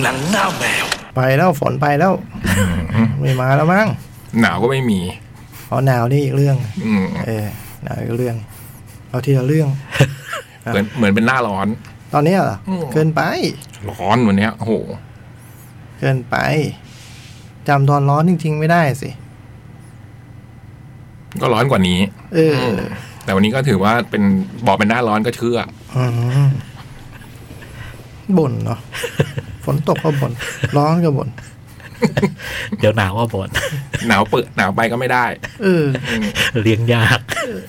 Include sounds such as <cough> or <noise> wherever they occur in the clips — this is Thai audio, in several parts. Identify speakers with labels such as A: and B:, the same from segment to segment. A: หนังหน้าแมว
B: ไปแล้วฝนไปแล้ว ไม่มาแล้วมั้ง
C: หนาวก็ไม่มี
B: เพราะหนาวนี่อีกเรื่อง
C: อืม
B: เออหนาวอีกเรื่อง เอาทีละเรื่อง
C: เหมือนเหมือนเป็นหน้าร้อน
B: ตอนเนี้ยเหรอ
C: อืม
B: เกินไป
C: ร้อนวันเนี้ยโอ้โห
B: เกินไปจำตอนร้อนจริง ๆ ไม่ได้สิ
C: ก็ร้อนกว่านี้
B: เอออื
C: มแต่วันนี้ก็ถือว่าเป็นบอกเป็นหน้าร้อนก็เชื่อ
B: อืมบ่นเนาะฝนตกก็บ่นร้อนก็บ่น
D: เดี๋ยวหนาวว่าบน
C: หนาวเปิด <laughs> หนาวไปก็ไม่ได้
B: เออ
D: <laughs> เลี้ยงยาก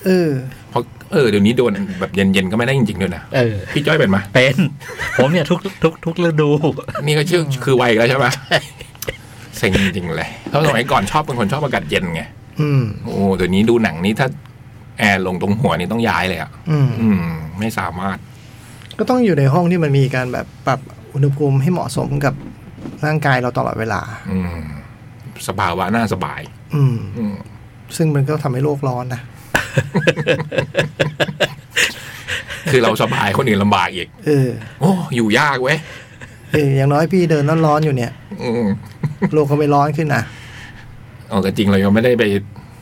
B: เออ
C: เพราะเออเดี๋ยวนี้โดนแบบเย็นๆก็ไม่ได้จริงๆด้วยนะ
D: เออ
C: พี่จ้อยเป็นไหม
D: เป็น ผมเนี่ยทุกทุกทุกฤดู
C: นี่ก็ชื่อคือวัยอีกแล้วใช่ไหมเซ็งจริงๆเลยเพราะสมัยก่อนชอบเป็นคนชอบอากาศเย็นไง
B: อืม
C: โอ้เดี๋ยวนี้ดูหนังนี้ถ้าแอร์ลงตรงหัวนี่ต้องย้ายเลยอ่ะ
B: อืม
C: อืม ไม่สามารถ
B: ก็ต้องอยู่ในห้องที่มันมีการแบบปรับอุณหภูมิให้เหมาะสมกับร่างกายเราตลอดเวลา
C: อืม สภาวะน่าสบาย
B: อืม
C: อืม
B: ซึ่งมันก็ทำให้โลกร้อนนะ
C: คือเราสบายคนอื่นลำบากอีก
B: เออ
C: โอ้อยู่ยากเว้ย
B: เออ อย่างน้อยพี่เดินร้อนๆอยู่เนี่ย
C: อืม
B: โลกก็ไม่ร้อนขึ้นนะ
C: เออแต่จริงเรายังไม่ได้ไป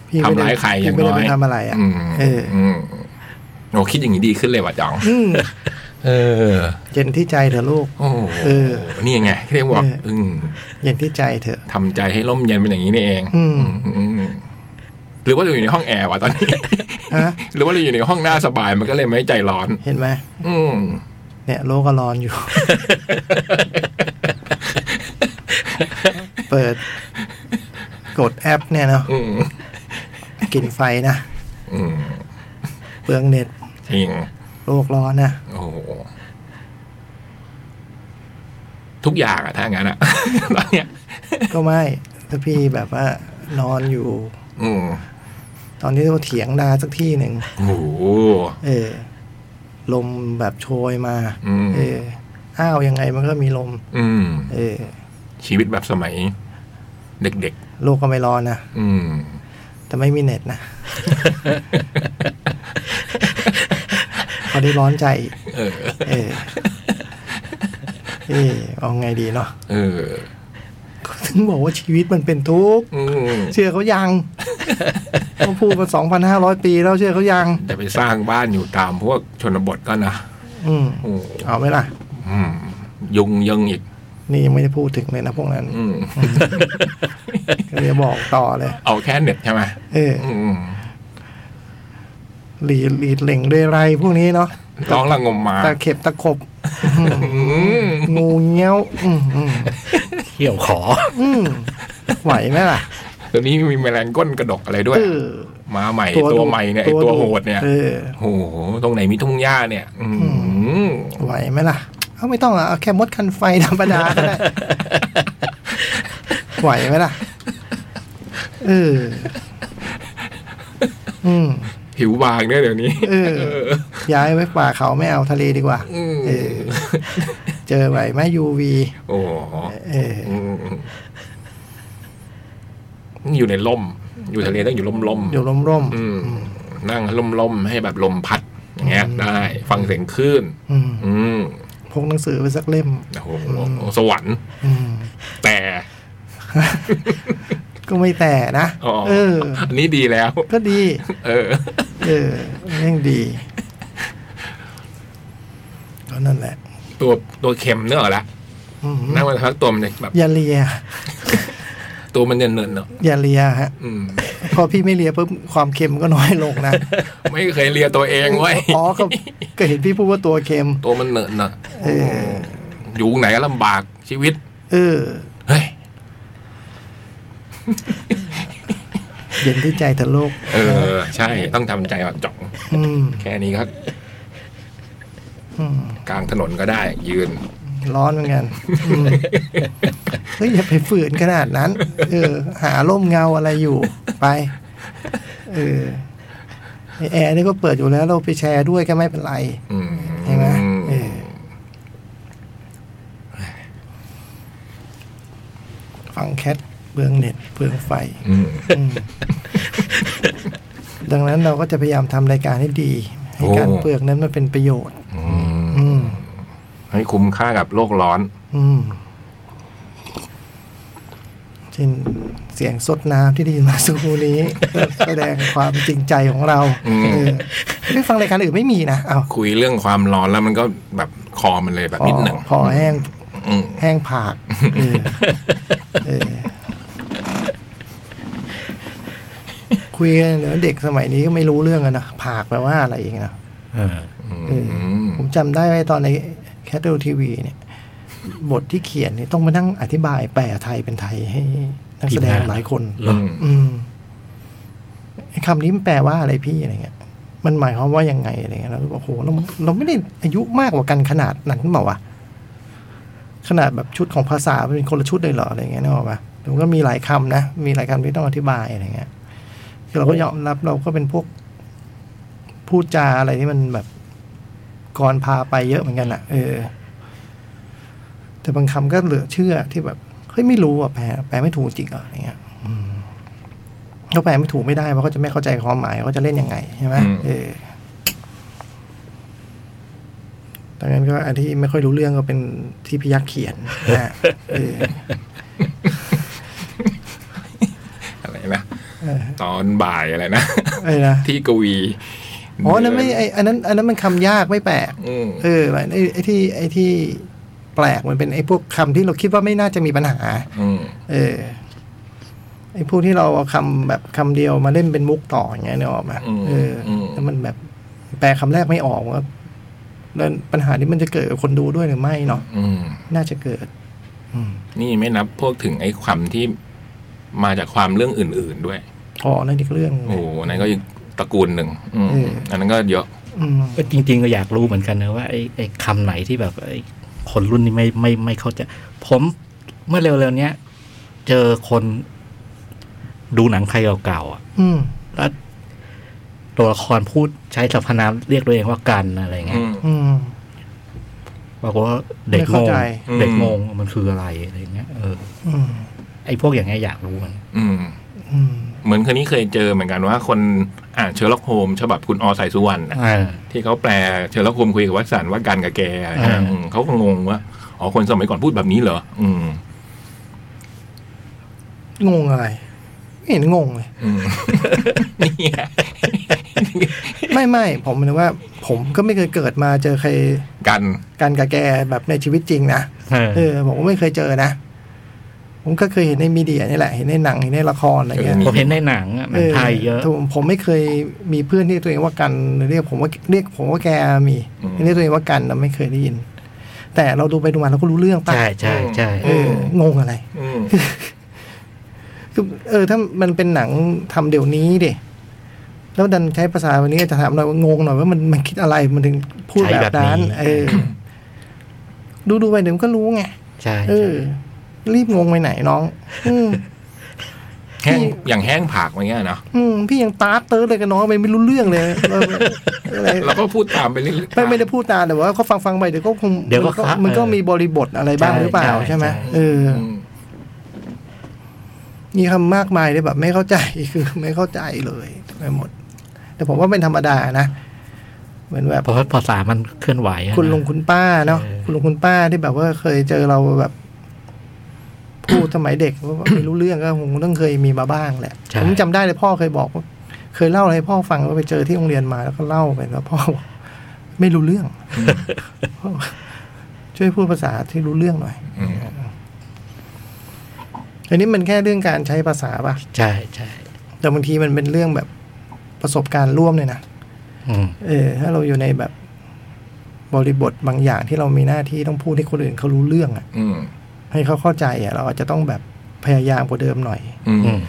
B: พี่
C: ทำร้ายใครอย่าง
B: ไม่
C: น้
B: ได้
C: อย
B: ไปทำอะไรอ่ะ
C: อืม
B: เออ
C: อืมโอ้คิดอย่างนี้ดีขึ้นเลยว่ะจ๋อง
B: อืม
C: เออ
B: เย็นที่ใจเถอะลูก
C: โอ้
B: เออ
C: นี่ไงเรียกว่า
B: เอออื
C: อืม
B: เย็นที่ใจเถอะ
C: ทำใจให้ร่มเย็นเป็นอย่างนี้นี่เอง
B: อืม
C: อืมหรือว่าเราอยู่ในห้องแอร์วะตอนนี้ <laughs>
B: ฮะ
C: หรือว่าเราอยู่ในห้องหน้าสบายมันก็เลยไม่ใจร้อน
B: เห็นไหม
C: อืม
B: เนี่ยโลกก็ร้อน
C: <laughs>
B: อยู่ เปิด กดแอปเนี่ยเนาะ
C: อืม
B: กินไฟนะ
C: อืม
B: เปลืองเน็ต
C: จริง
B: โลกร้อนนะ
C: โอ้โหทุกอย่างอะถ้างั้นอะ <laughs> ตอนเนี้ย
B: ก็ไม่ถ้าพี่แบบว่านอนอยู่
C: อืม
B: ตอนนี้เราเถียงนาสักที่หนึ่ง
C: โอ้โห
B: เออ ลมแบบโชยมา
C: อืม
B: เออ อ้าวยังไงมันก็มีลม
C: อืม
B: เออ
C: ชีวิตแบบสมัย เด็ก
B: โลกก็ไม่ร้อนนะ
C: ๆ อืม
B: แต่ไม่มีเน็ต
C: <laughs>
B: นะ พอได้ร้อนใจอีก
C: เออ
B: เออ เออเอาไงดีเนาะ
C: เออ
B: ก็ถึงบอกว่าชีวิตมันเป็นทุกข์
C: อืม
B: เชื่อเขายังเขาพูดมาสองพันห้าร้อยปีแล้วเชื่อเขายัง
C: แต่ไปสร้างบ้านอยู่ตามพวกชนบทก็นะ
B: อืม
C: โอ้
B: เอาไหมล่ะ
C: อืม ยุงยังอีก
B: นี่ยังไม่ได้พูดถึงเลยนะพวกนั้น
C: อืม
B: ก็เลยบอกต่อเลย
C: เอาแค่เน็ตใช่ไหม
B: เออ
C: อืม
B: หลีดหลีดเหล่งเรไรพวกนี้เนาะ
C: ร้องระงมมา
B: ตะเข็บตะขบงูเงี้ยว อืมอืม
D: เขี่ยวขอ
B: อืมไหวไหมล่ะ
C: เดี๋ยวนี้มีแมลงก้นกระดกอะไรด้วย
B: เออ
C: มาใหม่ตัวใหม่เนี่ยไอตัวโหดเนี่ย
B: เออ
C: โอ้โห ตรงไหนมีทุ่งหญ้าเนี่ย อืม
B: ไหวไหมล่ะ เอาไม่ต้องอ่ะเอาแค่มดคันไฟธรรมดาก็
C: <laughs>
B: ได้ไหวไหมล่ะ เออ อืม
C: ผิวบางเนี่ยเดี๋ยวนี้
B: เออ ย้ายไปป่าเขาไม่เอาทะเลดีกว่า
C: อืม
B: เออ เจอไหวไหมยูวี
C: โอ้โห
B: เออ
C: อืมอยู่ในล่ม อยู่ทะเลต้องอยู่ล่มล่มๆ
B: อยู่ร่ม
C: อืม นั่งล่มล่มๆให้แบบลมพัด อย่างเงี้ย ได้ ฟังเสียงคลื่น
B: ๆอืม
C: อืม
B: พกหนังสือไปสักเล่ม
C: โอ้โหสวรรค์
B: อืม
C: แต่
B: ก็ไม่แต่นะ
C: อ๋อ
B: เออ
C: นนี้ดีแล้ว
B: ก็ดี
C: เออ
B: เออเรื่องดี ก็นั่นแหละ
C: ตัวตัวเค็มเนื้ออกละ
B: อืม
C: นั่งมาพักตัวมันจะแบบ
B: อย่าเลีย
C: ตัวมันจะเนินเนอะ
B: อย่าเลียฮะ
C: อืม
B: พอพี่ไม่เลียปุ๊บความเค็มก็น้อยลงนะ
C: <laughs> ไม่เคยเลียตัวเองเว้ย
B: อ๋อก็ก็เห็นพี่พูดว่าตัวเค็ม
C: ตัวมันเนินเนอะ
B: เออ
C: อยู่ไหนก็ลำบากชีวิต
B: เออ
C: เฮ้ย
B: เย็นที่ใจทะโลก
C: เออ ใช่ ต้องทำใจอ่อนจ่อง
B: อืม
C: แค่นี้ครับ
B: อืม
C: กลางถนนก็ได้ ยืน
B: ร้อนเหมือนกันอืมเฮ้ยอย่าไปฝืนขนาดนั้น เออ หาร่มเงาอะไรอยู่ ไป เออไอ้แอร์นี่ก็เปิดอยู่แล้วเราไปแชร์ด้วยก็ไม่เป็นไร
C: อืม
B: ใช่ไหมเออฟังแคทเปลืองเน็ตเปลืองไฟ
C: อืม
B: อืมดังนั้นเราก็จะพยายามทำรายการให้ดี ให้การ
C: โอ้
B: เปลือกนั้นมันเป็นประโยชน์
C: อืม
B: อืม
C: ให้คุ้มค่ากับโลกร้อน
B: อืม เช่นเสียงสดน้ำที่ได้ยินมาสักครู่นี้ <laughs> ก็แสดงความจริงใจของเรา
C: อืม
B: เออไม่ฟังรายการอื่นไม่มีนะเอา
C: คุยเรื่องความร้อนแล้วมันก็แบบคอมันเลยแบบนิดหนึ่ง
B: พอแห้ง
C: อืม
B: แห้งผากเออเออคุยกันเดี๋ยวเด็กสมัยนี้ก็ไม่รู้เรื่องกันนะผากแปลว่าอะไรเองนะ
D: เออ
C: อืม
B: ผมจำได้ไว้ตอนในแคทเทิลทีวีเนี่ย บทที่เขียนเนี่ยต้องมานั่งอธิบายแปลไทยเป็นไทยให้นักแสดงหลายคน
D: เหร
C: อื
D: อ
C: ม
B: อืมไอ้คำนี้มันแปลว่าอะไรพี่อะไรเงี้ย มันหมายความว่ายังไงอะไรเงี้ยเราก็บอกโอ้โหเราเราไม่ได้อายุมากกว่ากันขนาดนั้นเปล่าวะขนาดแบบชุดของภาษาเป็นคนละชุดเลยเหรออะไรเงี้ยนึกออกปะมันก็มีหลายคำนะ มีหลายคำที่ต้องอธิบายอะไรเงี้ยคือเราก็ยอมรับเราก็เป็นพวกพูดจาอะไรที่มันแบบก่อนพาไปเยอะเหมือนกันอะเออ แต่บางคำก็เหลือเชื่อที่แบบเฮ้ยไม่รู้อ่ะแปลแปลไม่ถูกจริงเหรออะไรเงี้ย เขาแปลไม่ถูกไม่ได้เพราะเขาจะไม่เข้าใจความหมายเขาจะเล่นยังไงใช่ไหมเออดังนั้นก็อันที่ไม่ค่อยรู้เรื่องก็เป็นที่พี่ยักษ์เขียนนะเออ
C: อะไรนะ
B: เออ
C: ตอนบ่ายอะไรนะ <laughs>
B: ไอ้นะ
C: ที่กวี
B: อ๋ออันนั้นไม่ไอ้อันนั้น อันนั้นมันคำยากไม่แปลก
C: อืม
B: เออไอ้ไอ้ที่ไอ้ที่แปลกมันเป็นไอ้พวกคำที่เราคิดว่าไม่น่าจะมีปัญหา
C: อืม
B: เออไอ้พวกที่เราเอาคำแบบคำเดียวมาเล่นเป็นมุกต่ออย่างเงี้ยเนี่ยออกมาเออแล้วมันแบบแปลคำแรกไม่ออกว่าแล้วปัญหานี้มันจะเกิดกับคนดูด้วยหรือไม่เนาะ
C: อืม
B: น่าจะเกิด อืม
C: นี่ไม่นับพวกถึงไอ้ความที่มาจากความเรื่องอื่น ๆด้วย
B: อ๋อนั่นอีกเรื่อง
C: โอ้โหอันนั้นก็อีกตระกูลหนึ่งอืม
B: เอออั
C: อันนั้นก็เยอะ
B: อืม
D: ก็จริง ๆ ก็อยากรู้เหมือนกันนะว่าไอ้ไอ้คำไหนที่แบบไอ้คนรุ่นนี้ไม่ไม่ไม่เข้าใจ ผมเมื่อเร็วๆเนี้ย เจอคนดูหนังไทยเก่าๆอ่ะ
B: อืม
D: แล้วตัวละครพูดใช้สรรพนามเรียกตัวเองว่ากันอะไร
C: อื
D: เงี้ย
C: ม
B: อืม
D: ปรากฏว่าเด็ก
B: ไม่
D: ง
B: เข้างใจ
D: เด็ก
C: อืม
D: งงมันคืออะไรอะไรเงี้ยเออ
B: อืม
D: ไอ้พวกอย่างเงี้ยอยากรู้มัน
C: อืม
B: อืม
C: เหมือนคนนี้เคยเจอเหมือนกันว่าคนอ่านเชอร์ล็อกโฮมฉบับคุณออสายสุวรรณน่ะ
D: อ่า
C: ที่เขาแปลเชอร์ล็อกโฮมคุยกับวัชสันว่าการกับแกอะไรเงี้ย
D: อ่า
C: อืมเขาก็งงว่าอ๋อคนสมัยก่อนพูดแบบนี้เหรออืม
B: งงอะไรไม่เห็นงงเลย
C: อืมนี่ไง
B: ไม่ไม่ผมหมายถึงว่า ผมก็ไม่เคยเกิดมาเจอใคร
C: กัน
B: การกับแกแบบในชีวิตจริงนะ
D: เออ
B: เออผมก็ไม่เคยเจอนะ ผมก็เคยเห็นในมีเดียนี่แหละ เห็นในหนังเห็นในละครอะไรเงี้ย
C: เออ
D: ผมเห็นในหนังอะหนังไทยเยอะ
B: ถูกผมไม่เคยมีเพื่อนที่ตัวเองว่ากันหรือเรียกผมว่าเรียกผมว่าแกมี
C: อืม
B: เรียกตัวเองว่ากันเราไม่เคยได้ยิน แต่เราดูไปดูมาเราก็รู้เรื่องป่ะ
D: ใช่ใช่ใช่
B: เอองงอะไร
C: อืม
B: คือเออ ถ้ามันเป็นหนังทำเดี๋ยวนี้ดิแล้วดันใช้ภาษาวันนี้จะถามหน่อยว่างงหน่อยว่ามันมันคิดอะไรมันถึงพูดแบบนั้นเออ ดูดูๆไปเดี๋ยวมันก็รู้ไง
D: ใช่
B: เอ
D: ใช่
B: อ รีบงงไปไหนน้อง อืม
C: แห้งอย่างแห้งผักอะไรเงี้ยเนาะ
B: อืมพี่ยังตาร์ตเติร์ดเลยกับน้องไปไม่รู้เรื่องเลยเราอะไร
C: เราก็พูดตามไปเรื่อยๆ
B: ไม่ไม่ได้พูดตามแต่ว่าเขาฟังฟังๆไปเดี๋ยวก็คง
D: เดี๋ยวก็
B: มันก็
D: ครับ
B: มันก็
D: เออ
B: มีบริบทอะไรบ้าง
D: ใช่
B: หรือเปล่า
D: ใช่
B: ใช่ไหม
D: ใช่
B: เออมีคำมากมายเลยแบบ ไม่เข้าใจ <laughs> คือไม่เข้าใจเลยไปหมด แต่ผมว่าเป็นธรรมดานะ เหมือนแบบ
D: เพราะว่าภาษามันเคลื่อนไหวอะ
B: คุณลุง
D: นะ
B: คุณป้าเนาะ
D: เออ
B: คุณลุงคุณป้าที่แบบว่าเคยเจอเราแบบ พูดสมัยเด็กว่าไม่รู้เรื่องก็คงต้องเคยมีมาบ้างแหละ
D: ใช่
B: ผมจำได้เลยพ่อเคยบอกว่าเคยเล่าอะไรให้พ่อฟังว่าไปเจอที่โรงเรียนมาแล้วก็เล่าไปแล้วพ่อบอกไม่รู้เรื่อง
D: <laughs>
B: พ่อบอกช่วยพูดภาษาที่รู้เรื่องหน่อย
C: อืม
B: อันนี้มันแค่เรื่องการใช้ภาษาป่ะ
D: ใช่ใช่
B: แต่บางทีมันเป็นเรื่องแบบประสบการณ์ร่วมเลยนะ
D: อืม
B: เออถ้าเราอยู่ในแบบบริบทบางอย่างที่เรามีหน้าที่ต้องพูดให้คนอื่นเขารู้เรื่องอะ
C: อืม
B: ให้เขาเข้าใจอะเราอาจจะต้องแบบพยายามกว่าเดิมหน่อย
C: อื
D: อื
C: ม
D: ม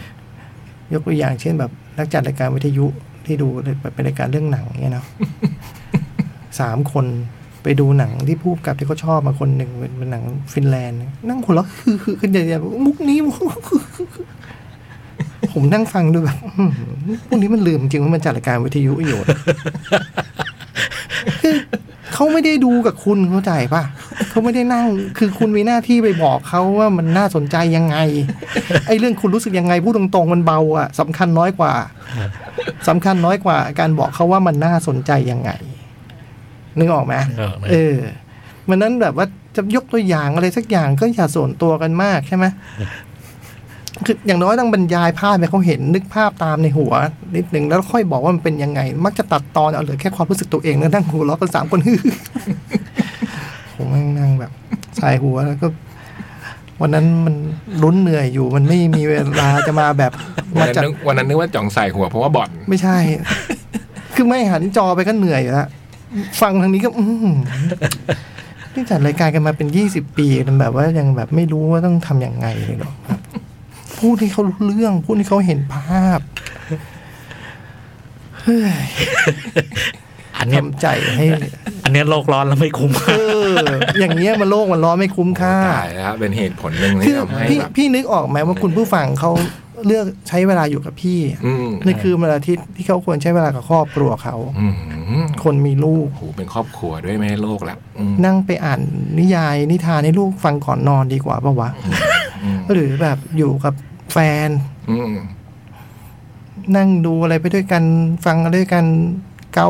B: ยกตัวอย่างเช่นแบบนักจัดรายการวิทยุที่ดูแบบเป็นรายการเรื่องหนังเนี่ยเนาะ สามคนไปดูหนังที่พูดกับที่เขาชอบมาคนหนึ่งเป็นเป็นหนังฟินแลนด์ นั่งหัวเราะคือคือขึ้นใหญ่ๆมุกนี้มุกผมนั่งฟังดูแบบ <laughs> อื้อหือพวกนี้มันลืมจริงว่ามันจัดรายการวิทยุอยู่นะ <laughs> คือเขาไม่ได้ดูกับคุณเข้าใจป่ะเขาไม่ได้นั่ง คือคุณมีหน้าที่ไปบอกเขาว่ามันน่าสนใจยังไง ไอ้เรื่องคุณรู้สึกยังไงพูดตรงๆมันเบาอะสำคัญน้อยกว่าสำคัญน้อยกว่า การบอกเขาว่ามันน่าสนใจยังไง นึกออกไหม
D: เออ
B: เออ มันนั้นแบบว่าจะยกตัวอย่างอะไรสักอย่างก็อย่าส่วนตัวกันมากใช่ไหม คืออย่างน้อยต้องบรรยายภาพให้เขาเห็นนึกภาพตามในหัว นิดหนึ่งแล้วค่อยบอกว่ามันเป็นยังไง มักจะตัดตอนเอาเหลือแค่ความรู้สึกตัวเองแล้วนั่งหัวเราะกันสามคนฮื <laughs> อ ผมนั่งนั่งแบบสายหัวแล้วก็ วันนั้นมันลุ้นเหนื่อยอยู่ มันไม่มีเวลาจะมาแบบ
C: วัน
B: มา
C: นั้น
B: จัด
C: นึกวันนั้นนึกว่าจ่องใส่หัวเพราะว่าบ่อน
B: ไม่ใช่ คือไม่หันจอไปก็เหนื่อยอยู่แล้วฟังทางนี้ก็ อือหือนี่จัดรายการกันมาเป็นยี่สิบปีมันแบบว่ายังแบบไม่รู้ว่าต้องทำยังไงเลยหรอกครับพูดให้เขารู้เรื่อง พูดให้เขาเห็นภาพ
D: อันเนี้ย
B: ทำใจให้
D: อันเนี้ยโลกร้อนแล้วไม่คุ้ม
B: เออ อย่างเงี้ยมันโลกมันร้อนไม่คุ้มค่า
C: ตายแล้วเป็นเหตุผลหนึ่ง
B: คื
C: ที่
B: อ
C: ทำให้
B: พี่
C: แบบ
B: พี่นึกออกไหมว่าคุณผู้ฟังเขาเลือกใช้เวลาอยู่กับพี่
C: อืม
B: ในคือเวลาที่ที่เขาควรใช้เวลากับครอบครัวเขา
C: อืม
B: คนมีลูก
C: โหเป็นครอบครัวด้วยไม่ใช่โลกละอืม
B: นั่งไปอ่านนิยายนิทานให้ลูกฟังก่อนนอนดีกว่าปะวะ
C: อืม
B: หรือแบบอยู่กับแฟน
C: อืม
B: นั่งดูอะไรไปด้วยกันฟังอะไรด้วยกันเกา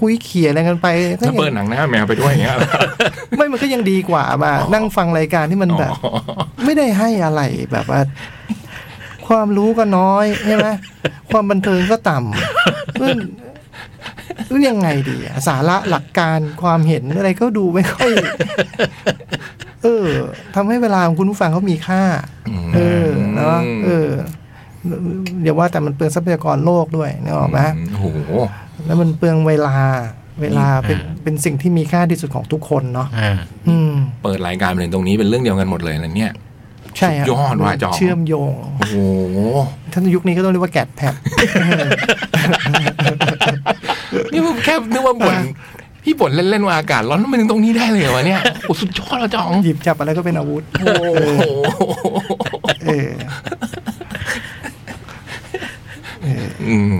B: คุยเขี่ยอะไรกันไปถ้า
C: ถ้า
B: อย่า
C: เปิด
B: ง
C: หนังหน้าแมวไปด้วยอย่างเงี้ยเหรอ
B: ไม่มันก็ยังดีกว่ามา นั่งฟังรายการที่มันแบบ
C: อ๋อ
B: ไม่ได้ให้อะไรแบบว่า <laughs> ความรู้ก็น้อยใช่ไหมความบันเทิงก็ต่ำเพื่อนเพื่อนยังไงดีอะสาระหลักการความเห็นอะไรก็ดูไม่ค่อย <laughs> เออทำให้เวลาของคุณผู้ฟังเขามีค่า เออเนาะเออเดี๋ยวว่าแต่มันเปลืองทรัพยากรโลกด้วยนึกออกไหม
C: โอ้โห
B: แล้วมันเปลืองเวลา เวลาเป็น
D: อ่า
B: เป็นสิ่งที่มีค่าที่สุดของทุกคนเนาะ
D: อ่า
B: อืม
C: เปิดรายการมาถึงตรงนี้เป็นเรื่องเดียวกันหมดเลยนะเนี่ย
B: ใช่ครับ
C: สุดยอดว่ะจอม
B: เชื่อมโยง
C: โอ้โห
B: ท่านยุคนี้ก็ต้องเรียกว่าแกดแพด
C: นี่ผมแค่นึกว่าบ่นพี่บ่นเล่นๆว่าอากาศร้อนแล้วมันถึงตรงนี้ได้เลยเหรอวะเนี่ยโอ้โหสุดยอดแล้วจ่อง
B: <laughs> หยิบจับอะไรก็เป็นอาวุธ
C: โอ้โห
B: เออ
C: อืม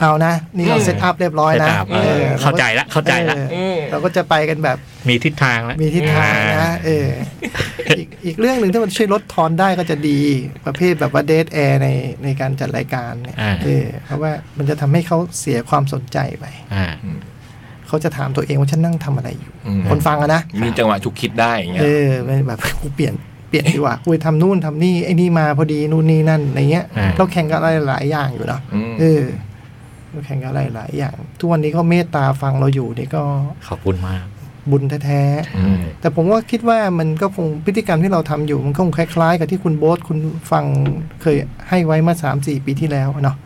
B: เอานะ นี่เราเซตอัพเรียบร้อยนะ
D: เซตพเออเข้าใจละเข้าใจละ
B: เออเราก็จะไปกันแบบ
D: มีทิศทางละ
B: มีทิศทาง
D: อ่า
B: นะ เออ อีกอีกเรื่องหนึ่งถ้ามันช่วยลดทอนได้ก็จะดี ประเภทแบบว่าเดทแอร์ในในการจัดรายการเนี่ย
D: อ่า
B: เออเพราะว่ามันจะทำให้เขาเสียความสนใจไป
D: อ่า
B: เขาจะถามตัวเองว่าฉันนั่งทำอะไรอยู่
C: อืม
B: คนฟังอะนะ
C: มีจังหวะฉุกคิดได้อย่างเงี้ย
B: เออมันแบบ <laughs> กูเปลี่ยนเปลี่ยนดีกว่ากูไปทำนู่นทำนี่ไอ้นี่มาพอดีนู่นนี่นั่นอะไรเงี้ย
D: อ่า
B: เราแข่งกันอะไรหลายอย่างอยู่เนาะ
C: ม
B: เออเราแข่งกันอะไรหลายอย่าง ทุกวันนี้เขาเมตตาฟังเราอยู่นี่ก็
D: ขอบคุณมาก
B: บุญแท้
C: อืม
B: ๆแต่ผมว่าคิดว่ามันก็คงพฤติกรรมที่เราทำอยู่ มันก็คงคล้ายๆ กับที่คุณโบ๊ทคุณฟังเคยให้ไว้เมาสามสี่ปีที่แล้วเนาะ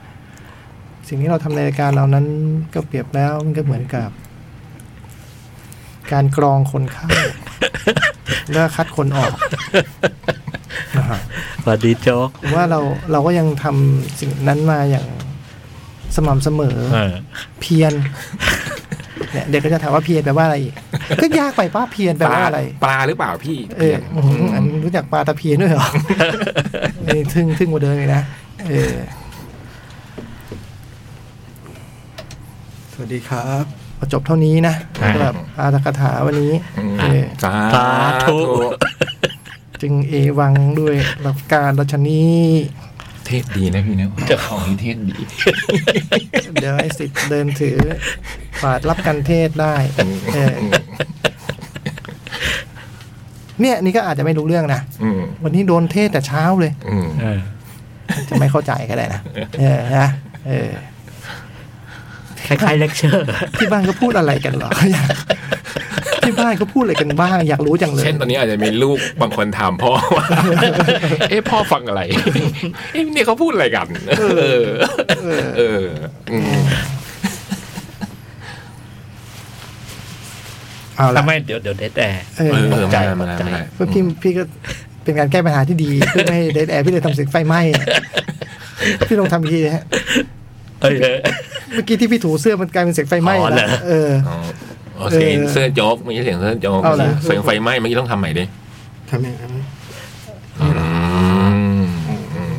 B: สิ่งที่เราทำในรายการเรานั้นก็เปรียบแล้วมันก็เหมือนกับ การกรองคนเข้า แล้วก็คัดคนออก นะฮะ
D: สวัสดีโจ๊ก
B: ผมว่าเราเราก็ยังทำสิ่งนั้นมาอย่างสม่ำเสมอ
D: เออ
B: เพียรเนี่ยเด็กก็จะถามว่าเพียรแปลว่าอะไรอีก ก็ยากไปป้าเพียรแปลว่าอะไร
C: ปลาหรือเปล่าพี่
B: เอออื้อหืออันนี้รู้จักปลาตะเพียนด้วยเหรอ นี่ทึ่งทึ่งกว่าเดิมเลยนะเออสวัสดีครับพอจบเท่านี้นะ
D: อ่า
B: สำหรับอาตกถาวันนี้ เออ
C: สา
D: สาธุ
B: จึงเอวังด้วยหลักการรัชนี
C: เทศดีนะพี่เนี่ยเจ้าของนี่เทศดี
B: เดี๋ยวไอ้สิทธิ์เดินถือปาดรับกันเทศได้เออเนี่ยนี่ก็อาจจะไม่รู้เรื่องนะ
C: อืม
B: วันนี้โดนเทศแต่เช้าเลย
C: อืม
D: เออ
B: จะไม่เข้าใจก็ได้นะ เออนะเออ
D: คล้ายๆเลคเชอร์
B: ที่บ้านก็พูดอะไรกันเหรอ <laughs> อยากที่บ้านก็พูดอะไรกันบ้าง อยากรู้จังเลย
C: เช่นตอนนี้อาจจะมีลูกบางคนถามพ่อว่า <laughs> เอ๊ะพ่อฟังอะไร <laughs> เอ๊ะเนี่ยเขาพูดอะไรกัน เออ เอออืม
B: เอาละ
D: ทำไมเดี๋ยวเดี๋ยวเดทแอร์
B: เออ
C: เออ
D: ตกใจ
C: มาแล้ว
D: ตกใจ
C: มาแล้ว
B: เพื่อพี่พี่ก็เป็นการแก้ปัญหาที่ดี เพื่อไม่ให้เดทแอร์พี่เลยทำเสียงไฟไหม้พี่ลองทำอีกทีนะฮะ
D: เอ้ยเออ
B: เมื่อกี้ที่พี่ถูเสื้อมันกลายเป็นเสียงไฟไหม้
D: อ๋อเหร
B: แล้ว
D: อ
B: เออ
C: อ๋ออ๋อเสียง
B: เออ
C: เสื้อโจ๊กไม่ใช่เสียงเสื้อโจ๊ก
B: เอาเหรอ
C: เสียงไฟไหม้เมื่อกี้ต้องทำใหม่ดิ
B: ทำอย่างนั้น
C: อืมอืม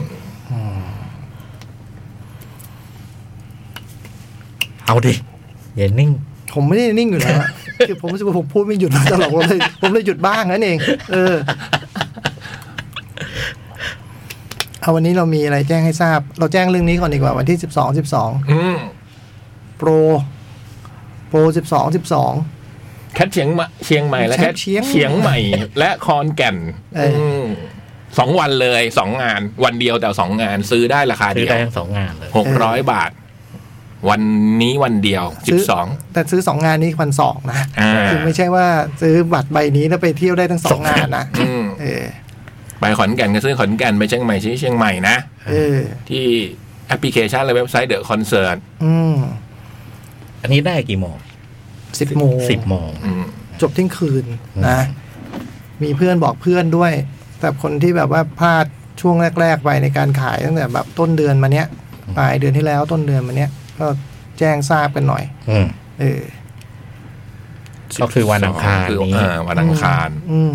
D: เอาดิอย่านิ่ง
B: ผมไม่ได้นิ่งอยู่แล้วอะคือผมรู้สึกว่าผมพูดไม่หยุดมาตลอดผมเลย <laughs> ผมเลยหยุดบ้างนั่นเอง เออเอาวันนี้เรามีอะไรแจ้งให้ทราบ เราแจ้งเรื่องนี้ก่อนดีกว่าวันที่สิบสองสิบสอง
C: อืม
B: โปร โปรสิบสองสิบสอง
C: แคทเชียงใหม่เชียงใหม่และแคท
B: แคทเชียง
C: เชียงใหม่ และคอนแก่นอืม สองวันเลยสองงาน วันเดียวแต่สองงานซื้อได้ราคา
D: ซื้อ
C: เดียว
D: ได้ทั้งสองงานเลย
C: หกร้อยบาท วันนี้วันเดียวสิ
B: ซื้
C: บสอง
B: แต่ซื้อสองงานนี้พันสองนะ
C: อ่า
B: คือไม่ใช่ว่าซื้อบัตรใบนี้แล้วไปเที่ยวได้ทั้งสองงานนะ
C: อืม
B: เออ
C: ไปขอนแก่นก็ซื้อขอนแก่นไปเชียงใหม่ซื้อเชียงใหม่นะ
B: เออ
C: ที่แอปพลิเคชันและเว็บไซต์เดอะคอนเสิร์ต
B: อืม
D: อันนี้ได้กี่โมง
B: สิบโมง
D: สิบโมง
B: จบเที่ยงคืน
D: อื
B: นะ
D: ม
B: มีเพื่อนบอกเพื่อนด้วย แต่คนที่แบบว่าพลาดช่วงแรก ๆ ไปในการขายตั้งแต่แบบต้นเดือนมาเนี้ยปลายเดือนที่แล้วต้นเดือนมาเนี้ยก็แจ้งทราบกันหน่อย
D: อืม
B: เออ
D: ก็คือวันอังคาร
C: คือ
D: นี้
C: เออวันอังคาร
B: อืม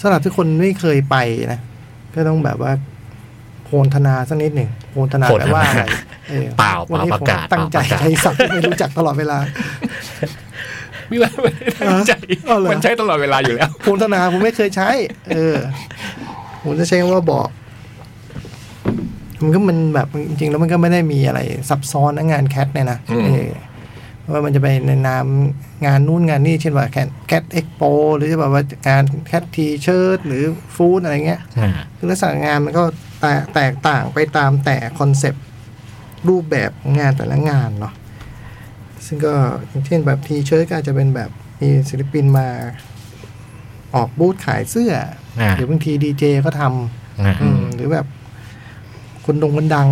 B: สำหรับที่คนไม่เคยไปนะก็ต้องแบบว่าโพนธนาสักนิดหนึ่งโพนธนา
D: โพลธนา
B: แปลว่าอะไรออ
D: เปล่าเปล่า
B: วันนี้
D: ประกาศ
B: ผมตั้งใจ
D: เปล่าประกาศ
B: ใช้ศัพท์ที่ไม่รู้จักตลอดเวลา
C: ไม่ได้ไม่ได้ตั้งใจ
B: อ๋อเหรอ
C: มันใช้ตลอดเวลาอยู่แล้ว
B: โพนธนาผมไม่เคยใช้ เออผมจะใช้คำว่าบอก มันก็มันแบบจริงๆแล้วมันก็ไม่ได้มีอะไร ซับซ้อนนะงานแคทเนี่ยนะ
C: อืม
B: เออว่ามันจะไปในนามงานนู่นงานนี่เช่นว่าแคทเอ็กโปหรือจะแบบว่างานแคททีเชิร์ตหรือฟู้ดอะไรเงี้ย
D: อ่า
B: คือลักษณะงานมันก็แตกแตกต่างไปตามแต่คอนเซปต์รูปแบบของงานแต่ละงานเนาะซึ่งก็อย่างเช่นแบบทีเชิร์ตก็อาจจะเป็นแบบมีศิลปินมาออกบูธขายเสื้อ
D: อ่า
B: หรือบางทีดีเจก็ท
D: อ่า
B: ำอืมหรือแบบคนดงคนดัง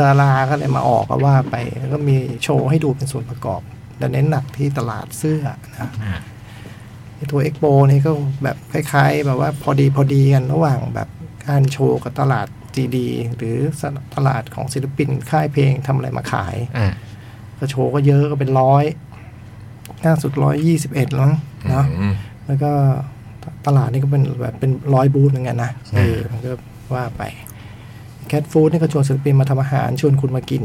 B: ดาราก็เลยมาออกก็ว่าไป แล้วก็มีโชว์ให้ดูเป็นส่วนประกอบแต่เน้นหนักที่ตลาดเสื้อนะ
D: อ่า
B: ไอ้ตัวเอ็กโปนี่ก็แบบคล้ายๆ แบบว่าพอดีพอดีกันระหว่างแบบการโชว์กับตลาดจีดีหรือตลาดของศิลปินค่ายเพลงทำอะไรมาขาย
D: อ่า
B: ก็โชว์ก็เยอะก็เป็นร้อยล่าสุดร้อยยี่สิบเอ็ดแล้วมั้งเนาะ
C: อืม
B: แล้วก็ตลาดนี่ก็เป็นแบบเป็นร้อยบูธเหมือนกันนะเออมันก็ว่าไปแคทฟู้ดนี่ก็ชวนศิลปินมาทำอาหารชวนคุณมากิน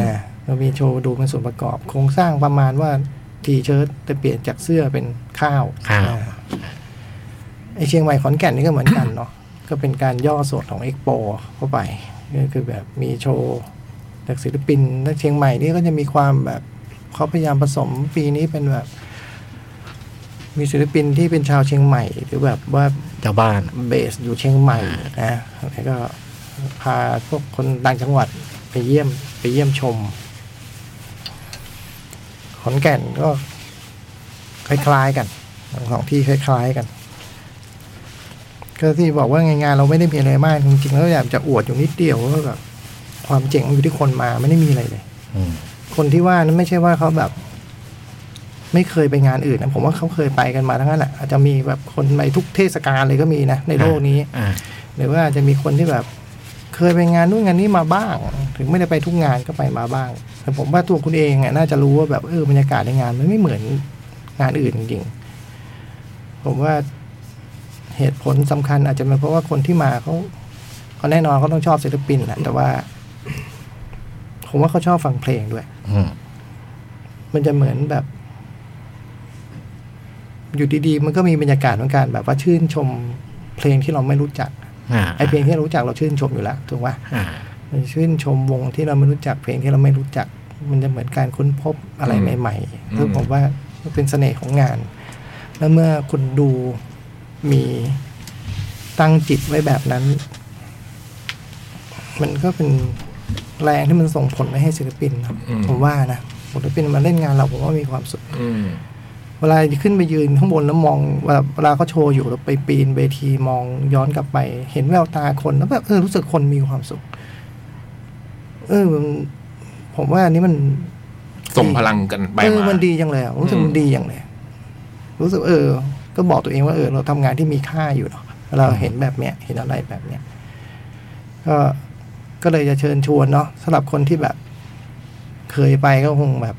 B: นะแล้วมีโชว์ดูเป็นส่วนประกอบ โครงสร้างประมาณว่าทีเชิ้ตจะเปลี่ยนจากเสื้อเป็นข้าว
D: ข้าว
B: ไอเชียงใหม่ขอนแก่นนี่ก็เหมือนกันเนาะ ก็เป็นการย่อส่วนของเอ็กโปเข้าไป ก็คือแบบมีโชว์จากศิลปินและเชียงใหม่นี่ก็จะมีความแบบเขาพยายามผสมปีนี้เป็นแบบ มีศิลปินที่เป็นชาวเชียงใหม่ หรือแบบว่า
D: เจ้าบ้าน
B: เบสอยู่เชียงใหม่นะแล้วก็พาพวกคนต่างจังหวัดไปเยี่ยมไปเยี่ยมชม ขอนแก่นก็คล้ายๆกันทั้งสองที่คล้ายๆกัน ก็ที่บอกว่างานเราไม่ได้มีอะไรมากจริงๆแล้วอยากจะอวดอยู่นิดเดียวว่าแบบความเจ๋งอยู่ที่คนมาไม่ได้มีอะไรเลย
D: อืม
B: คนที่ว่านั้นไม่ใช่ว่าเขาแบบ ไม่เคยไปงานอื่นนะผมว่าเขาเคยไปกันมาทั้งนั้นแหละอาจจะมีแบบคนไปทุกเทศกาลเลยก็มีนะในโลกนี้
D: อ่า
B: หรือว่าอาจจะมีคนที่แบบ เคยไปงานนู่นงานนี้มาบ้าง ถึงไม่ได้ไปทุกงานก็ไปมาบ้าง แต่ผมว่าตัวคุณเองอะน่าจะรู้ว่าแบบเออบรรยากาศในงานมันไม่เหมือนงานอื่นจริงๆผมว่าเหตุผลสำคัญอาจจะเป็นเพราะว่าคนที่มาเขาเขาแน่นอนเขาต้องชอบศิลปินแหละแต่ว่า ผมว่าเขาชอบฟังเพลงด้วย
D: อืม
B: มันจะเหมือนแบบ อยู่ดีๆ มันก็มีบรรยากาศของการแบบว่าชื่นชมเพลงที่เราไม่รู้จัก
D: อ่า
B: ไอเพลงที่เรารู้จักเราชื่นชมอยู่แล้วถูกป่ะ
D: อ่า
B: มันชื่นชมวงที่เราไม่รู้จักเพลงที่เราไม่รู้จัก มันจะเหมือนการค้นพบอะไรใหม่ๆซึ่งผมว่ามันเป็นเสน่ห์ของงาน แล้วเมื่อคุณดูมีตั้งจิตไว้แบบนั้น มันก็เป็นแรงที่มันส่งผลไปให้ศิลปินครับผมว่านะศิลปินมาเล่นงานเราผมว่ามีความสุข
C: อืม
B: เวลาขึ้นไปยืนข้างบนแล้วมองแบบเวลาเขาโชว์อยู่แล้วไปปีนเวทีมองย้อนกลับไป เห็นแววตาคนแล้วแบบเออรู้สึกคนมีความสุข เออมันผมว่าอันนี้มัน
C: ส่งพลังกันไป
B: เออ
C: มา
B: มันดีจังเลยอะรู้สึก
C: อืม
B: มันดีอย่างเลยรู้สึกเออ ก็บอกตัวเองว่าเออ เราทำงานที่มีค่าอยู่เนาะเวลาเราเห็นแบบเนี้ย เห็นอะไรแบบเนี้ยก็ก็เลยจะเชิญชวนเนาะสำหรับคนที่แบบ เคยไปก็คงแบบ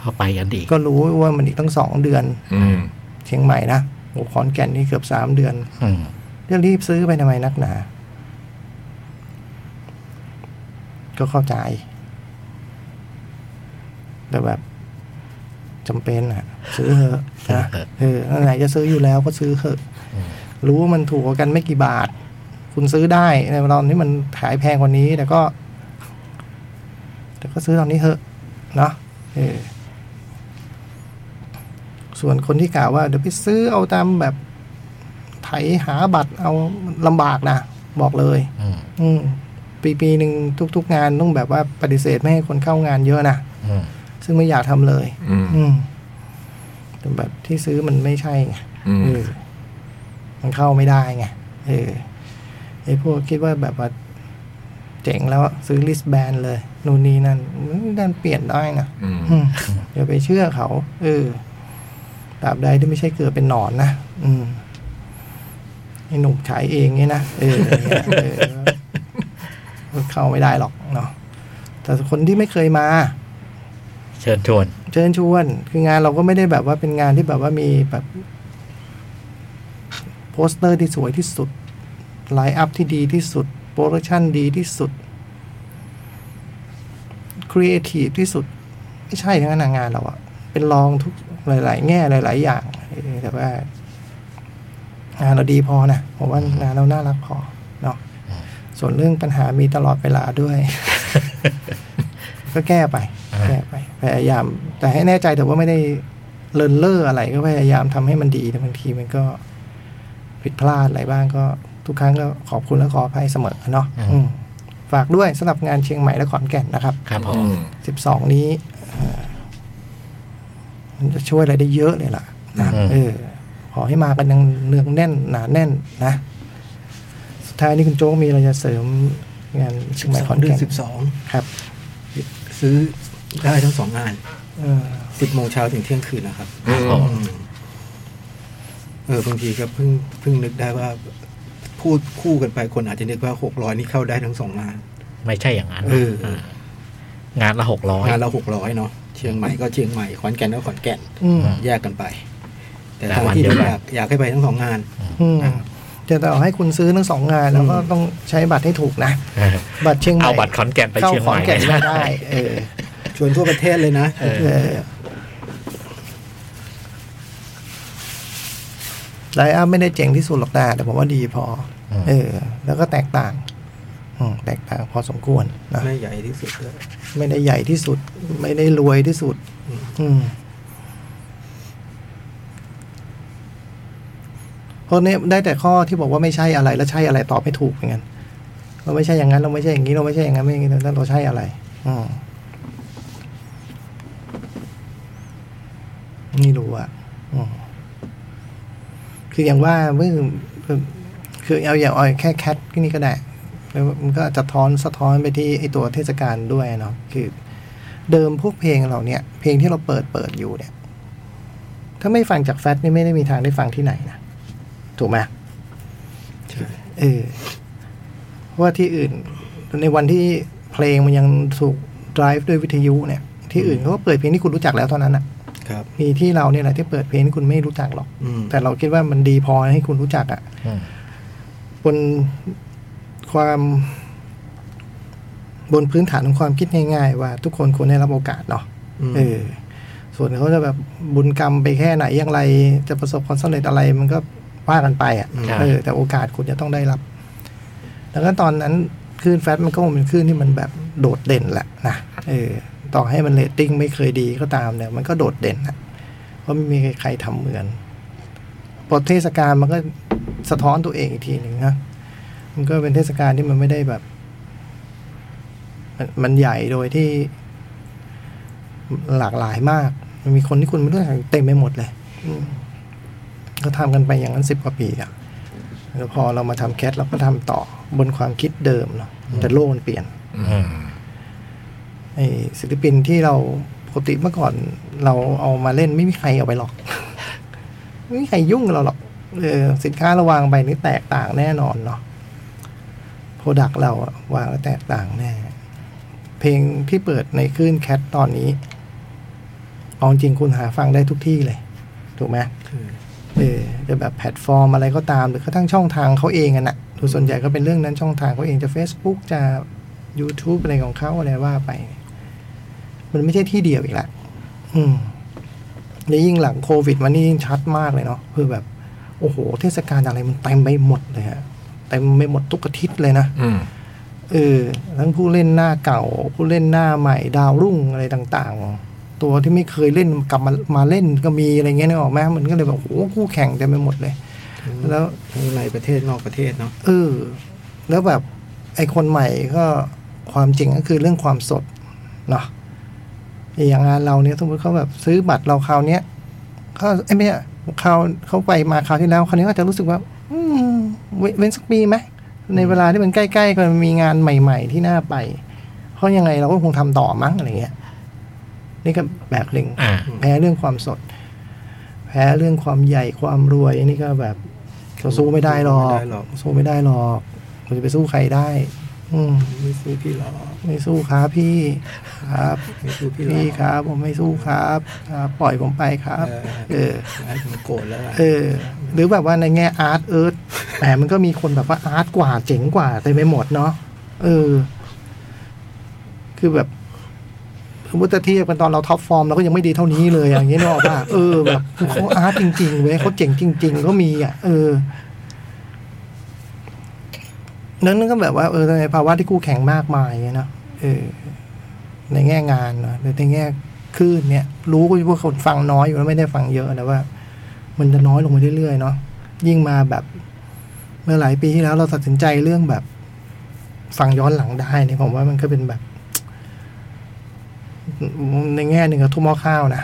D: เข้าไปกันอีก
B: ก็รู้ว่ามันอีกตั้งสองเดือน
C: อืม
B: เชียงใหม่นะโอ้ขอนแก่นนี่เกือบสามเดือน
D: อืม
B: จะรีบซื้อไปทำไมนักหนา ก็เข้าใจ แต่แบบจำเป็นอะซื้อเถอะนะเออไหนจะซื้ออยู่แล้วก็ซื้อเถอะ รู้ว่ามันถูกกว่ากันไม่กี่บาท คุณซื้อได้ในตอนนี้มันขายแพงกว่านี้ แต่ก็ แต่ก็ซื้อตอนนี้เถอะเนาะเออ ส่วนคนที่กล่าวว่าเดี๋ยวไปซื้อเอาตามแบบไท ยหาบัตรเอาลำบากนะบอกเลย
D: อืม
B: อืมปีปีหนึ่งทุก ๆ งานต้องแบบว่าปฏิเสธไม่ให้คนเข้างานเยอะนะ
D: อืม
B: ซึ่งไม่อยากทำเลย
C: อืม
B: อืมแต่แบบที่ซื้อมันไม่ใช่ไง
C: อืม
B: เออมันเข้าไม่ได้ไง เออไอพวกคิดว่าแบบว่า เจ๋งแล้วอะซื้อลิสแบนเลย นู่นนี่นั่นนั่นเปลี่ยนได้นะ
C: อืม
B: อืมอย่าไปเชื่อเขา เออตราบใดที่ไม่ใช่เกิดเป็นหนอนนะอืมไอหนุ่มขายเองเนี่ยนะเออเนี่ยเออเข้าไม่ได้หรอกเนาะแต่คนที่ไม่เคยมา
D: เชิญชวน
B: เชิญชวน คืองานเราก็ไม่ได้แบบว่าเป็นงานที่แบบว่ามีแบบโปสเตอร์ที่สวยที่สุด ไลน์อัพที่ดีที่สุด โปรดักชันดีที่สุด ครีเอทีฟที่สุด ไม่ใช่ทั้งนั้นอะงานเราอะเป็นรองทุกหลาย ๆ แง่หลาย ๆ อย่างเออแต่ว่า งานเราดีพอนะผมว่างานเราน่ารักพอเนาะส่วนเรื่องปัญหามีตลอดเวลาด้วย
D: <laughs>
B: ก็แก้ไป
D: อ่า
B: แก้ไป พยายาม แต่ให้แน่ใจแต่ว่าไม่ได้เลินเล่ออะไรก็พยายามทำให้มันดีแต่บางทีมันก็ผิดพลาดอะไรบ้างก็ ทุกครั้งก็ขอบคุณและขออภัยเสมอเนาะ
D: อืม
B: อืมฝากด้วยสำหรับงานเชียงใหม่และขอนแก่นนะครับ
D: ครับผ
C: อืม
D: ม
B: สิบสองนี้เอ่อมันจะช่วยอะไรได้เยอะเลยล่ะนะเออ ขอให้มากันยังเนืองแน่นหนาแน่นนะ สุดท้ายนี้คุณโจ๊กมีอะไรจะเสริมงานเชียงใหม่ขอน
A: เดือ
B: แก่
A: น
B: น
A: สิบสอง
B: ครับ
A: ซื้อได้ทั้งสองงาน
B: เออ
A: สิบโมงเช้าถึงเที่ยงคืนนะครับ
D: ครับผม
A: อืมเออบางทีก็เพิ่งเพิ่งนึกได้ว่า พูดคู่กันไปคนอาจจะนึกว่าหกร้อยนี่เข้าได้ทั้งสองงาน
D: ไม่ใช่อย่างนั้น
A: เออ
D: เออ งานละหกร้อย
A: งานละหกร้อยเนาะเชียงใหม่ก็เชียงใหม่ขอนแก่นก็ขอนแก่น
B: อืม
A: แยกกันไป แต่ทางที่ดีอยากอยากให้ไปทั้งสองงาน
B: อืมจะต่อให้คุณซื้อทั้งสองงานแล้วก็ต้องใช้บัตรให้ถูกนะ บัตรเชียงใหม่
D: เอาบัตรขอนแก่นไป
B: เข้า
D: เชียง
B: ข
D: ให
B: อน
D: ม่
B: แก่นไม่ได้ เออ
A: ชวนทั่วประเทศเลยนะ
D: เออ
B: เออไลน์อัพไม่ได้เจ๋งที่สุดหรอกนะแต่ผมว่าดีพออ
D: ม
B: เออ แล้วก็แตกต่าง อืมแตกต่างพอสมควรนะ
A: ไม่ใหญ่ที่สุดเลย
B: ไม่ได้ใหญ่ที่สุด ไม่ได้รวยที่สุด อืมเพราะเนี่ยได้แต่ข้อที่บอกว่าไม่ใช่อะไร แล้วใช่อะไรตอบไม่ถูกเหมือนกันเราไม่ใช่อย่างนั้น เราไม่ใช่อย่างนี้เราไม่ใช่อย่างนั้นไม่อย่างนี้แล้วเราใช่อะไร อืมนี่รู้อะอืมคืออย่างว่าเมื่อคือเอาอย่างเอาแค่แคทที่นี่ก็ได้แล้วมันก็จะท้อนสะท้อนไปที่ไอตัวเทศกาลด้วยเนาะคือ เดิมพวกเพลงเราเนี่ย เพลงที่เราเปิดเปิดอยู่เนี่ย ถ้าไม่ฟังจากแฟตนี่ไม่ได้มีทางได้ฟังที่ไหนนะถูกไหม
A: ใช่
B: เออเพราะว่าที่อื่น ในวันที่เพลงมันยังถูก drive ด้วยวิทยุเนี่ย ที่อื่นเขาก็เปิดเพลงที่คุณรู้จักแล้วเท่านั้นอ่ะ
A: ครับ
B: มีที่เราเนี่ยแหละที่เปิดเพลงที่คุณไม่รู้จักหรอก
A: อืม
B: แต่เราคิดว่ามันดีพอให้คุณรู้จักอ่ะ
D: อืม
B: บนความบนพื้นฐานของความคิดง่าย ๆ ว่าทุกคนควรได้รับโอกาสเนาะ
A: อืม
B: เออ ส่วนเขาจะแบบบุญกรรมไปแค่ไหนอย่างไร จะประสบความสำเร็จอะไร มันก็ว่ากันไปอ่ะ
D: ใช่
B: เออแต่โอกาสคุณจะต้องได้รับ แล้วก็ตอนนั้นคลื่นแฟตมันก็คงเป็นคลื่นที่มันแบบโดดเด่นแหละนะเออ ต่อให้มันเรตติ้งไม่เคยดีก็ตามเนี่ย มันก็โดดเด่นอะเพราะไม่มีใครทำเหมือน พอเทศกาลมันก็สะท้อนตัวเองอีกทีหนึ่งนะมันก็เป็นเทศกาลที่มันไม่ได้แบบ มันมันใหญ่โดยที่ หลากหลายมาก มันมีคนที่คุณไม่รู้จักเต็มไปหมดเลย อืมก็ทำกันไปอย่างนั้นสิบกว่าปีอะแล้วพอเรามาทำแคสเราก็ทำต่อบนความคิดเดิมเนาะแต่โลกมันเปลี่ยน
D: อืม
B: ไอ้ศิลปินที่เราปกติเมื่อก่อนเราเอามาเล่นไม่มีใครเอาไปหรอก <laughs> ไม่มีใครยุ่งกับเราหรอกเออสินค้าเราวางไปนี่แตกต่างแน่นอนเนาะโปรดักเราอะวางแล้วแตกต่างแน่ เพลงที่เปิดในคลื่นแคทตอนนี้เอาจริงคุณหาฟังได้ทุกที่เลย ถูกไหม
A: คือ
B: เออจะแบบแพลตฟอร์มอะไรก็ตามหรือกระทั่งช่องทางเขาเองอะนะโดยส่วนใหญ่ก็เป็นเรื่องนั้นช่องทางเขาเองจะ Facebook จะ YouTube อะไรของเขาอะไรว่าไป มันไม่ใช่ที่เดียวอีกละอืมแล้วยิ่งหลังโควิดมันนี่ยิ่งชัดมากเลยเนาะคือแบบ โอ้โห เทศกาลอะไรมันเต็มไปหมดเลยฮะเต็มไปหมดทุกอาทิตย์เลยนะ
C: อืม
B: เออทั้งผู้เล่นหน้าเก่า ผู้เล่นหน้าใหม่ดาวรุ่งอะไรต่างๆ ตัวที่ไม่เคยเล่นกลับมามาเล่นก็มีอะไรเงี้ยนึกออกไหมมันก็เลยแบบโอ้โหคู่แข่งเต็มไปหมดเลย
A: ค
B: แล้ว
A: ทั้งในประเทศนอกประเทศเนาะ
B: เออแล้วแบบไอคนใหม่ก็ความจริงก็คือเรื่องความสดเนาะอย่างงานเราเนี่ยสมมติเขาแบบซื้อบัตรเราคราวเนี้ยเขาไอ้ยไม่ใช่เขาเขาไปมาคราวที่แล้วคราวนี้ก็จะรู้สึกว่า อืมเว้นเว้นสักปีไหมในเวลาที่มันใกล้ๆกันมีงานใหม่ๆที่น่าไปเพราะยังไงเราก็คงทำต่อมั้งอะไรเงี้ย นี่ก็แบบหนึ่ง
D: อ่า
B: <coughs> แพ้เรื่องความสด แพ้เรื่องความใหญ่ความรวยนี่ก็แบบเราสู้ไม่ได้หรอกสู้ไม่ได้หรอกเราจะไปสู้ใครได้ อืม
A: ไม่สู้พี่หรอก
B: ไม่สู้ครับพี่ครับ
A: ไม่สู้พี่หรอ
B: พี่ค
A: ก
B: รับ ผมไม่สู้ครับครับปล่อยผมไปครับ เอ
A: เอ
B: อ
A: อ ไอ้ผมโกรธแล้วอะ
B: เออ หรือแบบว่าในแง่อาร์ตเอิร์ธแหมมันก็มีคนแบบว่าอาร์ตกว่าเจ๋งกว่าเต็มไปหมดเนาะเออ คือแบบสมมติถ้าเทียบกันตอนเราท็อปฟอร์มเราก็ยังไม่ดีเท่านี้เลยอย่างเงี้ยนึกออกป่ะเออแบบเขาอาร์ตจริงๆเว้ยเขาเจ๋งจริง ๆ ก็มีอ่ะ เออนั้นก็แบบว่าเออในภาวะที่คู่แข่งมากมายเงี้ยเนาะเออ ในแง่งานเนอะในแง่คลื่นเนี่ย รู้ก็ว่าคนฟังน้อยอยู่แล้วไม่ได้ฟังเยอะนะว่า มันจะน้อยลงไปเรื่อยๆเนาะยิ่งมาแบบเมื่อหลายปีที่แล้วเราตัดสินใจเรื่องแบบ ฟังย้อนหลังได้เนี่ยผมว่ามันก็เป็นแบบ ในแง่หนึ่งก็ทุ่มหม้อข้าวนะ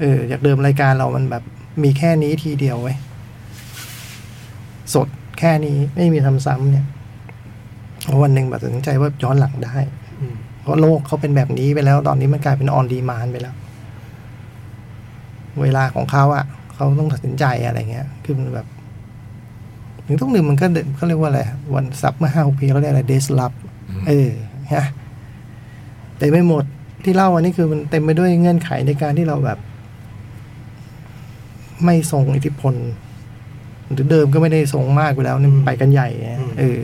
B: เออจากเดิมรายการเรามันแบบ มีแค่นี้ทีเดียวเว้ยสดแค่นี้ไม่มีทำซ้ำเนี่ยเพราะวันหนึ่งแบบตัดสินใจว่าย้อนหลังได้
A: อืม
B: เพราะโลกเขาเป็นแบบนี้ไปแล้ว ตอนนี้มันกลายเป็นออนดีมานไปแล้ว เวลาของเขาอะ่ะ เขาต้องตัดสินใจอะไรเงี้ย คือมันแบบหนึ่งต้องหนึ่งมันก็เดินเขาเรียกว่าอะไร วันซับเมื่อห้าหกปีเขาเรียกอะไรเดสลับ เออฮะแต่ไม่หมดที่เล่าอันนี้คือมันเต็มไปด้วยเงื่อนไขในการที่เราแบบ ไม่ส่งอิทธิพล หรือเดิมก็ไม่ได้ส่งมากไปแล้วนี่มันไปกันใหญ่นะเออ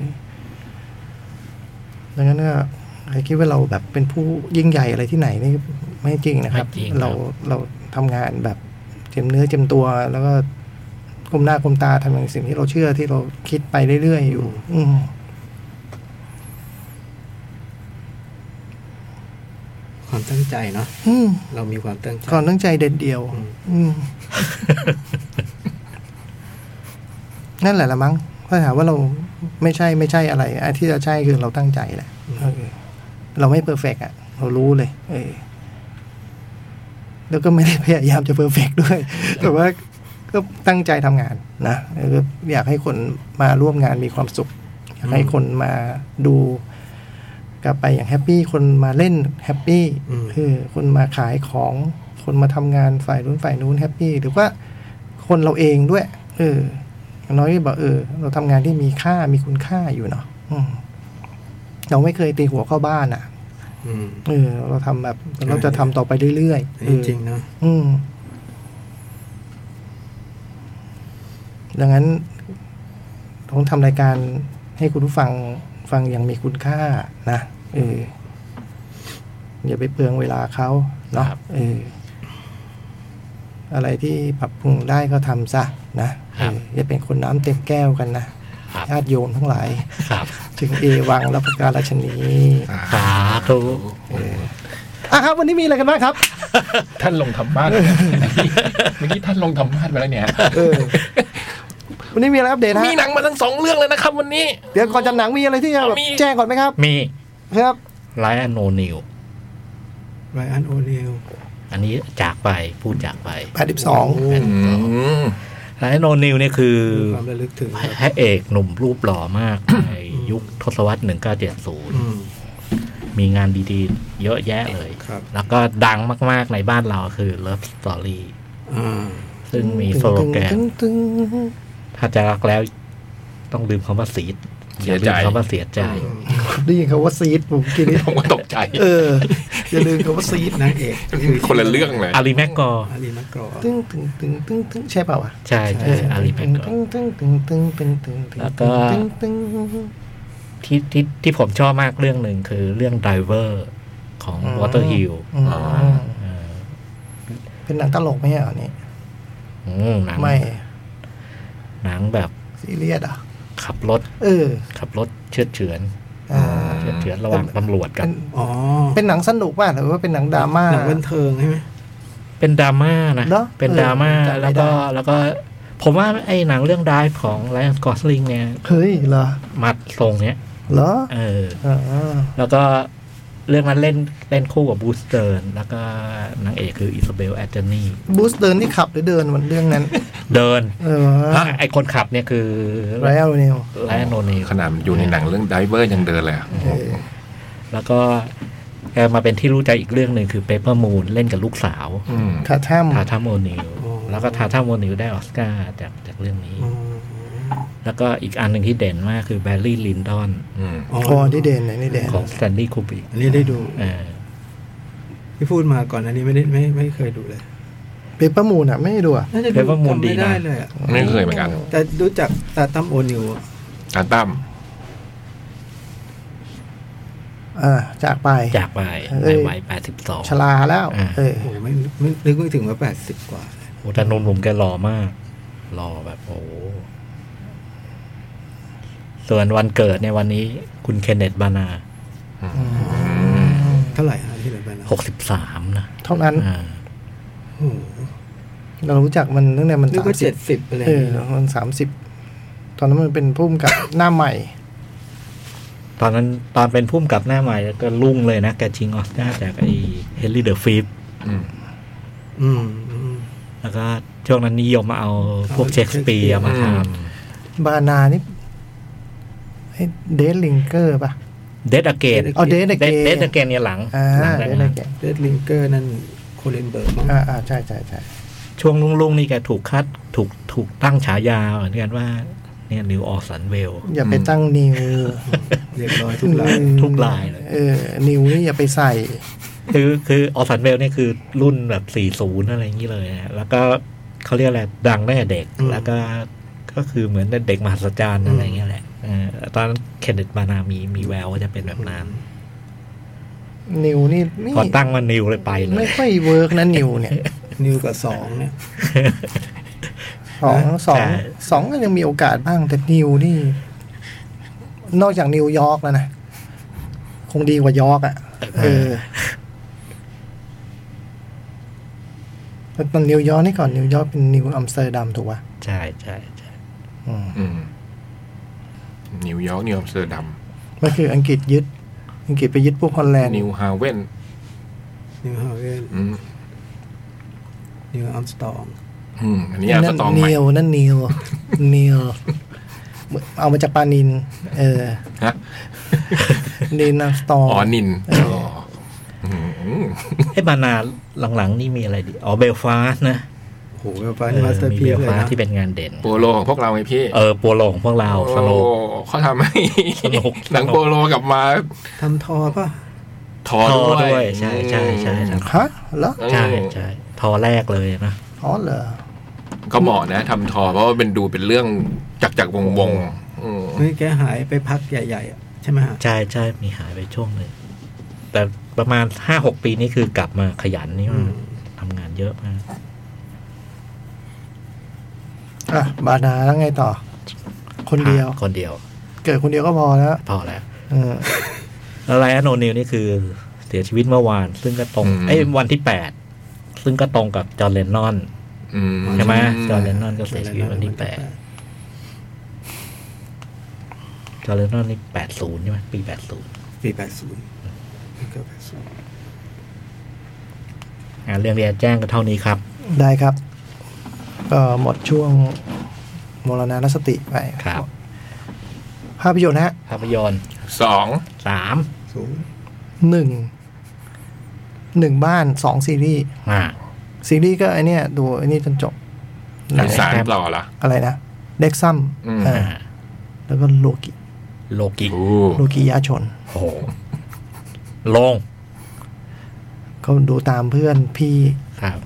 B: ดังนั้นก็ใครคิดว่าเราแบบเป็นผู้ยิ่งใหญ่อะไรที่ไหนนี่ไม่จริงนะครับ
D: ไม่จริงครับ
B: เราเราทำงานแบบเจ็มเนื้อเจ็มตัว แล้วก็ก้มหน้าก้มตาทำอย่างสิ่งที่เราเชื่อที่เราคิดไปเรื่อยๆอยู่ อืม
A: ความตั้งใจเนาะ
B: อืม
A: เรามีความตั้งใจ
B: ความตั้งใจเด็ดเดียว
A: อืม
B: อืม นั่นแหละละมั้งถ้าถามว่าเราไม่ใช่ไม่ใช่อะไรไอ้ที่จะใช่คือเราตั้งใจแหละเออเราไม่เพอร์เฟกต์อ่ะ เรารู้เลย เออ แล้วก็ไม่ได้พยายามจะเพอร์เฟกต์ด้วย แต่ว่าก็ตั้งใจทำงานนะเออก็อยากให้คนมาร่วมงานมีความสุข อยากให้คนมาดู กลับไปอย่างแฮปปี้คนมาเล่นแฮปปี้
A: อืม
B: คือคนมาขายของ คนมาทำงานฝ่ายนู้นฝ่ายนู้นแฮปปี้หรือว่าคนเราเองด้วย เอออย่างน้อยก็บอกเออ เราทำงานที่มีค่ามีคุณค่าอยู่เนาะอืมเราไม่เคยตีหัวเข้าบ้านอะ่ะ
A: อืม
B: เออ เราทำแบบ เราจะทำต่อไปเรื่อย
A: อัน
B: ๆเอ
A: นี้
B: อ
A: จริงเนาะ
B: อืม ดังนั้นต้องทำรายการให้คุณผู้ฟังฟังอย่างมีคุณค่านะเอออย่าไปเปลืองเวลาเขาเนาะ
C: ครับ
B: เออ อะไรที่ปรับปรุงได้ก็ทำซะนะเอออย่าเป็นคนน้ำเต็มแก้วกันนะญาติโยมทั้งหลาย
D: ครับ
B: ถึงเอวังและประการชนี
D: สาธุ
B: อ่ะครับ วันนี้มีอะไรกันบ้างครับ
C: ท่านลง
B: <laughs>
C: ทำบ้านเมื่อกี้ท่านลงทำบ้านไปแล้วเนี่ย
B: เออ วันนี้มีอะไรอัปเดตฮะ
C: มีหนังมาทั้งสองเรื่องแล้วนะครับ วันนี้
B: เดี๋ยวก่อนจำหนังมีอะไรที่จะแบบ
C: มี
B: แจ้งก่อนไหมครับ
D: มี
B: ครับ
D: ไลอันโนนิว
A: ไรอันโอเนล
D: อันนี้จากไปพูดจากไป
C: อ
B: 82
C: ืม
D: ไลอันโนนิวเนี่ยคือ
A: ความระลึกถึง
D: พระเอกหนุ่มรูปหล่อมาก ในยุคทศวรรษ
A: อืม
D: 1970 มีงานดีๆ เยอะแยะเลย
A: ครับ
D: แล้วก็ดังมากๆในบ้านเราคือ Love Story
A: อ่า
D: ซึ่งมีสโลแกน
B: ตึ้งตึ้ง
D: ถ้าจะรักแล้ว ต้องลืมคำว่าเสียอย่าลืมคำว่าเสียใจ
B: ตึ้งได้ยินคำว่าซีดผมกิน
C: ผมก็ตกใจ
B: เออ อย่าลืมคำว่าซีด
A: นางเอก
C: คนละเรื่องเลย
D: อารีแมกกอร์
A: อาลีมักกรอ
B: ตึ้งตึ้งตึ้งตึ้งตึ้งใช่เปล่าวะ
D: ใช่ใช่อารีแมกกอ
B: ตึ้
D: ร์
B: งตึ้งตึ้งตึ้งตึ้งตึ้งตึ้ง
D: แล้วก็
B: ตึ้งตึ้ง
D: ที่ที่ที่ผมชอบมากเรื่องหนึ่งคือเรื่อง Driver ของ Water Hill
B: ม
C: อ๋อ
B: เป็นหนังตลกไหมอ่ะอันนี้
D: อืมหนัง
B: ไม่
D: หนังแบบ
B: ซีเรียสเหรอ่ะ
D: ขับรถ
B: เออ
D: ขับรถเชือดเฉือน
B: อ่า
D: เฉือนเฉือนระหว่างตำรวจกับ
A: อ๋อ
B: เป็นหนังสนุกป่ะหรือว่าเป็นหนังดราม่า
A: หนังบันเทิงใช่ไหม
D: เป็นดราม่านะ
B: เนอะ
D: เป็นดราม่า
B: เออจำไม่
D: แล้วก็
B: ได้
D: แล้วก็ ผมว่าไอ้หนังเรื่องดายของไลออนกอสลิงเนี่ย
B: เฮ้ยเหรอ
D: มัดทรงเนี้ย
B: เหรอ
D: เออ
B: อ่า
D: แล้วก็เรื่องนั้นเล่นเล่นคู่กับบูสเตอร์นแล้วก็นางเอกคืออิซาเบลแอตเทนี
B: บูสเดินที่ขับหรือเดินวันเรื่องนั้น
D: เดิน
B: เออวะ
D: ไอคนขับเนี่ยคือ
B: ไรอัลเนล
D: ไลออนโนเนล
C: ขนาดอยู่ในหนังเรื่องไดเวอร์ยังเดินเลยอะ
B: เออ
D: แล้วก็แกมาเป็นที่รู้ใจอีกเรื่องหนึ่งคือเปเปอร์มูนเล่นกับลูกสาว
C: อืม
B: ทาถ้
D: ทาทาโมนิล
A: โอ้
D: แล้วก็ทาทาโมนิลได้ออสการ์จากจากเรื่องนี้ แล้วก็อีกอันหนึ่งที่เด่นมากคือแบร์รี่ลินดอน
C: อืม
B: ำคอนี่เด่นไหนนี่เด่น
D: ของสแตนลีย์คูบิก
A: อันนี้ได้ดู
D: เออ
A: ที่พูดมาก่อนอันนี้ไม่ได้ไม่ไม่เคยดูเลย
B: เปเปอร์มูนอ่ะ ไม่ได้ดูอ่ะ
A: น่าจะดูจำไม่ได้เลยอะ
C: ไม่เคยเหมือนกัน
A: แต่รู้จักตาตั้มโอนิวอะ
C: อาตั้ม
B: อ่าจากไป
D: จากไป
B: เอ้
D: ใน
B: ย
D: วัย 82
B: ชลาแล้ว
D: อ่า
B: เออ
A: โอ้โหไม่ไม่นึกไม่ถึงว่าแปดสิบกว่า
D: โอ้แต่นนหลุมแกหล่อมากหล่อแบบโอ้โหส่วนวันเกิดในยวันนี้คุณเคนเนตบานา
A: เท่าไหร่ฮะที่ไหนไปนะ
D: 63 นะ
B: เท่านั้น
D: อ่า
A: โอ้โห
B: เรารู้จักมันตั้งแต่มัน
A: นึก
B: สาม
A: ว่า
B: สิ
A: เจ็
B: บ
A: ดสิบอะไรอ
B: เอย่าง อ
A: เงี้ย
B: มันสามสิบตอนนั้นมันเป็นพุ่มกับ <coughs> หน้าใหม่
D: ตอนนั้นตอนเป็นพุ่มกับหน้าใหม่ก็รุ่งเลยนะ แกชิงออสการ์จากไอ้เฮนรี่เดอะฟิป
C: อืม
A: อืมอืม
D: แล้วก็ช่วงนั้นนิยมมาเอาพวกเชคสเปียร์มาท
B: บานานี่เดนลิงเกอร์ป่ะ
D: ำเดดอเกน
A: Dead
B: อ๋อ Dead Again
D: เดดอเกนเนี่ยหลัง
B: อ่า
D: หลัง
B: เด
D: จา
B: น
D: กนั้
B: ลิงเกอร์
D: น
A: เดดลิงเกอร์นั่นโคเลนเบิร์กมั้ง
B: อ่าอ่าใช่ใช่ใช่
D: ช่วงรุ่งๆนี่แกถูกคัดถูกถูกตั้งฉายาเหมือนกันว่าเนี่ยนิวออสันเวล
B: อย่าไปตั้งนิว
A: เรียบร้อยทุกราย
B: อืม
D: ทุกลายเลย
B: เออ นิวนี่อย่าไปใส่
D: คือคือออสันเวลเนี่ยคือรุ่นแบบ 40 อะไรอย่างนี้เลยนะแล้วก็เขาเรียกอะไรดังตั้งแต่เด็ก แล้วก็ก็คือเหมือนเด็กมหัศจรรย์อะไรอย่างเงี้ยแหละเออตอนนั้นเคนเดตมานามีมีแววว่าจะเป็นแบบนั้น
B: นิวนี่ไม่
D: พอตั้งว่านิวเลยไปเลย
B: ไม่ค่อยเวิร์กนะนิวเนี่ย
A: นิวกับสองเนี่ย
B: สองสอง
D: ใช่
B: สองก็ยังมีโอกาสบ้างแต่นิวนี่ นอกจากนิวยอร์กแล้วนะ คงดีกว่ายอร์กอ่ะ เออแต่ตอนนิวยอร์กนี่ก่อนนิวยอร์กเป็นนิวอัมสเตอร์ดัมถูกป่ะ
D: ใช่ใช่ใช่
B: อืม
C: อืมนิวยอร์กนิวอัมสเตอร์ดัม
B: มันคืออังกฤษยึด อังกฤษไปยึดพวกฮอลแลนด์
C: นิวฮาเวน
A: นิวฮาเวน
C: อืม
A: นิวอัมสตอง
C: อืมอันนี้อาจ
B: นั่
C: จะ
B: น
C: ต้องใหม่
B: นิวนั่นนิ <laughs> วนิวเอามาจากปานิน เออ
C: ฮะ
B: นินอัมสตอร์
C: อ๋อ <laughs> นินอ๋ออืม
D: ไอ้บานาหลังๆ นี่มีอะไรดี อ๋อเบลฟาสต์นะ
A: โอ้โหแบบว่ามาสเตอร์พี
D: เบ
A: ซ
D: ล
A: เลย
D: ฟาส
A: นะ
D: ต์ที่เป็นงานเด่น
C: โปโลของพวกเราไงพี่
D: เออ โปโลของพวกเราสโลก
C: โอ้เขาทำให้
D: สนุก
C: <laughs> หนังโปโลกลับมา
A: ทำทอป่ะ
C: ทอ
D: ทอ
C: ด้
D: ด้
C: ว
D: วย ย ใช่ใช่ใช่ใช่
B: ฮะเหรอ
C: อืม
D: ใช่ใช่ทอแรกเลยนะ
B: อ๋อเหรอ
C: ก็เหมาะนะทำทอเพราะว่าเป็นดูเป็นเรื่องจักรจักรวงวงศ์อืม
A: นี่แกหายไปพักใหญ่ๆอะใช่ไหมฮะ
D: ใช่ใช่มีหายไปช่วงหนึ่งแต่ประมาณห้าหกปีนี้คือกลับมาขยันนี่
A: อื
D: มาม ทำงานเยอะมาก
B: อ่ะ บานาแล้วไงต่อ คนเดียว
D: คนเดียว
B: เกิดคนเดียวก็พอแล้ว
D: พอแล้ว
B: เออ
D: แล้วไรอันโนนิวนี่คือเสียชีวิตเมื่อวาน ซึ่งก็ตรงเอ้ยวันที่แปดซึ่งก็ตรงกับจอร์นเลนนอน
C: อืม
D: ใช่ไหมจอร์นเลนนอนก็เสียชีวิตวันที่แปด จอร์แดนนอนนี่แปดศูนย์ใช่ไหมปีแปดศูนย์
A: ปีแปดศูนย์ก็แปดศูนย์
D: อ่าเรื่องเรียนแจ้งก็เท่านี้ครับ
B: ได้ครับ ก็หมดช่วงมรณานสติไป
D: ครับ
B: ภาพยนตร์ฮะ
D: ภาพยนตร์
C: สอง
D: สาม
A: ศูนย์
B: หนึ่งหนึ่งบ้านสองซีรีส์
D: อ่า
B: ซีรีส์ก็ไอเนี้ยดูไอนี่จนจบ
D: หนัง
C: มีสารต่อละ
B: อะไรนะเด็กซัม
C: อืม
B: อ่าแล้วก็โลกิ
D: โลกิ
C: โอ้
B: โลกิยาชน
D: โอ้โหลง
B: ก็ดูตามเพื่อนพี่
D: ครับ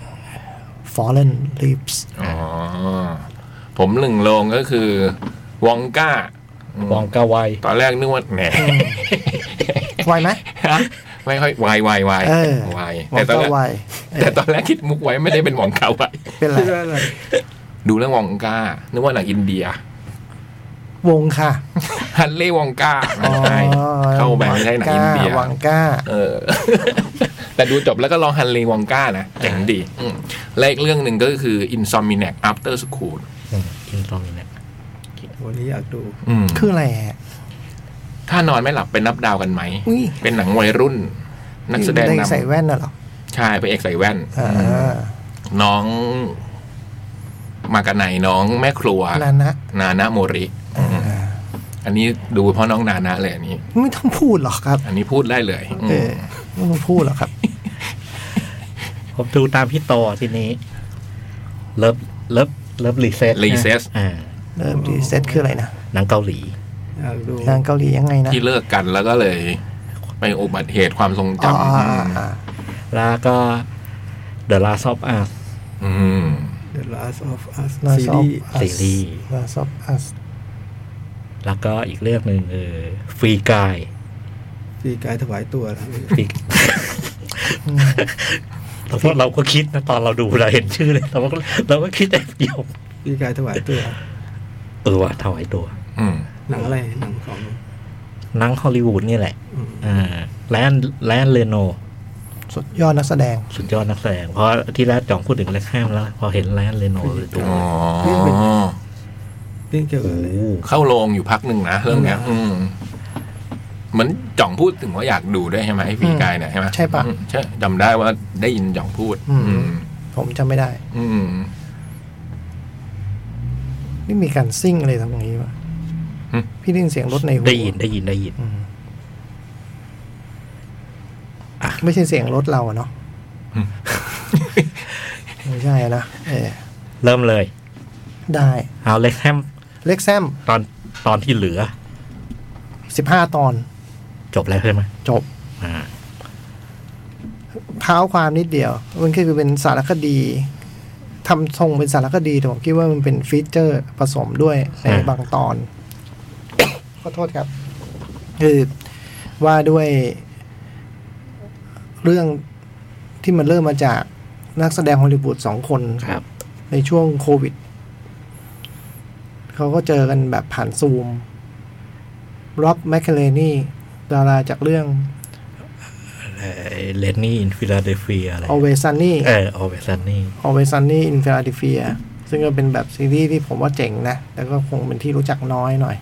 B: Fallen Leaves
C: อ๋อผมหนึ่งลงก็คือ วองก้า
D: วองกาไว
C: ตอนแรกนึกว่าแหน
B: ไวไหม
C: <laughs> ไม่ค่อยวายวายวาย
B: เออ
C: วาย
B: วั
C: แต่
B: ง
C: ตอน
B: ก็
C: แรก
B: ไว
C: <laughs> แต่ตอนแรกคิดมุกไว้ไม่ได้เป็นวองก้าไวาย
B: เป็นไร
A: คิดว่าอะไร
C: ดูเรื่องวองก้านึกว่าหนังอินเดีย
B: วงค่ะ
C: ฮันเล่วองก้าไม่ใช่
B: อ๋อ
C: เข้าไปไม่ใช่หนังอินเดีย
B: วังก้า
C: เออ <laughs> แต่ดูจบแล้วก็ลองฮันเลวองก้านะเจ๋งดี อืมและอีกเรื่องหนึ่งก็คือ Insomniac After School
D: คิงซองเนี่ย
A: วันนี้อยากดู
C: อืม
B: คืออะไรฮะ
C: ถ้านอนไม่หลับไปนับดาวกันไหม
B: อุ๊ย
C: เป็นหนังวัยรุ่น นักแสดง
B: อยู่
C: นำ
B: ใส่แว่นน่ะเหรอ
C: ใช่พระเอกใส่แว่น
B: อ่า
C: น้อง มากันไหนน้องแม่ครัว
B: นานะ
C: นานะโมริอืมอันนี้ดูเพราะน้องนานะเลยอันนี้
B: ไม่ต้องพูดหรอกครับ
C: อันนี้พูดได้เลยอืม
B: เออไม่ต้องพูดหรอกครับ
D: ผมดูตามพี่โตทีนี้เลิฟเลิฟเลิฟรีเซ็ต
C: Recess
D: อ่า
B: เริ่มดีเซตคืออะไรนะ
D: หนังเกาหลี
A: อยากดู
B: นางเกาหลียังไงนะ
C: ที่เลิกกันแล้วก็เลย ไปอุบัติเหตุความทรงจ
B: อ๋ออ่าอ่าอ่า
D: แล้วก็ The Last of Us
C: ำอืม
A: The Last of Us
B: ลา
A: ซี
B: ซอฟ
A: รีส์
D: ซีรีส์
B: ลาซอฟอัส
D: แล้วก็อีกเรื่องหนึ่งคือฟรีกาย
A: ที่กายถวายตัวนะ
D: ฟรีแต่พวกเราก็คิดนะตอนเราดูเราเห็นชื่อเลยเราก็เราก็คิดแต่เดียว
A: ที่กายถวายตัว
D: เออว่ะถวายตัว
C: อืม
A: หนังอะไรหนังของ
D: หนังฮอลลีวูดนี่แหละ
A: อืม
D: อ่าแลนแลนเลโน
B: สุดยอดนักแสดง
D: สุดยอดนักแสดงเพราะที่แรกจ่องพูดถึงแรกข้ามแล้ว พอเห็นแลนเลโนเลยดู
C: อ๋อ
A: เรื่องเกี่ยว
D: โอ้
A: กับอะไร
D: โห
C: เข้าโรงอยู่พักหนึ่งนะเรื่องเนี้ย อืมเหมือนจ่องพูดถึงว่าอยากดูด้วยใช่ไหมไอ้พี่กายเนี่ยใช่ไหม
B: ใช่ปะ
C: อืมใช่จำได้ว่าได้ยินจ่องพูด
B: อืม ผมจำไม่ได้
C: อืม
B: ไม่มีการซิ่งอะไรตรงนี้วะ
C: หึ
B: พี่ได้ยินเสียงรถในหู
D: ได้ยินได้ยินได้ยิน
B: อืมไม่ใช่เสียงรถเราอะเนาะไม่ใช่นะเออ
D: เริ่มเลย
B: ได้
D: เอาเล็กแฮม
B: เล็กแซม
D: ตอนตอนที่เหลือ
B: สิบห้าตอน
D: จบแล้วใช่ไหม
B: จบ
D: อ่า
B: เท้าความนิดเดียว มันคือเป็นสารคดีทำทรงเป็นสารคดีแต่ผมคิดว่ามันเป็นฟีเจอร์ผสมด้วยใน
D: อ่า
B: บางตอน ขอโทษครับ คือว่าด้วยเรื่องที่มันเริ่มมาจากนักแสดงฮอลลีวูดสองคน
D: ครับ
B: ในช่วงโควิด เขาก็เจอกันแบบผ่านซูมร็อบแมคเคเลนี่ดาราจากเรื่อง
D: เลนนี่อินฟิลาเดลเฟียอะไร
B: Always Sunny
D: เอออเวสันนี่
B: Always Sunny in Philadelphia ซึ่งก็เป็นแบบซีรีส์ที่ผมว่าเจ๋งนะ แต่ก็คงเป็นที่รู้จักน้อยหน่อย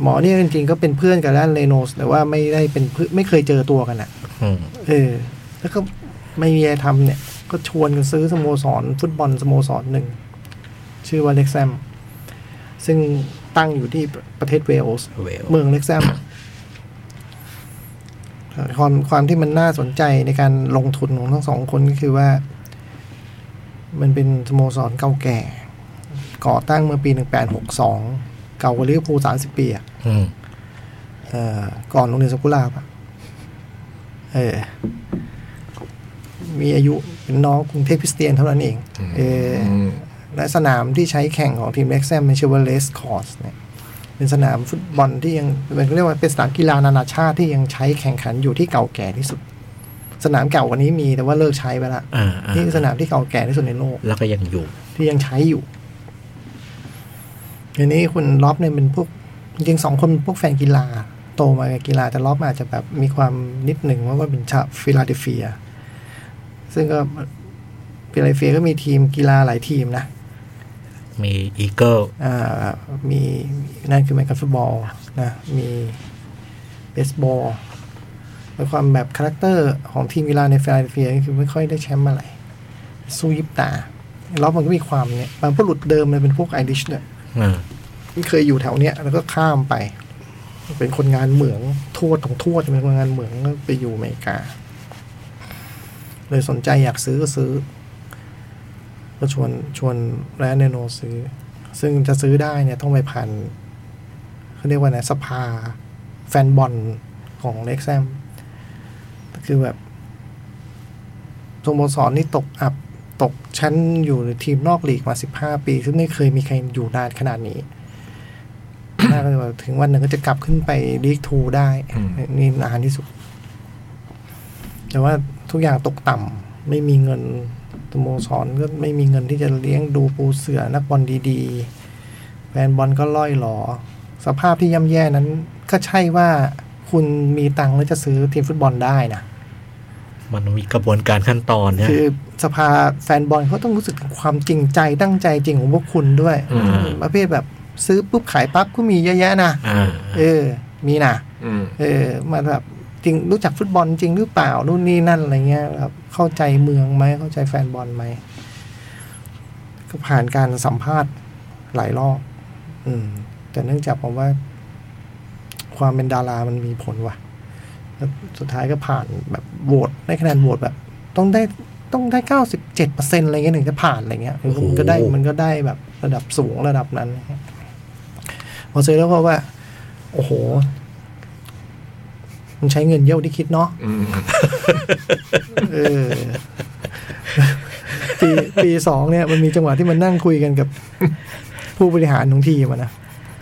B: หมอเนี่ยจริงๆก็เป็นเพื่อนกับแลนเรโนสแต่ว่าไม่ได้เป็นเพื่อนไม่เคยเจอตัวกันอะ
D: อืม
B: เออ แล้วก็ไม่มีอะไรทำเนี่ย ก็ชวนกันซื้อสโมสร ฟุตบอลสโมสรหนึ่ง ชื่อว่าเล็กแซม ซึ่งตั้งอยู่ที่ประเทศเวลส์
D: เวล
B: เมืองเล็กแซม ความความที่มันน่าสนใจในการลงทุนของทั้งสองคนก็คือว่า มันเป็นสโมสรเก่าแก่ ก่อตั้งเมื่อปี 1862 เก่ากว่าลิเวอร์พูล30 ปีอะ
D: อืม
B: เอ่อก่อนโรงเรียนสกุลาบอะเออ มีอายุเป็นน้องกรุงเทพคริสเตียนเท่านั้นเอง เออ
C: ม
B: และสนามที่ใช้แข่งของทีมเล็กแซมเป็นชื่อว่าเลสคอร์สเนี่ย เป็นสนามฟุตบอลที่ยังเป็นเรียกว่าเป็นสนามกีฬานานาชาติที่ยังใช้แข่งขันอยู่ที่เก่าแก่ที่สุด สนามเก่ากว่านี้มีแต่ว่าเลิกใช้ไปละ
D: อ่าอ่า
B: นี่คือสนามที่เก่าแก่ที่สุดในโลก
D: แล้วก็ยังอยู่
B: ที่ยังใช้อยู่ทีนี้คุณล็อบเนี่ยเป็นพวกจริงๆสองคนเป็นพวกแฟนกีฬา โตมากับกีฬาแต่ล็อบอาจจะแบบมีความนิดหนึ่งว่าว่าเป็นชาวฟิลาเดลเฟีย ซึ่งก็ฟิลาเดลเฟียก็มีทีมกีฬาหลายทีมนะ
D: มีอีเกิล
B: อ่ามีนั่นคือแมนกันฟุตบอลนะมีเบสบอลในความแบบคาแรคเตอร์ของทีมกีฬาในฟิลาเดลเฟียก็คือไม่ค่อยได้แชมป์อะไร สู้ยิบตาแล้วมันก็มีความเนี่ยบางพวกหลุดเดิมเลยเป็นพวกไอริชเนี่ย
D: อ่า
B: ที่เคยอยู่แถวเนี้ยแล้วก็ข้ามไป เป็นคนงานเหมืองโทษของโทษเป็นคนงานเหมืองแล้วไปอยู่อเมริกา เลยสนใจอยากซื้อก็ซื้อ ก็ชวนชวนแรนเนโนซื้อ ซึ่งจะซื้อได้เนี่ยต้องไปผ่านเขาเรียกว่าไงสภา แฟนบอลของเล็กแซมคือแบบสโมสรนี่ตกอับตกชั้นอยู่ในทีมนอกลีกมาสิบห้าปี ซึ่งไม่เคยมีใครอยู่นานขนาดนี้ น่าจะแบบถึงวันหนึ่งก็จะกลับขึ้นไปลีกทูได้ นี่นานที่สุด แต่ว่าทุกอย่างตกต่ำไม่มีเงินสโมสรก็ไม่มีเงินที่จะเลี้ยงดูปูเสือนักบอลดีๆ แฟนบอลก็ล่อยหลอ สภาพที่ย่ำแย่นั้น ก็ใช่ว่าคุณมีตังค์แล้วจะซื้อทีมฟุตบอลได้นะ
D: มันมีกระบวนการขั้นตอนเนี่ย
B: คือสภาแฟนบอลเขาต้องรู้สึกถึงความจริงใจตั้งใจจริงของพวกคุณด้วย
D: อืม
B: ประเภทแบบซื้อปุ๊บขายปั๊บก็มีเยอะแยะนะ
D: อ่า
B: เออ มีนะ
C: อืม
B: เออมาแบบจริงรู้จักฟุตบอลจริงหรือเปล่านู่นนี่นั่นอะไรเงี้ยครับ เข้าใจเมืองไหมเข้าใจแฟนบอลไหมก็ผ่านการสัมภาษณ์หลายรอบอืม แต่เนื่องจากผมว่า ความเป็นดารามันมีผลว่ะแล้วสุดท้ายก็ผ่านแบบโหวตได้คะแนนโหวตแบบ ต้องได้ต้องได้เก้าสิบเจ็ดเปอร์เซ็นต์อะไรเงี้ยถึงจะผ่านอะไรเงี้ยมันก็ได้มันก็ได้แบบระดับสูงระดับนั้นพอเซอแล้วก็ว่า โอ้โห มันใช้เงินเยอะกว่าที่คิดเนาะ
C: อืม
B: เออปีปีสองเนี่ยมันมีจังหวะที่มันนั่งคุยกันกับ <laughs> ผู้บริหารของทีมอะนะ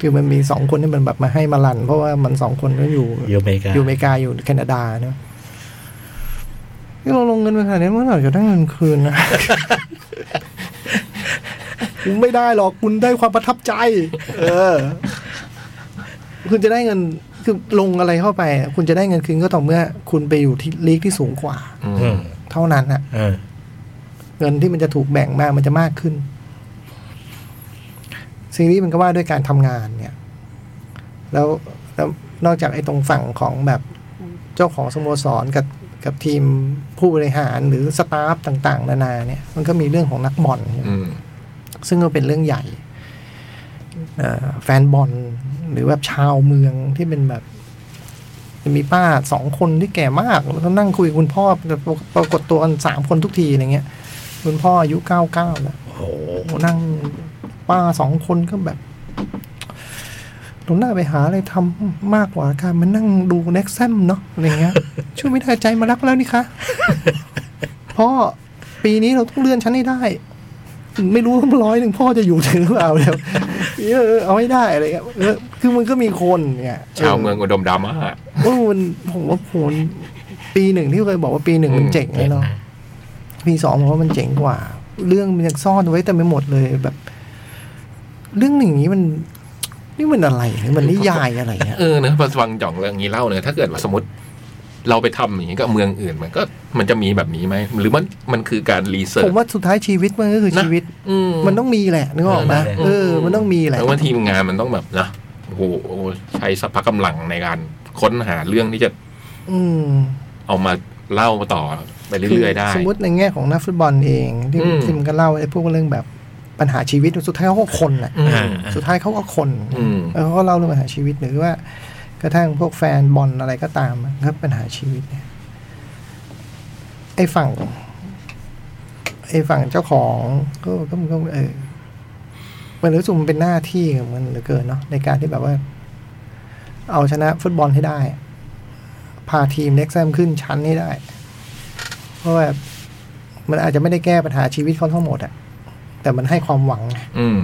B: คือมันมีสองคนที่มันแบบมาให้มาลัน เพราะว่ามันสองคนก็อยู่
D: อยู่อเมริกา
B: อยู่อเมริกาอยู่แคนาดาเนาะที่เราลงเงินไปขนาดนี้เมื่อไหร่จะได้เงินคืนนะ <laughs> คุณไม่ได้หรอกคุณได้ความประทับใจ เออ คุณจะได้เงินคือลงอะไรเข้าไป คุณจะได้เงินคืนก็ต่อเมื่อ คุณไปอยู่ที่ลีกที่สูงกว่า
C: อื
D: อื
C: ม
D: ม
B: เท่านั้นอะ
D: อ่า
B: เงินที่มันจะถูกแบ่งมามันจะมากขึ้น สิ่งนี้มันก็ว่าด้วยการทำงานเนี่ย แล้วแล้วนอกจากไอ้ตรงฝั่งของแบบเจ้าของสโมสรกับกับทีมผู้บริหารหรือสตาฟต่าง ๆ นานาเนี่ย มันก็มีเรื่องของนักบอลใช่ไหม
C: อืม
B: ซึ่งก็เป็นเรื่องใหญ่เอ่อแฟนบอลหรือแบบชาวเมืองที่เป็นแบบ จะมีป้าสองคนที่แก่มากแล้วก็นั่งคุยกับคุณพ่อแต่ปรากฏตัวกันสามคนทุกทีอะไรเงี้ย คุณพ่ออายุเก้าเก้าแล้ว
D: โอ้โห
B: โอ้นั่งป้าสองคนก็แบบหนูน่าไปหาอะไรทำมากกว่าการมานั่งดูเน็กซัมเนาะอะไรเงี้ย ช่วยไม่ได้ใจมารักแล้วนี่คะ <laughs> พ่อปีนี้เราต้องเลื่อนชั้นให้ได้ ไม่รู้ว่าร้อยหนึ่งพ่อจะอยู่ <laughs> ถึงหรือเปล่าแล้วเออเอาไม่ได้อะไรเงี้ยเออคือมันก็มีคนเนี่ย
C: ชาวเมืองอุดมดราม่า
B: โอ้มันผมว่าผลปีหนึ่งที่เคยบอกว่าปีหนึ่งมันเจ๋งเลยเนาะปีสองผมว่ามันเจ๋งกว่า เรื่องมันยังซ่อนไว้แต่ไม่หมดเลยแบบ เรื่องอย่างนี้มัน นี่มันอะไรเนี่ยมันนิยายอะไรเนี่ย
C: เออเนอะพอฟังจ่องเรื่องนี้เล่าเนอะถ้าเกิดว่าสมมติเราไปทำอย่างนี้กับเมืองอื่นมันก็มันจะมีแบบนี้ไหมหรือมันมันคือการรีเสิ
B: ผ
C: ร์ช
B: มว่าสุดท้ายชีวิตมันก็คือชีวิต
C: อื
B: มันต้องมีแหละนึกออกไหมเออ มันต้องมีแหละ
C: แล้วว่าทีมงานมันต้องแบบนะโอ้โหใช้สรรพกำลังในการค้นหาเรื่องที่จะ
B: อืม
C: เอามาเล่าต่อไปเรื่อยๆได้
B: สมมติในแง่ของนักฟุตบอลเองที่
C: อืม
B: ที่มันก็เล่าไอ้พวกเรื่องแบบปัญหาชีวิตสุดท้ายเขาก็คนแหละ
C: อืม
D: อ่า
B: สุดท้ายเขาก็คน
C: อืม
B: เออเขาก็เล่าเรื่องปัญหาชีวิตหรือว่ากระทั่งพวกแฟนบอลอะไรก็ตามก็ปัญหาชีวิตเนี่ยไอ้ฝั่งไอ้ฝั่งเจ้าของก็ก็มันก็เออมันรู้สึกมันเป็นหน้าที่ของมันเหลือเกินเนาะในการที่แบบว่า เอาชนะฟุตบอลให้ได้ พาทีมเน็กซัมขึ้นชั้นให้ได้ เพราะว่ามันอาจจะไม่ได้แก้ปัญหาชีวิตเขาทั้งหมดอะแต่มันให้ความหวังไง
C: อืม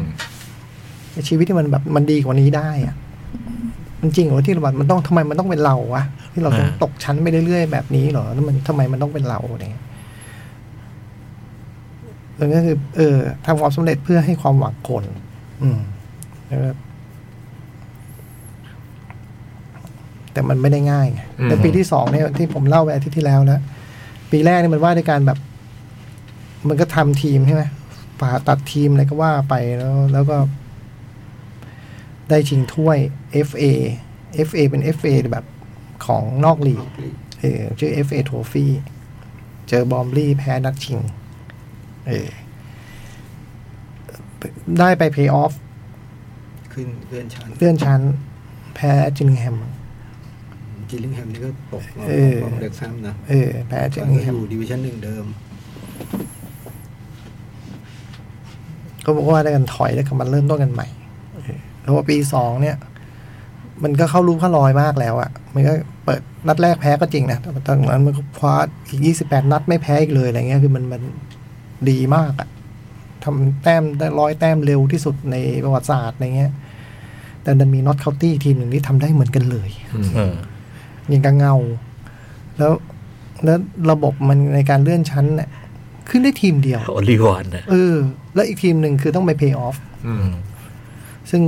B: ไอ้ชีวิตที่มันแบบมันดีกว่านี้ได้อะมันจริงเหรอที่เราแบบมันต้องทำไมมันต้องเป็นเราวะที่เราต้องตกชั้นไปเรื่อยๆแบบนี้เหรอแล้วมันทำไมมันต้องเป็นเราเนี่ยแล้วก็คือ เออทำความสำเร็จเพื่อให้ความหวังคน อืมแล้วก็แต่มันไม่ได้ง่ายไง
C: อืม
B: แต่ปีที่สองเนี่ยที่ผมเล่าไปอาทิตย์ที่แล้วแล้วปีแรกเนี่ยมันว่าด้วยการแบบ มันก็ทำทีมใช่ไหมผ่าตัดทีมอะไรก็ว่าไปแล้ว แล้วก็ ได้ชิงถ้วย FA FA เป็น FA แบบของนอกลีกเออชื่อ FA Trophy เจอบอมลี่แพ้นัดชิงเออได้ไปเพย์ออฟ
A: ขึ้นเพื่อนชั้น
B: เลื่อนชั้น แพ้จินแฮม
A: จิลลิงแฮมนี่ก็ตกมา
B: เออ
A: ของเด็กซ้ำนะ
B: เออ แพ้จิ
A: จั
B: น
A: งก็
B: แฮ
A: อ
B: ม
A: ยู่ดิวิชั่นหนึ่งเดิม
B: ก็บอกว่าได้กันถอยแล้วก็มันเริ่มต้นกันใหม่เออแล้วพอปีสองเนี่ย มันก็เข้ารู้เข้ารอยมากแล้วอะมันก็เปิดนัดแรกแพ้ก็จริงนะแต่ตอนหลังนั้นมันก็คว้าอีกยี่สิบแปดนัดไม่แพ้อีกเลยอะไรเงี้ยคือมันมันดีมากอะทำแต้มได้ร้อยแต้มเร็วที่สุดในประวัติศาสตร์อะไรเงี้ย แต่ดันมีนอตเคาตี้ทีมหนึ่งที่ทำได้เหมือนกันเลย
C: อืม
D: เออ
B: ยิงกับเงา แล้วแล้วระบบมันในการเลื่อนชั้นเนี่ยขึ้นได้ทีมเดียว
D: โอลิวอนนะ
B: เออ แล้วอีกทีมหนึ่งคือต้องไปเพย์ออฟ
C: อืม
B: ซึ่ง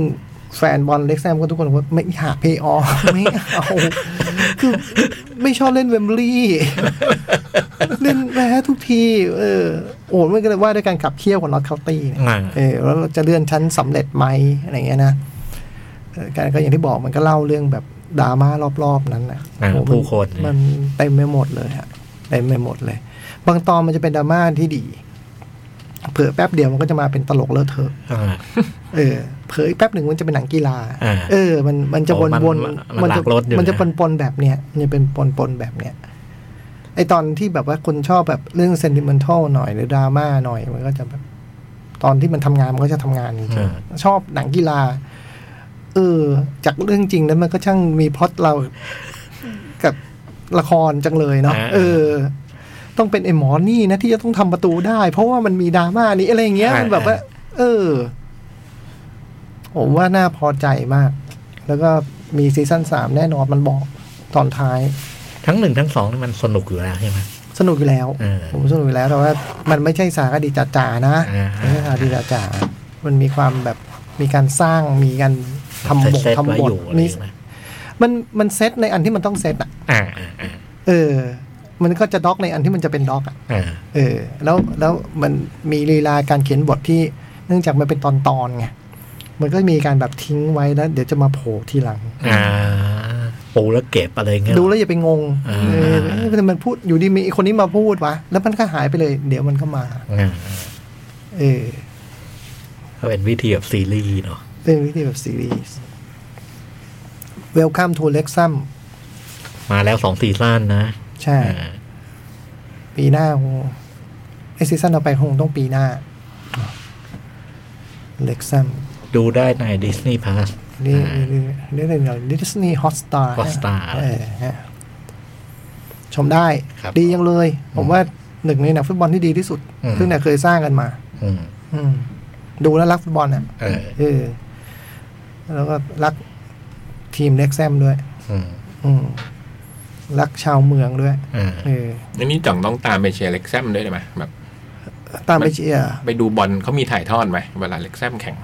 B: แฟนบอลเล็กแซมก็ทุกคนบอกว่าไม่อยากเพย์ออไม่เอาคือไม่ชอบเล่นเวมบลีย์เล่นแพ้ทุกที เออ โอ้มันก็เลยว่าด้วยการขับเคี่ยวของลอตเคาน์ตี้เนี่ย
D: อ่า
B: เออแล้วเราจะเลื่อนชั้นสำเร็จไหมอะไรเงี้ยนะเออการก็อย่างที่บอกมันก็เล่าเรื่องแบบดราม่ารอบๆนั้นแหละ
D: อ่า
B: โอ้โห
D: ผู้คน
B: มันเต็มไปหมดเลยฮะเต็มไปหมดเลย บางตอนมันจะเป็นดราม่าที่ดี เผลอแป๊บเดียวมันก็จะมาเป็นตลกเลอะเทอะ
D: อ่า
B: เออเผลออีกแป๊บหนึ่งมันจะเป็นหนังกีฬา
D: อ่า
B: เออ มันมันจะ
D: โอ้
B: วน
D: มัน
B: วน
D: มันห
B: จะ
D: ลากรสอยู่นะ
B: มันจะปนปนๆแบบเนี้ยมันจะเป็นปนปนๆแบบเนี้ยไอตอนที่แบบว่าคนชอบแบบเรื่อง sentimental หน่อยหรือดราม่าหน่อยมันก็จะแบบ ตอนที่มันทำงานมันก็จะทำงานจริงๆ
D: อ่า
B: ชอบหนังกีฬา เออ จากเรื่องจริงนั้นมันก็ช่างมีพล็อตเรา กับละครจังเลยเนาะ
D: อ่า
B: เออ ต้องเป็นไอ้หมอนี่นะที่จะต้องทำประตูได้ เพราะว่ามันมีดราม่านี้อะไรอย่างเงี้ยมันแบบว่า เออ ผมว่าน่าพอใจมาก แล้วก็มีซีซั่นสามแน่นอนมันบอกตอนท้าย
D: ทั้งหนึ่งทั้งสองนี่มันสนุกอยู่แล้วใช่ไหม
B: สนุกอยู่แล้ว
D: เออ
B: ผมสนุกอยู่แล้วแต่ว่า มันไม่ใช่สารคดีจ๋าๆนะ
D: อ่า
B: ไม่ใช่สารคดีจ๋าๆมันมีความแบบมีการสร้างมีการทำบท
D: เซตๆ
B: ทำบท
D: ไว้อยู่อะไร
B: มี
D: อย่างเงี้ย
B: มันมันเซตในอันที่มันต้องเซตอ่ะ
D: อ่าอ่าอ่า
B: เออ มันก็จะด็อกในอันที่มันจะเป็นด็อกอ่ะ
D: อ่า
B: เออ แล้วแล้วมันมีลีลาการเขียนบทที่เนื่องจากมันเป็นตอนตอนๆไงมันก็มีการแบบทิ้งไว้แล้ว เดี๋ยวจะมาโผล่ทีหลัง
D: อ่าปูแล้วเก็บอะไรเงี้ย
B: ดูแล้วอย่าไปงง
D: อ่า
B: เออเอ๊ะมันพูดอยู่ดีมีคนนี้มาพูดวะแล้วมันก็หายไปเลย เดี๋ยวมันก็มา
D: อ่า
B: เออ
D: ก็เป็นวิธีแบบซีรีส์เนาะ
B: เป็นวิธีแบบซีรีส์ Welcome to Lexum
D: มาแล้วสองซีซั่นนะ
B: ใช่
D: อ่า
B: ปีหน้าคงไอซีซั่นต่อไปคงต้องปีหน้า Lexum
D: ดูได้ใน Disney Plus
B: นี่
D: อ่า
B: เรื่องอะไรดิสนีย์ฮอสตาร์
D: Hotstar
B: ชมได้
D: ครับ
B: ดียังเลย ผมว่าหนึ่งในหนังฟุตบอลที่ดีที่สุด
D: อืม
B: ซึ่งเนี่ยเคยสร้างกันมา
D: อืม
B: อืม ดูแล้วรักฟุตบอลอ่ะ
D: เออ
B: เออ แล้วก็รักทีมเล็กแซมด้วย
D: อืม
B: อืมรักชาวเมืองด้วย
D: อ่า
B: เออ
C: อันนี้จ่องต้องตามไปเชียร์เล็กแซมด้วยได้ไหมแบบ
B: ตามไปเชียร์
C: ไปดูบอลเขามีถ่ายทอดไหมเวลาเล็กแซมแข่ง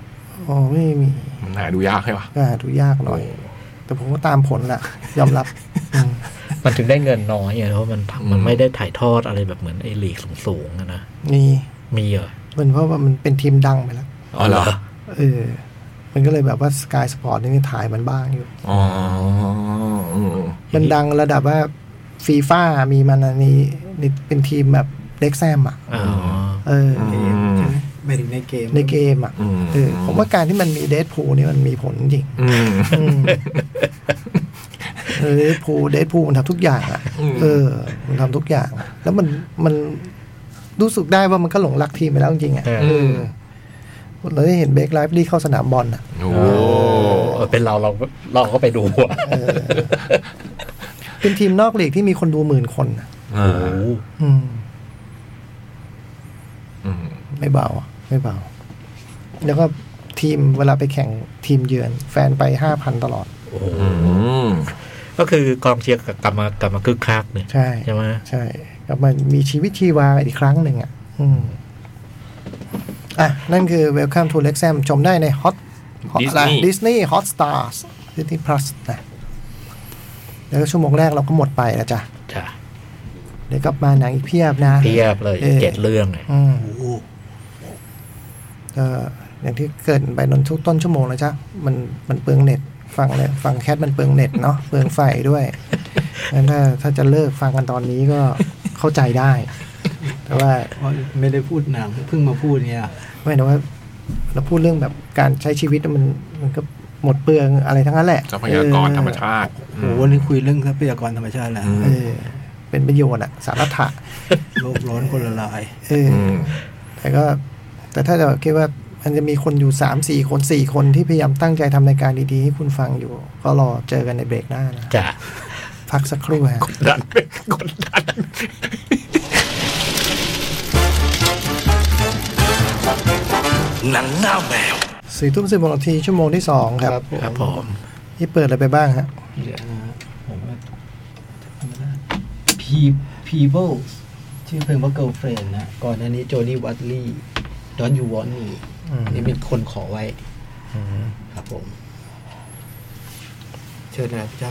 B: อ๋อไม่มี
C: มันหาดูยากใช่ปะ
B: ก็หาดูยากหน่อย แต่ผมก็ตามผลแหละยอมรับอืม
D: มันถึงได้เงินน้อยไงเพราะมันมันไม่ได้ถ่ายทอดอะไรแบบเหมือนไอ้ลีกสูงๆอะนะ
B: นี่
D: มีเหรอ
B: มันเพราะว่ามันเป็นทีมดังไปแล้ว
C: อ๋อเหรอ
B: เออ มันก็เลยแบบว่าสกายสปอร์ตนี่ถ่ายมันบ้างอยู่
C: อ๋ออืม
B: มันดังระดับว่าฟีฟ่ามีมันอันนี้นี่เป็นทีมแบบเด็กแซมอ่ะ
D: อ๋อ
B: เออ
C: อืม
A: ไม่ถึงในเกม
B: ในเกมอ่ะ
C: อืม
B: เออผมว่าการที่มันมีเดทพูนี่มันมีผลจริง
C: อืม
B: อืมเออเดดพูลเดดพูลมันทำทุกอย่างอ่ะ
C: อืม
B: เออ มันทำทุกอย่าง แล้วมันมันรู้สึกได้ว่ามันก็หลงรักทีมไปแล้วจริงๆอ่ะ
D: เออ
C: อืม
B: เราได้เห็นเบรกไลฟ์ดีเข้าสนามบอลอ่ะ
C: โอ้
D: เออเป็นเราเราเราก็ไปดูอะ
B: เป็นทีมนอกลีกที่มีคนดูหมื่นคนอ่ะ
C: อ่า
D: โอ้โห
B: อืม
C: อืม
B: ไม่เบาอ่ะ ไม่เบา แล้วก็ทีมเวลาไปแข่งทีมเยือน แฟนไปห้าพันตลอด
D: โอ้โห
C: อืม
D: ก็คือกองเชียร์กลับมากลับมาคึกคักเนี่ย
B: ใช่
D: ใช่ไหม
B: ใช่กลับมามีชีวิตชีวาอีกครั้งหนึ่งอ่ะ อืม อ่ะ นั่นคือ Welcome to Lexham ชมได้ใน Hot ดิสนีย์ฮอตสตาร์สดิสนีย์พลัสนะ แล้วก็ชั่วโมงแรกเราก็หมดไปแล้วจ้ะ
D: จ้ะ
B: เดี๋ยวกลับมาหนังอีกเพียบนะ
D: เทียบเลย
B: เออ
D: เจ็ดเรื่องเนี่ย
B: อืม
A: โอ้โห
B: ก็อย่างที่เกริดไปนนทุกต้นชั่วโมงแล้วจ้ะ มันมันเปลืองเน็ต ฟังเลยฟังแคทมันเปลืองเน็ตเนาะ เปลืองไฟด้วยงั้นถ้าถ้าจะเลิกฟังกันตอนนี้ก็เข้าใจได้ แต่ว่า
A: เพราะไม่ได้พูดหนังเพิ่งมาพูดเนี่ย
B: ไม่แต่ว่าเราพูดเรื่องแบบการใช้ชีวิตมันมันก็หมดเปลืองอะไรทั้งนั้นแหละ
C: ทรัพยากร
B: เออ
C: ธรรมชาติ
A: โอ้โหวันนี้คุยเรื่องทรัพยากรธรรมชาติแล้ว
B: เออ เป็นประโยชน์อะสาระถะ
A: โลกร้อนคนละลาย
B: เออ
C: อื
B: อ
C: ม
B: แต่ก็ แต่ถ้าเราคิดว่ามันจะมีคนอยู่สามสี่คนสี่คนที่พยายามตั้งใจทำรายการดีๆ ให้คุณฟังอยู่ ก็รอเจอกันในเบรกหน้านะ
D: จ้ะ
B: พักสักครู่ฮะ
C: ดันกดดัน
B: สี่ทุ่มสิบหกนาทีชั่วโมงที่สองครับ
A: ครับ
D: ผ
A: ผม ม
B: ที่เปิดอะไรไปบ้างฮะ
A: เดี๋ยวนะผมว่าจำไม่ได้ Pe- Peebles ชื่อเพลงว่า Girlfriend นะ ก่อนหน้านี้โจนี่วัตลี่ Don't You Want Me
B: อืม
A: นี่เป็นคนขอไว้ ครับผม ชิญนะพี่จ๊ะ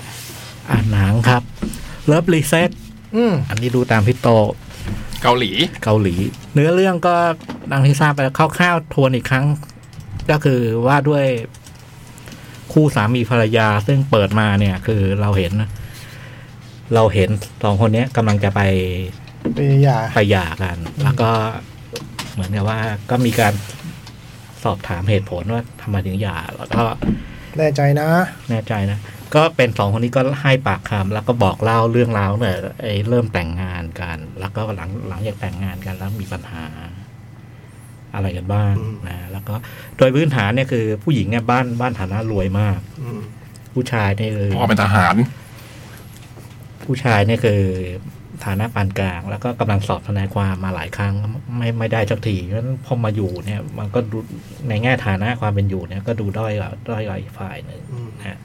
D: อ่านหนังครับเลิฟรีเซ็ต
B: อืม
D: อันนี้ดูตามพี่โต
C: เกาหลี
D: เกาหลี เนื้อเรื่องก็ดังที่ทราบไปแล้วคร่าวๆทวนอีกครั้ง ก็คือว่าด้วยคู่สามีภรรยาซึ่งเปิดมาเนี่ย คือเราเห็น เราเห็นสองคนเนี้ยกำลังจะไป
B: ไปหย่า
D: ไปหย่ากัน แล้วก็เหมือนกับว่าก็มีการสอบถามเหตุผลว่าทำไมถึงหย่า แล้วก็
B: แน่ใจนะ
D: แน่ใจนะ ก็เป็นสองคนนี้ก็ให้ปากคำแล้วก็บอกเล่าเรื่องราวเนี่ยไอ้เริ่มแต่งงานกัน แล้วก็หลังหลังจากแต่งงานกันแล้วมีปัญหา อะไรกันบ้างนะแล้วก็โดยพื้นฐานเนี่ยคือผู้หญิงเนี่ยบ้านบ้านฐานะรวยมาก
A: อืม
D: ผู้ชายเนี่ยคือ
C: พ่อเป็นทหาร
D: ผู้ชายเนี่ยคือฐานะปานกลาง แล้วก็กำลังสอบทนายความมาหลายครั้งไม่ไม่ได้สักทีเพราะฉะนั้นพอมาอยู่เนี่ย มันก็ดูในแง่ฐานะความเป็นอยู่เนี่ยก็ดูด้อยกว่าด้อยกว่าอีกฝ่ายหนึ่ง
A: อืม
D: นะฮะ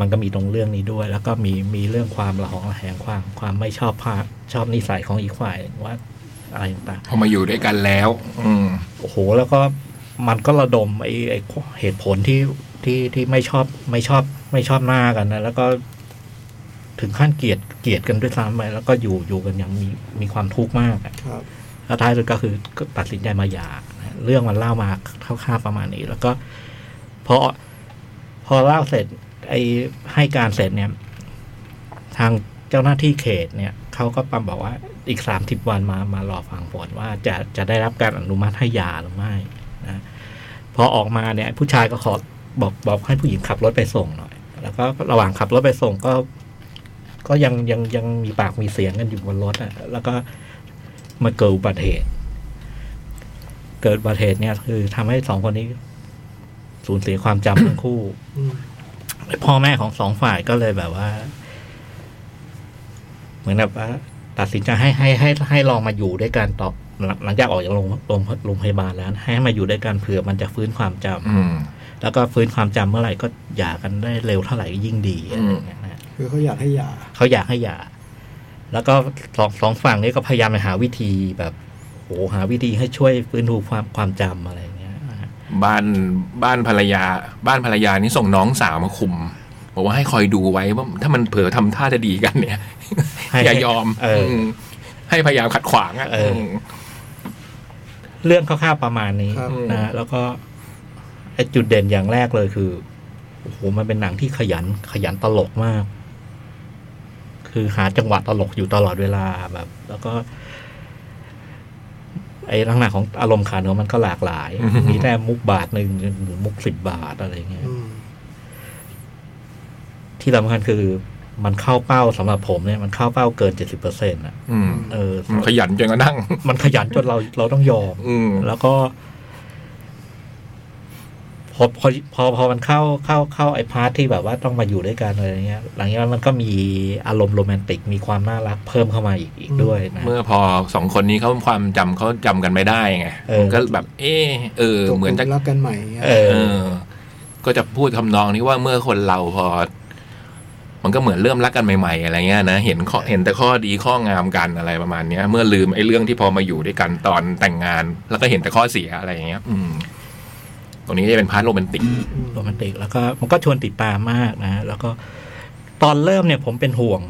D: มันก็มีตรงเรื่องนี้ด้วย แล้วก็มีมีเรื่องความระหองระแหงความความไม่ชอบภาพชอบนิสัยของอีกฝ่ายว่าอะไรต่าง
C: พอมาอยู่ด้วยกันแล้ว อืม
D: ๆโอ้โห แล้วก็มันก็ระดมไอ้ไอ้เหตุผลที่ที่ที่ไม่ชอบไม่ชอบไม่ชอบหน้ากันนะแล้วก็ถึงขั้นเกลียดเกลียดกันด้วยซ้ำไปแล้วก็อยู่อยู่กันอย่างมีมีความทุกข์มากอะ
A: ครับ
D: แล้วท้ายสุดก็คือก็ตัดสินใจมาหย่านะเรื่องมันเล่ามาคร่าวๆประมาณนี้ แล้วก็พอพอเล่าเสร็จ ไอให้การเสร็จเนี่ย ทางเจ้าหน้าที่เขตเนี่ยเขาก็ปั๊มบอกว่าอีกสามสิบวันมามารอฟังผลว่าจะจะได้รับการอนุมัติให้หย่าหรือไม่นะพอออกมาเนี่ย ผู้ชายก็ขอบอกบอกให้ผู้หญิงขับรถไปส่งหน่อย แล้วก็ระหว่างขับรถไปส่งก็ ก็ยังยังยังมีปากมีเสียงกันอยู่บนรถอ่ะแล้วก็ มาเกิดอุบัติเหตุ เกิดอุบัติเหตุเนี่ยคือทำให้สองคนนี้ สูญเสียความจำ ทั้งคู่
A: อืม
D: พ่อแม่ของสองฝ่ายก็เลยแบบว่า เหมือนแบบว่าตัดสินใจให้ให้ให้ให้ลองมาอยู่ด้วยกันต่อหลังหลังจากออกจากโรงโรงโรงพยาบาลแล้วนะให้มาอยู่ด้วยกันเผื่อมันจะฟื้นความจำ
C: อืม
D: แล้วก็ฟื้นความจำเมื่อไหร่ก็หย่ากันได้เร็วเท่าไหร่ยิ่งดีอะไรอย่างเงี้ยนะ
A: คือเขาอยากให้หย่า
D: เขาอยากให้หย่า แล้วก็สองสองฝั่งนี้ก็พยายามไปหาวิธีแบบโหหาวิธีให้ช่วยฟื้นฟูความความจำอะไรอย่างเงี้ยนะฮะ
C: บ้านบ้านภรรยา บ้านภรรยานี่ส่งน้องสาวมาคุม บอกว่าให้คอยดูไว้ว่าถ้ามันเผลอทำท่าจะดีกันเนี่ย
D: ให้
C: <laughs> อย่ายอม
D: เออ
C: มให้พยายามขัดขวางอ่ะ
D: เอออื
C: ม
D: เรื่องคร่าวๆประมาณนี้
A: ครับ
C: อืม
D: นะฮะแล้วก็ไอ้จุดเด่นอย่างแรกเลยคือโอ้โหมันเป็นหนังที่ขยันขยันตลกมาก คือหาจังหวะตลกอยู่ตลอดเวลาแบบ แล้วก็ ไอ้ลักษณะของอารมณ์ขันของมันก็หลากหลาย
C: อืม
D: มีแต่มุกบาทหนึ่งหรือมุกสิบบาทอะไรอย่างเงี้ย
A: อืม
D: ที่สำคัญคือมันเข้าเป้าสำหรับผมเนี่ยมันเข้าเป้าเกินเจ็ดสิบเปอร์เซ็นต์อ่ะ
C: อืม
D: เออ
C: มันขยันจนกระทั่ง
D: มันขยันจนเราเราต้องยอม
C: อืม
D: แล้วก็พอพอพอพอมันเข้าเข้าเข้าไอ้พาร์ทที่แบบว่าต้องมาอยู่ด้วยกันอะไรเงี้ย หลังจากนั้นมันก็มีอารมณ์โรแมนติกมีความน่ารักเพิ่มเข้ามาอีกอีกด้วยนะ
C: เมื่อพอสองคนนี้เขาความจำเขาจำกันไม่ได้ไง
D: เออ
C: มันก็แบบ เออเออ
A: ตก
C: เหมือน
A: ล
C: จะ
A: งรักกันใหม่เงี้ย
D: เอ
C: เอ
D: อ
C: อ ก็จะพูดทำนองนี้ว่าเมื่อคนเราพอ มันก็เหมือนเริ่มรักกันใหม่ๆ อะไรเงี้ยนะเห็นข้อเห็นแต่ข้อดีข้องามกันอะไรประมาณเนี้ย เมื่อลืมไอ้เรื่องที่พอมาอยู่ด้วยกันตอนแต่งงาน แล้วก็เห็นแต่ข้อเสียอะไรอย่างเงี้ย อืม ตรงนี้จะเป็นพาร์ทโรแมนติก
A: ม
D: โรแมนติกแล้วก็มันก็ชวนติดตามมากนะ แล้วก็ตอนเริ่มเนี่ยผมเป็นห่วง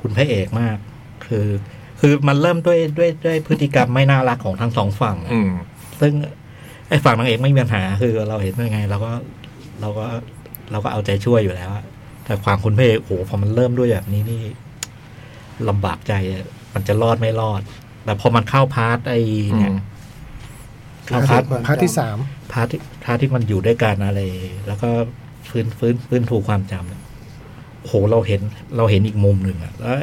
D: คุณพระเอกมาก คือ คือมันเริ่มด้วยด้วยด้วยพฤติกรรมไม่น่ารักของทั้งสองฝั่งอะ
C: อืม
D: ซึ่งไอ้ฝั่งนางเอกไม่มีปัญหาคือเราเห็นยังไงเราก็เราก็เราก็เอาใจช่วยอยู่แล้วอะแต่ความคุณพระเอกโอ้โหพอมันเริ่มด้วยแบบนี้นี่ลำบากใจอะมันจะรอดไม่รอด แต่พอมันเข้าพาร์ทไอ้เนี่ย
C: อืม
D: เข้าพาร์ท
B: พาร์ทที่สาม
D: พาร์ทที่พาร์ทที่มันอยู่ด้วยกันอะไร แล้วก็ฟื้นฟื้นฟื้นฟูความจำเนี่ยโหเราเห็นเราเห็นอีกมุมหนึ่งอะแล้ว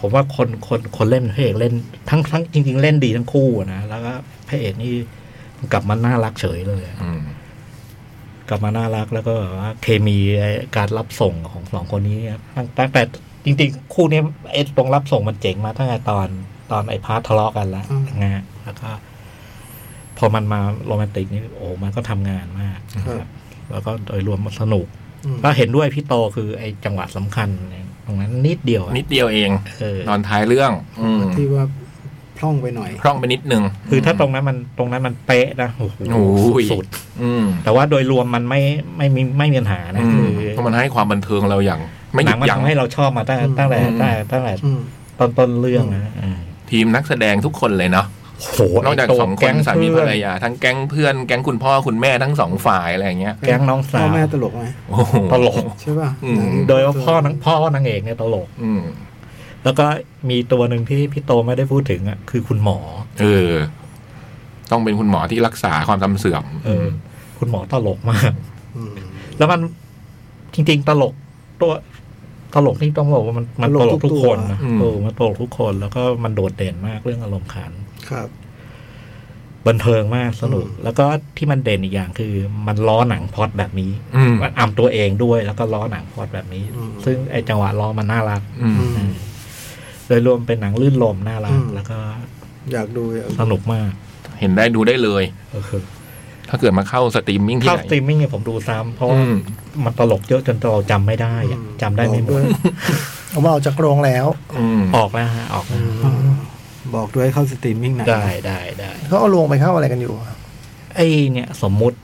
D: ผมว่าคนคนคนเล่นพระเอกเล่นทั้งทั้งจริง ๆ เล่นดีทั้งคู่อะนะแล้วก็พระเอกนี่กลับมาน่ารักเฉยเลยอะ
C: อืม
D: กลับมาน่ารักแล้วก็แบบว่าเคมีไอ้การรับส่งของสองคนนี้เนี่ยตั้งตั้งแต่จริง ๆ คู่เนี้ยไอ้ตรงรับส่งมันเจ๋งมาตั้งแต่ตอนตอนไอ้พาร์ททะเลาะกันแล้วนะฮะแล้วก็ พอมันมาโรแมนติกนี่โอ้มันก็ทำงานมากนะครับแล้วก็โดยรวมมันสนุก
A: อืม
D: ก็เห็นด้วยพี่โตคือไอ้จังหวะสำคัญเนี่ยตรงนั้นนิดเดียวอะ
C: นิดเดียวเอง
D: เออ
C: ตอนท้ายเรื่อง อืม
A: ที่ว่าพร่องไปหน่อย
C: พร่องไปนิดนึง
D: คือถ้าตรงนั้นมันตรงนั้นมันเป๊ะนะโอ้โห
C: โอ้ย
D: สุด
C: อืม
D: ๆแต่ว่าโดยรวมมันไม่ไม่มีไม่มีปัญหานะ
C: อืม
D: คือ
C: เพราะมันให้ความบันเทิงเราอย่าง ไม่ห
D: ห
C: ยุ
D: นั
C: ด
D: งมัน
C: ยั้ง
D: ทำให้เราชอบมาตั้ง
A: อืม
D: ตั้งแต่ตั้งแต่ตั้งแต่
A: อืม
D: ต้นต้นๆเรื่องนะอ่า
C: ทีมนักแสดงทุกคนเลยเนาะ
D: โห
C: นอกจาก
D: ไตัว
C: สองค
D: แก๊
C: นสามีภร
D: เพื่อน
C: รยา ทั้งแก๊งเพื่อนแก๊งคุณพ่อคุณแม่ทั้งสองฝ่ายอะไรอย่างเงี้ย
D: แก๊งน้องสา
A: พ่อ
D: ว
A: แม่ตลกไหม
C: โอ้โห
D: ตลก
A: ใช่ป่ะ
C: อืม
A: หนัง
D: โดยว่าพ่อนังพ่อนางเอกเนี่ยตลก
C: อืม
D: แล้วก็มีตัวหนึ่งที่พี่โตไม่ได้พูดถึงอ่ะคือคุณหมอ
C: เออ ต้องเป็นคุณหมอที่รักษาความจำเสื่อม
D: อเออ คุณหมอตลกมาก
A: อืม
D: แล้วมันจริง ๆ ตลกตัวตลกที่ต้องบอกว่ามันมันตล
A: ตล
D: ก
A: ก
D: ทุ
A: ทุ
D: ก
A: กตัว
D: คนนะเออมันตลกทุกคนแล้วก็มันโดดเด่นมากเรื่องอารมณ์ขัน
A: ครับ
D: บันเทิงมากสนุก
A: อืม
D: แล้วก็ที่มันเด่นอีกอย่างคือมันล้อหนังพล็อดแบบนี้
C: อืม
D: มันอำตัวเองด้วยแล้วก็ล้อหนังพล็อดแบบนี้
A: อืม
D: ซึ่งไอจังหวะล้อมันน่ารัก
C: อืม
A: อืม
D: โดยรวมเป็นหนังลื่นลมน่ารั
A: อื
D: ก
A: ม
D: แล้วก็
A: อยากดูอยาก
D: ส
A: ดู
D: นุกมาก
C: เห็นได้ดูได้เลย
D: เออ
C: ถ้าเกิดมาเข้าสตรีมมิ่งที่
D: เข้า
C: ไหน
D: สตรีมมิ่งเนี่ยผมดูซ้ำเพราะว่า
C: อืม
D: มันตลกเยอะจนเราจำไม่ได้อะจำได้ไม่หมด
A: บอกวย
B: ผมว่าออกจากโรงแล้ว
C: อืม
D: ออกแล้วฮะออกแล้ว
A: อืมบอกด้วยเข้าสตรีมมิ่งไหน
D: ได้ได้ได้
B: เขาเอาโรงไปเข้าอะไรกันอยู่อะ
D: ไอเนี่ยสมมุติ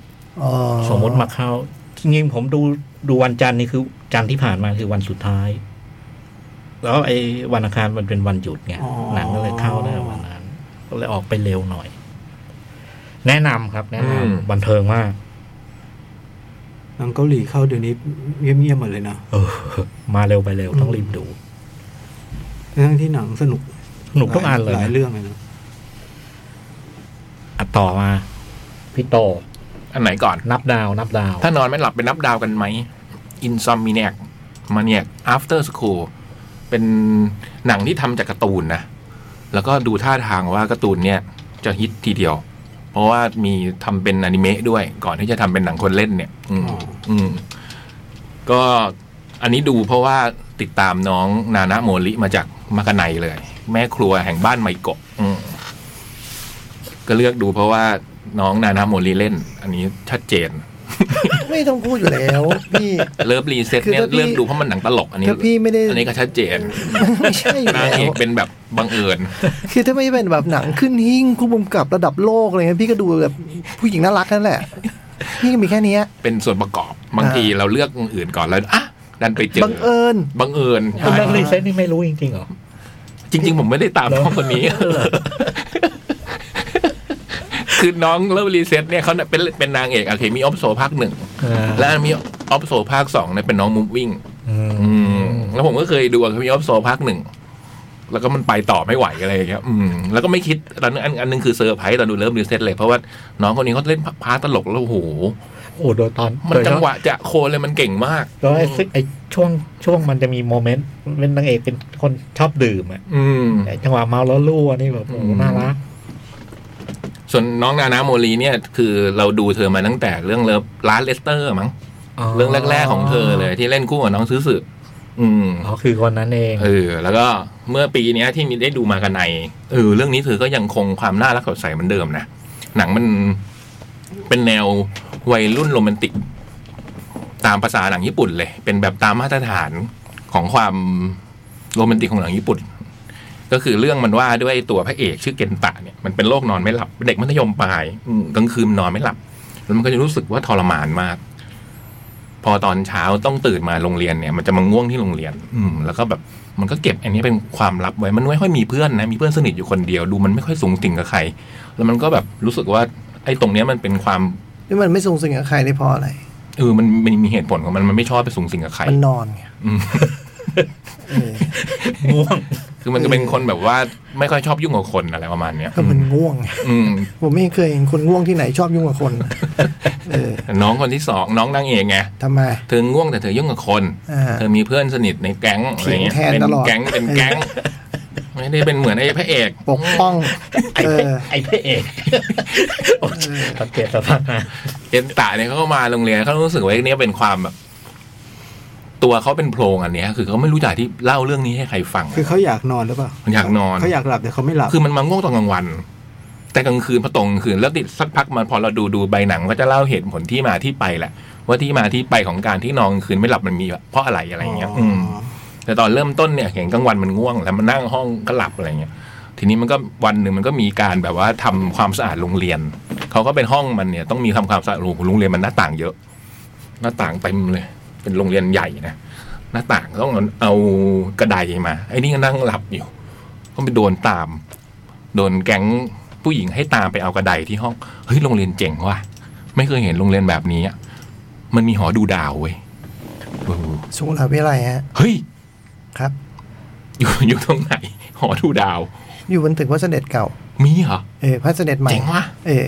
B: อ๋อ
D: สมมุติมาเข้าจริงๆผมดูดูวันจันทร์นี่คือจันทร์ที่ผ่านมาคือวันสุดท้าย แล้วไอ้วันอังคารมันเป็นวันหยุดไง
A: อ๋อ
D: หนังก็เลยเข้าได้วันนั้นก็เลยออกไปเร็วหน่อย แนะนำครับ แนะนำบันเทิงมาก
A: หนังเกาหลีเข้าเดี๋ยวนี้เงียบๆหมดเลยนะ
D: เออมาเร็วไปเร็วต้องรีบดู
A: ทั้งที่หนังสนุก
D: หนุกทุกอันเลย
A: หลายเรื่องเลยนะ
D: อัดต่อมา พี่โต
C: อันไหนก่อน
D: นับดาวนับดาว
C: ถ้านอนไม่หลับไปนับดาวกันไหม Insomniac Maniac After School เป็นหนังที่ทำจากการ์ตูนนะ แล้วก็ดูท่าทางว่าการ์ตูนเนี่ย จะฮิตทีเดียว เพราะว่ามีทำเป็นอนิเมะด้วย ก่อนที่จะทำเป็นหนังคนเล่นเนี่ย อืมอืมก็อันนี้ดูเพราะว่าติดตามน้องนานะโมลิมาจากมากะไนเลย แม่ครัวแห่งบ้านไมโกะอืม ก็เลือกดูเพราะว่าน้องนานะโมลิเล่น อันนี้ชัดเจน
B: ไม่ต้องพูดอยู่แล้ว พี่
C: เลิฟรีเซ็ต
B: คือ
C: เนี่ย
B: ถ้าพี่
C: เลือกดูเพราะมันหนังตลกอันนี้
B: ถ้าพี่ไม่ได้
C: อันนี้ก็ชัดเจน
B: ไม่ใช่อยู่
C: นา
B: แล้
C: งเอ
B: ว
C: กเป็นแบบบังเอิญ
B: คือถ้าไม่เป็นแบบหนังขึ้นหิ้งคู่บุมกับระดับโลกอะไรเงี้ยพี่ก็ดูแบบผู้หญิงน่ารักนั่นแหละพี่ก็มีแค่เนี้ย
C: เป็นส่วนประกอบ บางทีเราเลือกอื่นก่อนแล้วอ่ะดันไปเจอ
B: บังเอิญ
C: บังเอิญ
D: คน
C: ใช่
D: นั้นรีเซ็ตนี่ไม่รู้จริงๆเหรอ
C: จริง ๆ ผมไม่ได้ตาม
D: เหรอ
C: น้องคนนี้ คือน้องเลิฟรีเซ็ตเนี่ยเขาเนี่ยเป็นเป็นนางเอกโอเคมีออฟโซภาคหนึ่งและมีออฟโซภาคสองเนี่ยเป็นน้องมูฟวิ่ง
D: อืม
C: อืมแล้วผมก็เคยดูอะมีออฟโซภาคหนึ่ง แล้วก็มันไปต่อไม่ไหวอะไรอย่างเงี้ยอืมแล้วก็ไม่คิดตอนนั้นอันอันหนึงคือเซอร์ไพรส์ตอนดูเริ่มรีเซ็ตเลย เพราะว่าน้องคนนี้เขาเล่นพาร์ทตลกแล้วโอ้โห
D: โอ้โดยตอน
C: มันจังหวะจะโคนเลยมันเก่งมาก
D: แล้วไอ้ซึ่งไอ้ช่วงช่วงมันจะมีโมเมนต์เป็นนางเอกเป็นคนชอบดื่มอ่ะ
C: อืม
D: ไอ้จังหวะเมาแล้วลู่อันนี้แบบโอ้โห
C: อืม
D: น่ารัก
C: ส่วนน้องนานาโมลีเนี่ย คือเราดูเธอมาตั้งแต่เรื่องเลิฟร้านเลสเตอร์มั้งเรื่องแรก ๆของเธอเลยที่เล่นคู่กับน้องซื้อสึอืม
D: อ๋อคือคนนั้นเอง
C: เออแล้วก็เมื่อปีเนี้ยที่มีได้ดูมากันในเออเรื่องนี้เธอก็ยังคงความน่ารักสดใสเหมือนเดิมนะ หนังมันเป็นแนววัยรุ่นโรแมนติก ตามภาษาหนังญี่ปุ่นเลย เป็นแบบตามมาตรฐานของความโรแมนติกของหนังญี่ปุ่น ก็คือเรื่องมันว่าด้วยตัวพระเอกชื่อเกนตะเนี่ยมันเป็นโรคนอนไม่หลับเป็นเด็กมัธยมปลายอืมกลางคืนนอนไม่หลับ แล้วมันก็จะรู้สึกว่าทรมานมาก พอตอนเช้าต้องตื่นมาโรงเรียนเนี่ย มันจะมาง่วงที่โรงเรียน อืมแล้วก็แบบ มันก็เก็บอันนี้เป็นความลับไว้ มันไม่ค่อยมีเพื่อนนะ มีเพื่อนสนิทอยู่คนเดียว ดูมันไม่ค่อยสูงสิงกับใคร แล้วมันก็แบบรู้สึกว่า ไอ้ตรงเนี้ยมันเป็นความ
B: นี่มันไม่สูงสิงกับใครได้เพราะอะไร
C: เออ มันมันมีเหตุผลของมัน มันไม่ชอบไปสูงสิงกับใคร
B: มันนอนไง
C: อืม
B: เออ
D: ง่วง
C: คือมันก็เป็นคนแบบว่าไม่ค่อยชอบยุ่งกับคนอะไรประมาณเนี้ย
B: ก็มันง่วงไง
C: อืม
B: ผมไม่เคยเห็นคนง่วงที่ไหนชอบยุ่ง
C: <laughs>
B: กับคน เออ
C: น้องคนที่สองน้องนางเอกไง
B: ทำไม
C: เธอง่วงแต่เธอยุ่งกับคน
B: อ่า
C: เธอมีเพื่อนสนิทในแก๊งอะไรเงี้ย
B: เถียงแทน
C: เป็น
B: ตลอด
C: แก๊ง เป็นแก๊ง
B: <laughs>
C: ไม่ได้เป็นเหมือนไอ้พระเอก
B: ปกป้อง
D: ไอ้
B: เอ
D: พระ
B: อ
D: ไอ้พระเอกโอ้ยสังเกตสภาพนะ
C: เอ็นตะเนี่ยเขาก็มาโรงเรียนเขารู้สึกว่าเนี้ยเป็นความแบบ ตัวเขาเป็นโพรงอันเนี้ย คือเขาไม่รู้จักที่เล่าเรื่องนี้ให้ใครฟัง
A: คือเขาอยากนอนหรือเปล่า
C: มันอยากนอน
A: เขาอยากหลับแต่เขาไม่หลับ
C: คือมันมาง่วงตอนกลางวัน แต่กลางคืนพอตรงกลางคืนแล้วติดสักพักมันพอเราดูดูใบหนังก็จะเล่าเหตุผลที่มาที่ไปแหละ ว่าที่มาที่ไปของการที่นอนกลางคืนไม่หลับมันมีเพราะอะไรอะไรเงี้ย อืม แต่ตอนเริ่มต้นเนี่ยเห็นกลางวันมันง่วง แล้วมันนั่งห้องก็หลับอะไรเงี้ย ทีนี้มันก็วันหนึ่งมันก็มีการแบบว่าทำความสะอาดโรงเรียนเขาก็เป็นห้องมันเนี่ยต้องมีทำความสะอาดโรงเรียนมันหน้าต่างเยอะ หน้าต่างเต็มเลย เป็นโรงเรียนใหญ่นะ หน้าต่างต้องเอากระไดมา ไอ้นี่ก็นั่งหลับอยู่ ก็ไปโดนตาม โดนแก๊งผู้หญิงให้ตามไปเอากระไดที่ห้อง เฮ้ยโรงเรียนเจ๋งว่ะ ไม่เคยเห็นโรงเรียนแบบนี้อะมันมีหอดูดาวเว้ยโอ้โห
B: สุขลาวิไลฮะ
C: เฮ้ย
B: ครับ
C: อยู่ <laughs> อยู่ตรงไหน หอดูดาว
B: อยู่บนตึกพระเสด็จเก่า
C: มีเหรอ
B: เออพระเสด็จใหม่
C: เจ๋งว่ะ
B: เออ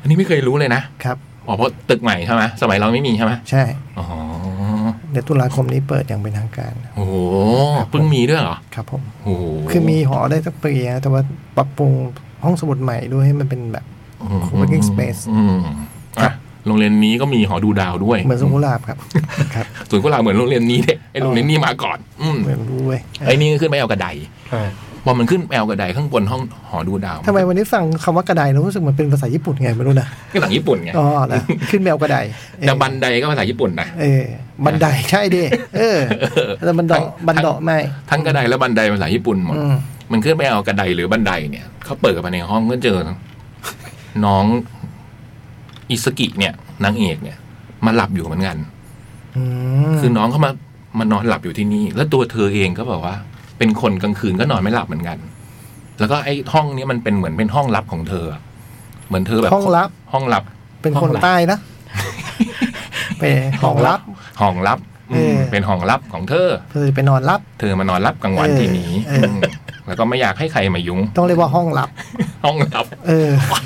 C: อันนี้ไม่เคยรู้เลยนะครับ อ๋อเพราะตึกใหม่ใช่ไหมสมัยเราไม่มีใช่ไหม
B: ใช่
C: อ๋อ
B: เดือนตุลาคมนี้เปิดอย่างเป็นทางการ
C: โอ้โหเพิ่งมีด้วยเหรอ
B: ครับผม
C: โอ้โห
B: คือมีหอได้สักปีนะแต่ว่าปรับปรุงห้องสมุดใหม่ด้วยให้มันเป็นแบบ
C: อืม
B: co-working space
C: อืม
B: ครั
C: อ่ะ
B: บ
C: โรงเรียนนี้ก็มีหอดูดาวด้วย
B: เหมือนสุขลาบครับ ครับ
C: ส่วนกุหลาบเหมือนโรงเรียนนี้เด็ไอโรงเรียนนี้มาก่อน อืม
B: เหมือนรู้เว้ย
C: ไอนี่ก็ขึ้นไปเอากระได
D: อ่า
C: พอมันขึ้นไปเอากระไดข้างบนห้องหอดูดาว
B: ทำไมวันนี้ฟังคำว่ากระไดแล้วรู้สึกเหมือนเป็นภาษาญี่ปุ่นไงไม่รู้นะ
C: ก็หลังญี่ปุ่นไง
B: อ๋อแล้วขึ้นแมวกระไดเออ
C: แต่บันไดก็ภาษาญี่ปุ่นนะ
B: เออ บันไดใช่ดิเออแต่บันเดาะบันเดาะไม่
C: ทั้งกระไดและบันไดภาษาญี่ปุ่นหมด
B: อืม
C: มันขึ้นไปเอากระไดหรือบันไดเนี่ยเขาเปิดมาในห้องก็เจอ น้องอิสกิเนี่ยนางเอกเนี่ย มาหลับอยู่เหมือนกัน
B: อืม
C: คือน้องเขามามานอนหลับอยู่ที่นี่ แล้วตัวเธอเองก็แบบว่า เป็นคนกลางคืนก็นอนไม่หลับเหมือนกัน แล้วก็ไอ้ห้องเนี้ยมันเป็นเหมือนเป็นห้องลับของเธออะเหมือนเธอแบบ
B: ห้องลับ
C: ห้องลับ
B: เป็น
C: ห้
B: ค
C: อง
B: น
C: ลับ
B: ใต้นะ
C: <laughs>
B: เป็นห้องลับ
C: ห้องลับอืม
B: เออ
C: เป็นห้องลับของเธอ
B: เพื่อจะไปนอนลับ
C: เธอมานอนรับกลางวัน
B: เออ
C: ที่นี้
B: เอออื
C: มแล้วก็ไม่อยากให้ใครมายุ่ง
B: ต้องเรียกว่าห้องลับ
C: ห้องลับ
B: เออ
C: ไป <laughs>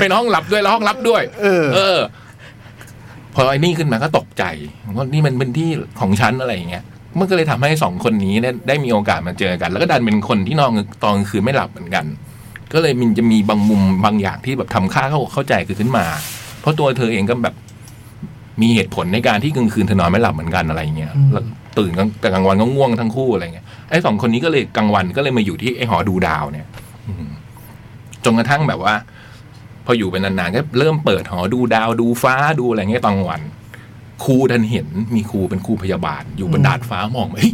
C: เป็นห้องลับด้วยแล้วห้องลับด้วย
B: เออ
C: เออ พอไอ้นี่ขึ้นมาก็ตกใจว่านี่มันเป็นที่ของฉันอะไรอย่างเงี้ยมันก็เลยทำให้สองคนนี้เนี่ยได้มีโอกาสมาเจอกัน แล้วก็ดันเป็นคนที่นอนตอนกลางคืนไม่หลับเหมือนกัน ก็เลยมันจะมีบางมุมบางอย่างที่แบบทำค่าเข้าเข้าใจคือขึ้นมา เพราะตัวเธอเองก็แบบ มีเหตุผลในการที่กลางคืนเธอนอนไม่หลับเหมือนกันอะไรอย่างเงี้ย
B: อืม
C: แล้วตื่นกลางแต่กลางวันก็ง่วงทั้งคู่อะไรเงี้ยไอ้สองคนนี้ก็เลยกลางวันก็เลยมาอยู่ที่ไอ้หอดูดาวเนี่ย อืมจนกระทั่งแบบว่า พออยู่ไปนานๆก็เริ่มเปิดหอดูดาวดูฟ้าดูอะไรเงี้ยตอนกลางวัน ครูท่านเห็นมีครูเป็นครูพยาบาล อยู่บนดาดฟ้ามองไปเฮ้ย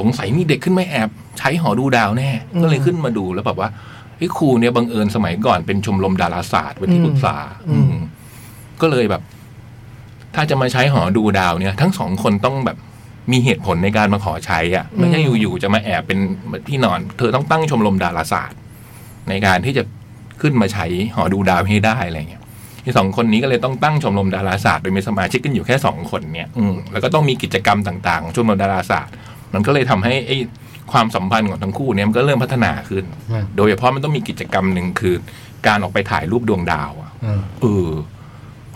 C: สงสัยมีเด็กขึ้นไม่แอบ ใช้หอดูดาวแน่
B: อืม
C: ก็เลยขึ้นมาดูแล้วแบบว่าไอ้ยครูเนี่ยบังเอิญสมัยก่อนเป็นชมรมดาราศาสตร์เป็นที่ปรึกษา
B: อืม
C: อืมก็เลยแบบ ถ้าจะมาใช้หอดูดาวเนี่ย ทั้งสองคนต้องแบบมีเหตุผลในการมาขอใช้อ่ะไม่ใช่อยู่ๆจะมาแอบเป็นที่นอน เธอต้องตั้งชมรมดาราศาสตร์ ในการที่จะขึ้นมาใช้หอดูดาวให้ได้อะไรเงี้ยที่สองคนนี้ก็เลยต้องตั้งชมรมดาราศาสตร์โดยมีสมาชิกกันอยู่แค่สองคนเนี่ยอืมแล้วก็ต้องมีกิจกรรมต่างๆของชมรมดาราศาสตร์ มันก็เลยทำให้ไอ้ความสัมพันธ์ของทั้งคู่เนี่ยมันก็เริ่มพัฒนาขึ้น
D: อ่า
C: โดยเฉพาะมันต้องมีกิจกรรมหนึ่งคือ การออกไปถ่ายรูปดวงดาวอะ
D: อ่า
C: เออ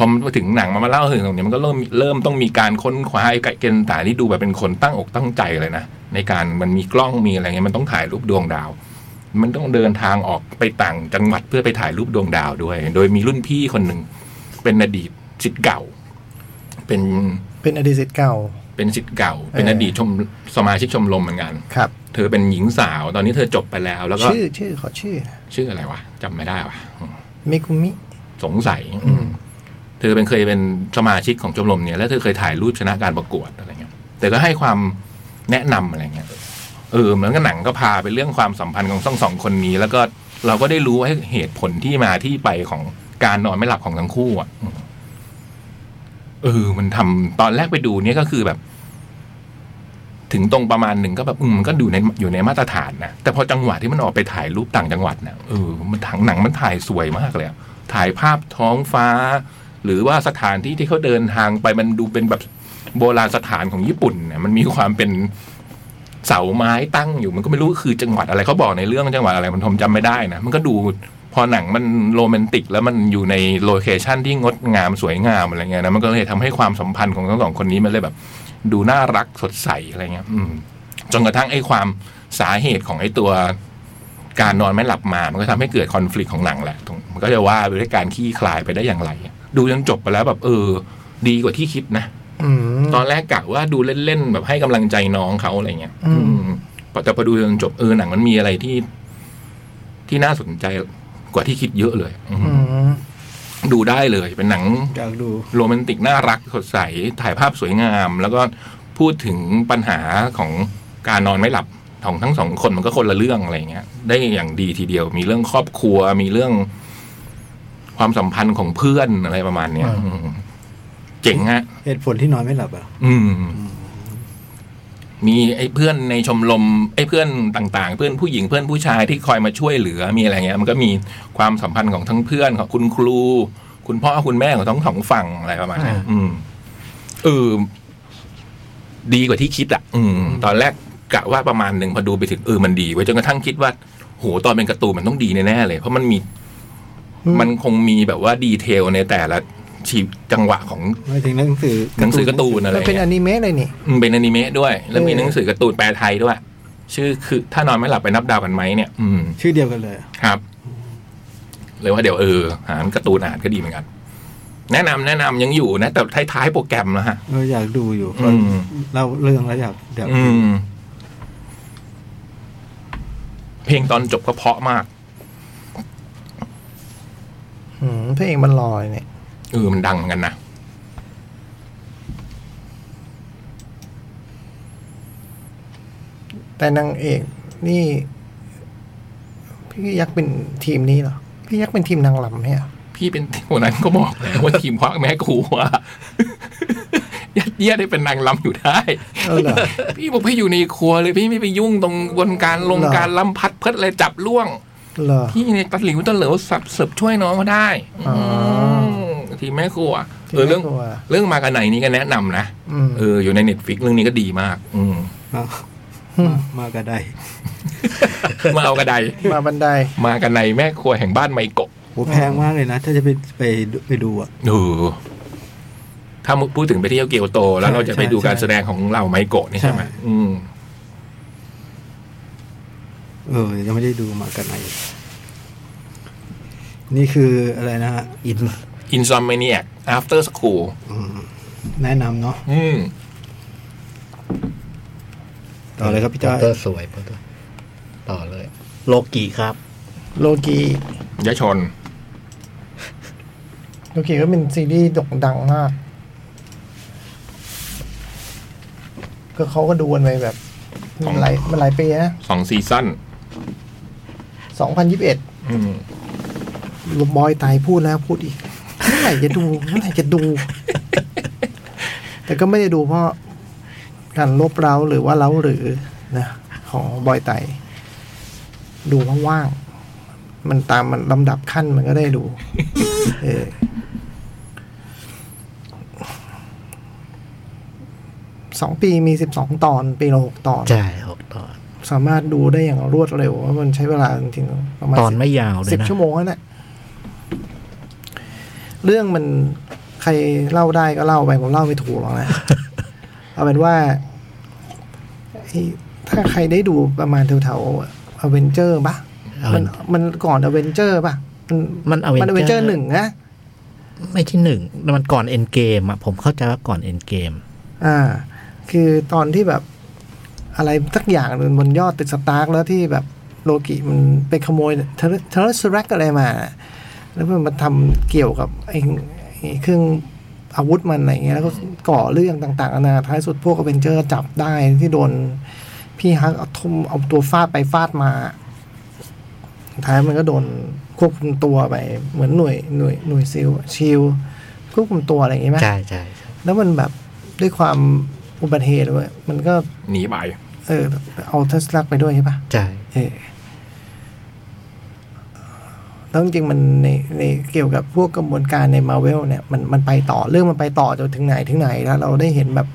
C: พอมันมาถึงหนังมันมาเล่าถึงตรงนี้มันก็เริ่มเริ่มต้องมีการค้นคว้าไอ้เกณฑ์ต่างที่ดูแบบเป็นคนตั้งอกตั้งใจเลยนะในการมันมีกล้องมีอะไรเงี้ยมันต้องถ่ายรูปดวงดาว มันต้องเดินทางออกไปต่างจังหวัดเพื่อไปถ่ายรูปดวงดาวด้วย โดยมีรุ่นพี่คนหนึ่งเป็นอดีตสิทธิ์เก่า เป็น
B: เป็นอดีตศิษย์เก่า
C: เป็นสิทธิ์เก่า เป็น
B: เอ
C: อ
B: ออ
C: ดีตชมสมาชิกชมรมเหมือนกัน
B: ครับ
C: เธอเป็นหญิงสาว ตอนนี้เธอจบไปแล้ว แล้วก็
B: ชื่อชื่อขอชื่อนะ
C: ชื่ออะไรวะจำไม่ได้วะ
B: เมกุมิ
C: สงสัยอืมเธอเป็นเคยเป็นสมาชิกของชมรมเนี่ย แล้วเธอเคยถ่ายรูปชนะการประกวดอะไรเงี้ย แต่ก็ให้ความแนะนำอะไรเงี้ย เออเหมือนกับหนังก็พาไปเรื่องความสัมพันธ์ของทั้งสองคนนี้ แล้วก็เราก็ได้รู้ว่าเหตุผลที่มาที่ไปของการนอนไม่หลับของทั้งคู่อ่ะอืมเออ มันทำตอนแรกไปดูเนี่ยก็คือแบบ ถึงตรงประมาณหนึ่งก็แบบอืมมันก็อยู่ในอยู่ในมาตรฐานนะแต่พอจังหวะที่มันออกไปถ่ายรูปต่างจังหวัดนะเออมันถังหนังมันถ่ายสวยมากเลยอะถ่ายภาพท้องฟ้า หรือว่าสถานที่ที่เขาเดินทางไปมันดูเป็นแบบโบราณสถานของญี่ปุ่นเนี่ยมันมีความเป็นเสาไม้ตั้งอยู่ มันก็ไม่รู้คือจังหวัดอะไรเขาบอกในเรื่องจังหวัดอะไรมันผมจำไม่ได้นะมันก็ดูพอหนังมันโรแมนติก แล้วมันอยู่ในโลเคชันที่งดงามสวยงามอะไรเงี้ยนะมันก็เลยทำให้ความสัมพันธ์ของทั้งสองคนนี้มันเลยแบบ ดูน่ารักสดใสอะไรเงี้ย อืม จนกระทั่งไอ้ความสาเหตุของไอ้ตัวการนอนไม่หลับมา มันก็ทำให้เกิดคอน FLICT ของหนังแหละตรงมันก็จะว่าไปด้วยการขี้คลายไปได้อย่างไร ดูจนจบไปแล้วแบบ เออ ดีกว่าที่คิดนะ
B: อืม
C: ตอนแรกกะว่าดูเล่น ๆ แบบให้กำลังใจน้องเขาอะไรเงี้ย
B: อื
C: อื
B: ม
C: มพอแต่พอดูจนจบเออหนังมันมีอะไรที่ ที่น่าสนใจกว่าที่คิดเยอะเลย อืม
B: อืม
C: ดูได้เลย เป็นหนัง
A: อยากดู
C: โรแมนติกน่ารักสดใสถ่ายภาพสวยงาม แล้วก็พูดถึงปัญหาของการนอนไม่หลับของทั้งสองคนมันก็คนละเรื่องอะไรเงี้ย ได้อย่างดีทีเดียว มีเรื่องครอบครัว มีเรื่องความสัมพันธ์ของเพื่อนอะไรประมาณเนี้ยอืม เจ๋งฮะ
A: เหตุผลที่นอนไม่หลับอ่ะ
C: อืม มีไอ้เพื่อนในชมรมไอ้เพื่อนต่างๆ เพื่อนผู้หญิงเพื่อนผู้ชายที่คอยมาช่วยเหลือมีอะไรเงี้ย มันก็มีความสัมพันธ์ของทั้งเพื่อนของคุณครู คุณพ่อคุณแม่ของทั้งสองฝั่งอะไรประมาณเนี้ย
D: อ่า
C: อืมเออดีกว่าที่คิดอ่ะ อืม ตอนแรกกะว่าประมาณหนึ่งพอดูไปถึงเออมันดีไว้ยจนกระทั่งคิดว่าโหตอนเป็นการ์ตูนมันต้องดีแน่ๆเลย เพราะมันมี มันคงมีแบบว่าดีเทลในแต่ละชีวิตจังหวะของ
A: ไม่ถึงหนังสือ
C: หนังสือการ์ตูนอะไร
B: มันเป็น
C: เงี้ย
B: อนิเมะเลยนี่
C: อืมเป็นอนิเมะด้วย แล้วมี
B: เออ
C: หนังสือการ์ตูนแปลไทยด้วย ชื่อคือถ้านอนไม่หลับไปนับดาวกันไหมเนี่ย อืม
A: ชื่อเดียวกันเลยอะ
C: ครับ เลยว่าเดี๋ยวเออ หาการ์ตูนอ่านก็ดีเหมือนกัน แนะนำแนะนำยังอยู่นะ แต่ท้ายๆโปรแกรมนะฮะ
A: เอออยากดูอยู่
C: อืม
A: เราเรื่องแล้วอยากอยาก
C: อืม เพลงตอนจบก็เพราะมาก
B: อืมพระเอกมันลอยเนี่ย
C: เออ มันดังเหมือนกันนะ
B: แต่นางเอกนี่ พี่ยักษ์เป็นทีมนี้เหรอ พี่ยักษ์เป็นทีมนางลำเนี่ย
C: พี่เป็นคนนั้นก็บอกแล้วว่าทีมพ่อแม่ครูว่า <laughs> ยัดเยียดให้เป็นนางลำอยู่ได้
B: เออเหรอ
C: พี่บอกพี่อยู่ในครัวเลยพี่ไม่ไปยุ่งตรงบนการลง
B: หรอ
C: การลำพัดเพิดอะไรจับล่วง
B: เหรอ
C: พี่ในตัดหลิวตัดเหลวสับเสิบช่วยน้องก็ได้
B: อ๋ออื
C: มทีมแม่ครัว
B: ทีม
C: เออเรื่อง
B: แม่ครัว
C: เรื่องมากันไหนนี้ก็แนะนำนะ
B: อืม
C: เอออยู่ในเน็ตฟิกเรื่องนี้ก็ดีมาก อืม
A: มามามาก็ได้
C: มาเอากระได
B: มาบันได
C: มากันไหนแม่ครัวแห่งบ้านไมโกะ
A: โหแพงมากเลยนะ ถ้าจะไปไปดูไปดูอ่ะ
C: เออถ้าพูดถึงไปเที่ยวเกียวโต แล้ว
A: ใช่
C: เราจะไป
A: ใช่
C: ดูการ
A: ใช่
C: แสดงของเราไมโกะนี่ใช่ไหม
A: ใช่
C: อืม
A: เออ ยังไม่ได้ดูมากันไหน นี่คืออะไรนะฮะ
D: อิน
C: Insomniac After School
A: อืมแนะนำเนาะ
C: อืม
A: ต่อเลยครับพี่จ้อย
D: โปเตอร์สวยโปเตอร์ต่อเลย โลกิครับ
B: โลกี
C: ยะชน
B: โลกีก็เป็นซีรีส์โด่งดังมาก ก็เขาก็ดูกันไปแบบ
C: ของ
B: หลายมันหลายปีนะ
C: สองซีซั่น
B: สองพันยิบเอ็ด
C: อืม
B: บอยตายพูดแล้วพูดอีกเมื่อไหร่จะดูเมื่อไหร่จะดู แต่ก็ไม่ได้ดูเพราะการลบเร้าหรือว่าเล้าหรือนะของบอยไตดูเพราะว่าง มันตามมันลำดับขั้นมันก็ได้ดู เออ สองปีมีสิบสองตอน ปีละหกตอน
D: ใช่หกตอน
B: สามารถดูได้อย่างรวดเร็วว่ามันใช้เวลาจริงๆประมาณ
D: ตอน
B: 10
D: ไม่ยาวด้วย
B: สิบ
D: นะ
B: ชั่วโมงนั่นแหละเรื่องมันใครเล่าได้ก็เล่าไปผมเล่าไม่ถูกหรอก
D: <laughs>
B: นะ เอาเป็นว่าไอ้ถ้าใครได้ดูประมาณแถวๆอเวนเจอร์ปะมัน
D: Aven-
B: มันก่อนอเวนเจอร์ปะมัน
D: มัน Avenger
B: มันอเวนเจอร์หนึ่งนะ
D: ไม่ใช่หนึ่ง มันก่อนเอ็นเกมอ่ะ ผมเข้าใจว่าก่อนเอ็นเกม
B: อ่า คือตอนที่แบบอะไรสักอย่างหนึ่งบนยอดตึกสตาร์กแล้วที่แบบโลกิมันไปขโมยเทอร์เทอร์สแร็กอะไรมา แล้วมันมาทำเกี่ยวกับไอ้ไอ้เครื่องอาวุธมันอะไรเงี้ยแล้วก็ก่อเรื่องต่างๆนานาท้ายสุดพวกอเวนเจอร์จับได้ที่โดนพี่ฮักเอาทุ่มเอาตัวฟาดไปฟาดมาท้ายมันก็โดนควบคุมตัวไป เหมือนหน่วยหน่วยหน่วยซิลชิลควบคุมตัวอะไรอย่างงี้ไหม
D: ใช่ใช่ใช่
B: แล้วมันแบบด้วยความอุบัติเหตุเว้ยมันก็
C: หนีไป
B: เออเอาเทสลาไปด้วยใช่ปะ
D: ใช่
B: เออแล้วจริงๆมันในในเกี่ยวกับพวกกระบวนการในมาเวลเนี่ยมันมันไปต่อเรื่องมันไปต่อจนถึงไหนถึงไหนแล้วเราได้เห็นแบบ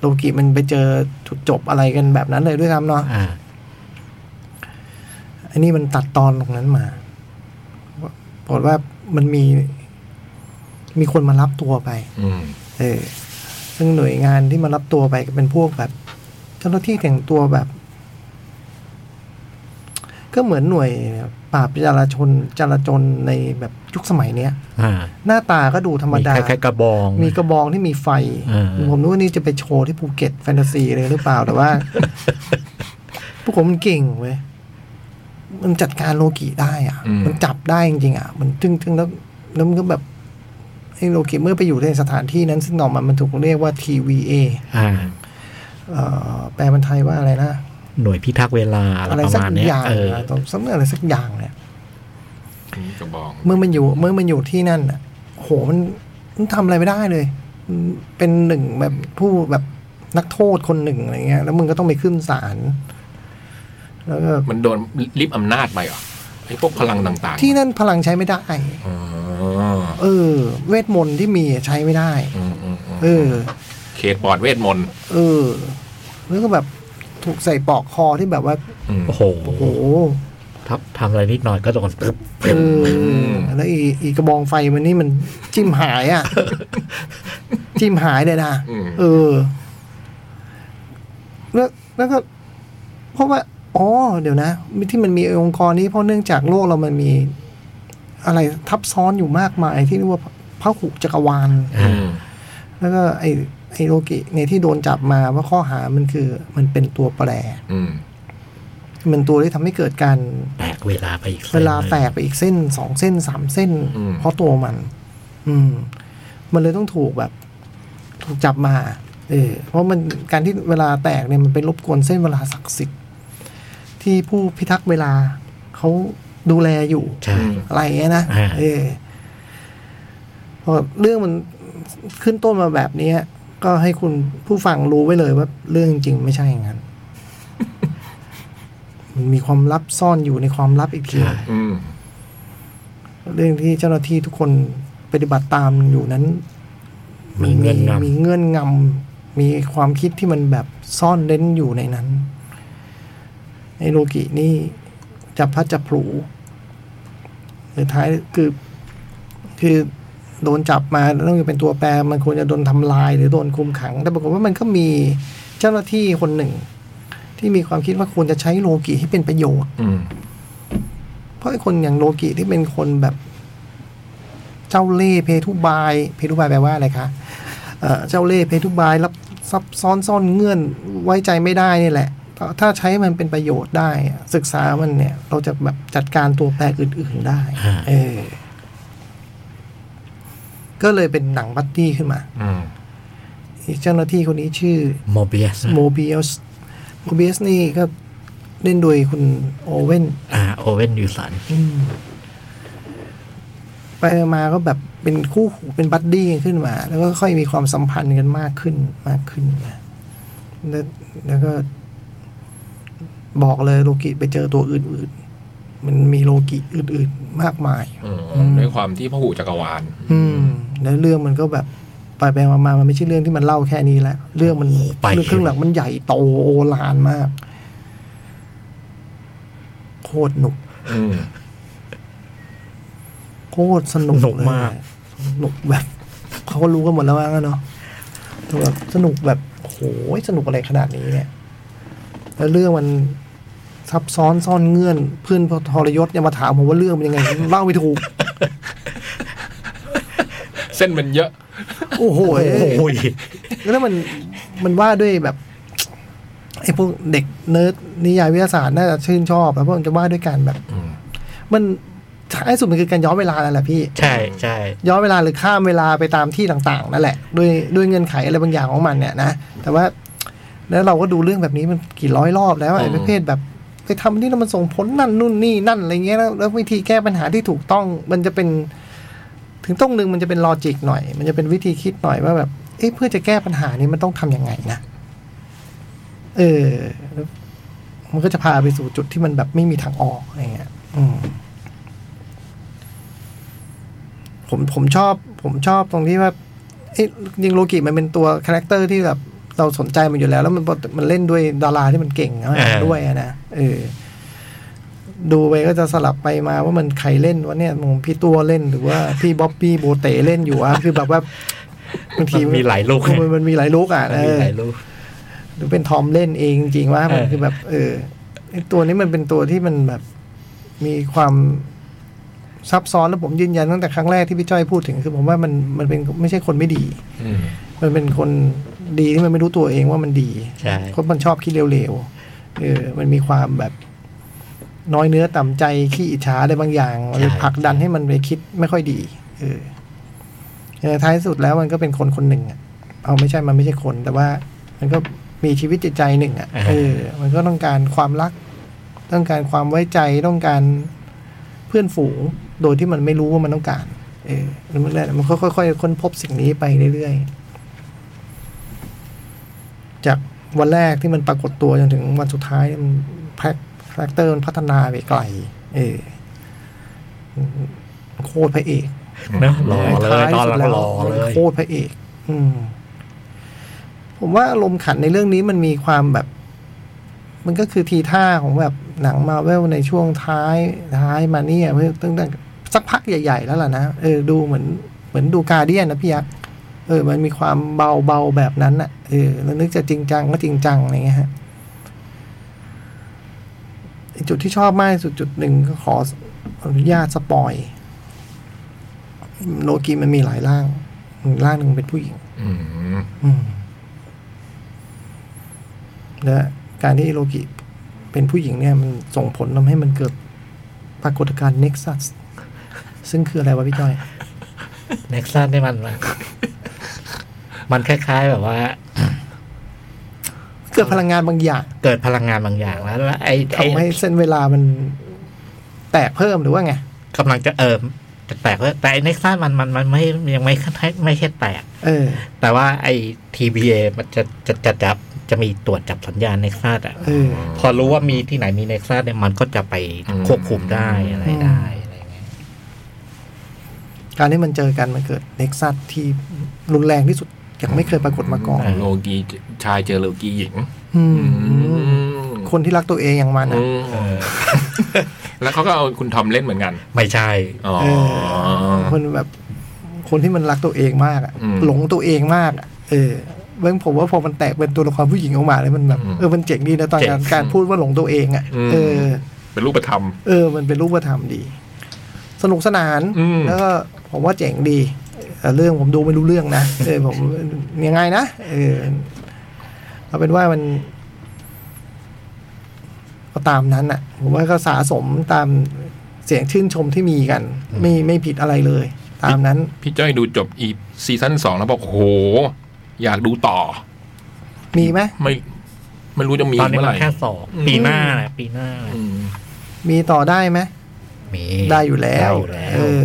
B: โลกิมันไปเจอจุดจบอะไรกันแบบนั้นเลยด้วยซ้ำเนาะ
D: อ่า
B: อันนี้มันตัดตอนตรงนั้นมาปรากฏว่ามันมี มีคนมารับตัวไป
C: อืม
B: เออซึ่งหน่วยงานที่มารับตัวไปก็เป็นพวกแบบ เจ้าหน้าที่แต่งตัวแบบ ก็เหมือนหน่วยปราบจราชนจราจนในแบบยุคสมัยเนี้ย
D: อ่า
B: หน้าตาก็ดูธรรมดา
D: คล้ายๆกระบอง
B: มีกระบองที่มีไฟ
D: เออ
B: ผมนึกว่านี่จะไปโชว์ที่ภูเก็ตแฟนตาซีเลยหรือเปล่าแต่
D: <laughs>
B: ว่า พวกผมมันเก่งเว้ย มันจัดการโลกิได้อ่ะ
C: อืม
B: มันจับได้จริงๆอ่ะ มันจึงจึงแล้วแล้วมันก็แบบไอ้โลกิเมื่อไปอยู่ในสถานที่นั้น ซึ่งต่อมามันถูกเรียกว่า TVA
D: อ่า
B: เอ่อแปลเป็นไทยว่าอะไรนะ
D: หน่วยพิทักษ์เวลาอะไร
B: อะไร
D: ประ
B: สัก
D: มาณเนี้ย
B: อย่าง
D: เออ
B: อะต้องสักอะไรสักอย่างเนี่ย
C: กระบอง
B: เมื่อมันอยู่ เมื่อมันอยู่ที่นั่นอ่ะโหมันมันทำอะไรไม่ได้เลย เป็นหนึ่งแบบผู้แบบนักโทษคนหนึ่งอะไรเงี้ย แล้วมึงก็ต้องไปขึ้นศาลแล้วก็
C: มันโดนริบอำนาจไปเหรอไอ้พวกพลังต่างๆ
B: ที่นั่นพลังใช้ไม่ได้
C: อ๋อ
B: เออ เวทมนต์ที่มีใช้ไม่ได้
C: อืมอืมอืม
B: เออ
C: เขตปลอดเวทมนต์
B: เออแล้วก็แบบถูกใส่ปลอกคอที่แบบว่า
C: อืม
D: โอ้โห
B: โอ้โห
D: ทับทำอะไรนิดหน่อยก็โดนปึ๊บ
B: เออแล้วอีอีกระบองไฟมันนี่มันจิ้มหายอ่ะ จิ้มหายเลยนะ
C: อืม
B: เออ แล้วแล้วก็ เพราะว่า อ๋อ เดี๋ยวนะที่มันมีองค์กรนี้เพราะเนื่องจากโลกเรามันมี อะไรทับซ้อนอยู่มากมายที่เรียกว่าพระหุจักรวาล
C: อืม
B: แล้วก็ไอไอโลกิในยที่โดนจับมาว่าข้อหามันคือ มันเป็นตัวแปร
C: อืม
B: มันตัวที่ทำให้เกิดการ
D: แตกเวลาไปอีกส้น
B: เวลาแตกไปอีกเส้นสองเส้นสามเส้น เพราะตัวมัน อืม มันเลยต้องถูกแบบ ถูกจับมา เออ เพราะมันการที่เวลาแตกเนี่ยมันไปรบกวนเส้นเวลาศักดิ์สิทธิ์ที่ผู้พิทักษ์เวลาเขาดูแลอยู่
D: ใช่
B: อะไรอย่างเงี้ยนะ
D: อ่า
B: เออพอเรื่องมันขึ้นต้นมาแบบเนี้ย ก็ให้คุณผู้ฟังรู้ไว้เลยว่าเรื่องจริงไม่ใช่อย่าง
D: <laughs>
B: นั้น มันมีความลับซ่อนอยู่ในความลับอีกที
D: ใช่
C: อืม
B: เรื่องที่เจ้าหน้าที่ทุกคนปฏิบัติตามอยู่นั้น
D: มีเงิน
B: มี
D: นำ
B: เงื่อนงำมีความคิดที่มันแบบซ่อนเร้นอยู่ในนั้น ในโลกินี่จับพลัดจับผลูสุดท้ายคือ คือโดนจับมาแล้วต้องเป็นตัวแปรมันควรจะโดนทำลายหรือโดนคุมขัง แต่ปรากฏว่ามันก็มีเจ้าหน้าที่คนหนึ่ง ที่มีความคิดว่าควรจะใช้โลกิให้เป็นประโยชน์
C: อืม
B: เพราะไอ้คนอย่างโลกิที่เป็นคนแบบ เจ้าเล่ห์เพทุบาย เพทุบายแปลว่าอะไรคะเอ่อเจ้าเล่ห์เพทุบายรับซับซ้อนซ่อนเงื่อนไว้ใจไม่ได้นี่แหละ ถ้าถ้าใช้มันเป็นประโยชน์ได้อะศึกษามันเนี่ย เราจะแบบจัดการตัวแปรอื่น ๆได้ เออ ก็เลยเป็นหนังบัตตี้ขึ้นมา
C: อืม
B: อีเจ้าหน้าที่คนนี้ชื่อ
D: โมบิเอส
B: โมบิอสโมบิอสนี่ก็เล่นโดยคุณโอเว่น
D: อ่าโอเว่นยูสัน
B: อืมไปมาก็แบบเป็นคู่หูเป็นบัดดี้กันขึ้นมา แล้วก็ค่อยมีความสัมพันธ์กันมากขึ้นมากขึ้นนะแล้วแล้วก็ บอกเลยโลกิไปเจอตัวอื่นๆ มันมีโลกิอื่นๆ มากมาย
C: อืมด้วยความที่พหูจักรวาล
B: อืม แล้วเรื่องมันก็แบบไปไปมามามันไม่ใช่เรื่องที่มันเล่าแค่นี้แล้วเรื่องมัน
D: ไป
B: เรื่องเครื่องหลังมันใหญ่โตโอฬารมาก โคตรหนุก
C: อืม
B: โคตรสนุก
D: สนุก
B: เลย
D: มาก
B: สนุกแบบเขาก็รู้กันหมดแล้วว่างั้นเนาะแต่แบบสนุกแบบโหยสนุกอะไรขนาดนี้เนี่ย แล้วเรื่องมันซับซ้อนซ่อนเงื่อน เพื่อนพอทรยศยังมาถามผมว่าเรื่องเป็นยังไง เล่าไม่ถูก
C: เส้นมันเยอะ
B: โอ้โห
D: โอ้โห
B: แล้วมันมันว่าด้วยแบบไอ้พวกเด็กเนิร์ดนิยายวิทยาศาสตร์น่าจะชื่นชอบแล้วเพราะมันจะว่าด้วยการแบบ
C: อืม
B: มันท้ายสุดมันคือการย้อนเวลานั่นแหละพี่
D: ใช่ใช่
B: ย้อนเวลาหรือข้ามเวลาไปตามที่ต่างๆนั่นแหละด้วยด้วยเงื่อนไขอะไรบางอย่างของมันเนี่ยนะแต่ว่าแล้วเราก็ดูเรื่องแบบนี้มันกี่ร้อยรอบแล้วอะไอ้ประเภทแบบไปทำนี่แล้วมันส่งผลนั่นนู่นนี่นั่นอะไรเงี้ยแล้วแล้ววิธีแก้ปัญหาที่ถูกต้องมันจะเป็น ถึงต้องหนึ่งมันจะเป็นลอจิกหน่อย มันจะเป็นวิธีคิดหน่อยว่าแบบเอ๊ะเพื่อจะแก้ปัญหานี้มันต้องทำยังไงนะเออแล้วมันก็จะพาไปสู่จุดที่มันแบบไม่มีทางออกอะไรเงี้ย อืม ผมผมชอบผมชอบตรงที่ว่าเอ๊ะจริงโลกิมันเป็นตัวคาแรคเตอร์ที่แบบเราสนใจมันอยู่แล้ว แล้วมันมันเล่นด้วยดาราที่มันเก่งนะด้วยอะนะเออ ดูไปก็จะสลับไปมาว่ามันใครเล่นวะเนี่ยมึงพี่ตัวเล่นหรือว่าพี่บ๊อบบี้โบเตเล่นอยู่อะคือแบบว่าบางที
D: มันมีหลายลูก
B: มันมันมันมีหลายลูกอ่ะ
D: มัน
B: เอ
D: มี
B: อ
D: หลายลูก
B: หรือเป็นทอมเล่นเองจริงว่ามัน
D: เออ
B: คือแบบ เออไอ้ตัวนี้มันเป็นตัวที่มันแบบมีความ ซับซ้อนแล้วผมยืนยันตั้งแต่ครั้งแรกที่พี่จ้อยพูดถึงคือผมว่ามันมันเป็นไม่ใช่คนไม่ดี
C: อืม
B: มันเป็นคนดีที่มันไม่รู้ตัวเองว่ามันดี
D: ใช่
B: เพราะมันชอบคิดเร็วๆเออ มันมีความแบบน้อยเนื้อต่ำใจขี้อิจฉาอะไรบางอย่างมันเลยผลักดันให้มันไปคิดไม่ค่อยดี เออเออท้ายสุดแล้วมันก็เป็นคนคนหนึ่งอะเอาไม่ใช่มันไม่ใช่คน แต่ว่า มันก็มีชีวิตจิตใจหนึ่งอ่ะ
D: อ่า
B: เออ มันก็ต้องการความรัก ต้องการความไว้ใจต้องการ เพื่อนฝูงโดยที่มันไม่รู้ว่ามันต้องการ เออแล้วมันก็ค่อยๆค้นพบสิ่งนี้ไปเรื่อยๆ จากวันแรกที่มันปรากฏตัวจนถึงวันสุดท้ายเนี่ยมันแพคคาแรคเตอร์มันพัฒนาไปไกล เออโคตรพระเอก
D: นะหล่อเลยตอนหลัง
B: แล้ว
D: หล่อเล
B: มัน
D: ย
B: โคตรพระเอก อืม ผมว่าอารมณ์ขันในเรื่องนี้มันมีความแบบ มันก็คือทีท่าของแบบหนังมาเวลในช่วงท้ายท้ายมาเนี่ยเพิ่งตั้งแต่สักพักใหญ่ ๆ แล้วล่ะนะเออดูเหมือนเหมือนดูการเดียนนะพี่ยักษ์เออ มันมีความเบาๆแบบนั้นน่ะเออแล้วนึกจะจริงจังก็จริงจังอะไรเงี้ยฮะไอ้จุดที่ชอบมากที่สุดจุดหนึ่งก็ขออนุญาตสปอยโลกีมันมีหลายร่างร่างหนึ่งเป็นผู้หญิง
C: อืม
B: อืมและการที่โลกิเป็นผู้หญิงเนี่ย มันส่งผลทำให้มันเกิดปรากฏการณ์เน็กซัสซึ่งคืออะไรวะพี่จ้อย
D: เน็กซันนี่มัน มันคล้ายๆแบบว่า
B: เกิดพลังงานบางอย่าง
D: เกิดพลังงานบางอย่างแล้วแล้วไอ้ไอ้
B: ทำให้เส้นเวลามันแตกเพิ่มหรือว่าไง
D: กำลังจะเอิมแตกแล้วแต่เน็กซันมันมันมันไม่ยังไม่ไม่ใช่แตก
B: เออ
D: แต่ว่าไอ้ TBA มันจะจะจะจับจะมีตรวจจับสัญญาณเน็กซัสอ่ะ
B: เออ
D: พอรู้ว่ามีที่ไหนมีเน็กซัสเนี่ยมันก็จะไปควบคุมได้อะไรได้อะไรเงี้ย
B: การที่มันเจอกันมันเกิดเน็กซัสที่รุนแรงที่สุดยังไม่เคยปรากฏมาก่อน
C: โลกีชายเจอโลกีหญิง
B: อืม
C: ม
B: คนที่รักตัวเองอย่างมัน
C: อื
B: อะ
C: มแล้วเขาก็เอาคุณทอมเล่นเหมือนกัน
D: ไม่ใช่
C: อ๋อ
B: เออคนแบบคนที่มันรักตัวเองมากอะ
C: อืม
B: หลงตัวเองมากอะเออเมื่อผมว่าพอมันแตกเป็นตัวละครผู้หญิงออกมาเลยมันแบบ
C: อืม
B: เออมันเจ๋งดีนะตอนการ
D: เจ๋ง
B: การพูดว่าหลงตัวเองอ่ะ
C: อืม
B: เออ
C: เป็นรูปธรรม
B: เออ มันเป็นรูปธรรมดี สนุกสนาน
C: อืม
B: แล้วก็ผมว่าเจ๋งดีแต่เรื่องผมดูไม่รู้เรื่องนะเออ ผมยังไงนะเออเอาเป็นว่ามันก็ตามนั้นอ่ะ ผมว่าก็สะสมตามเสียงชื่นชมที่มีกัน ไม่ไม่ผิดอะไรเลย ตามนั้น
C: พี่จ้อยดูจบอีซีซั่นสองแล้วบอกโอ้โห อยากดูต่อ
B: มีไหม
C: ไม่ ไม่รู้จะมี
D: ตอนนี้
C: เมื่อ
D: มั
C: ไห
D: น
C: ร่
D: แค่สอง
C: อืม
D: ปีหน้าแหละปีหน้า
C: อืม
B: มีต่อได้ไหม
D: มี
B: ได้อยู่แล้ว
D: ได้อยู่แล้ว
B: เออ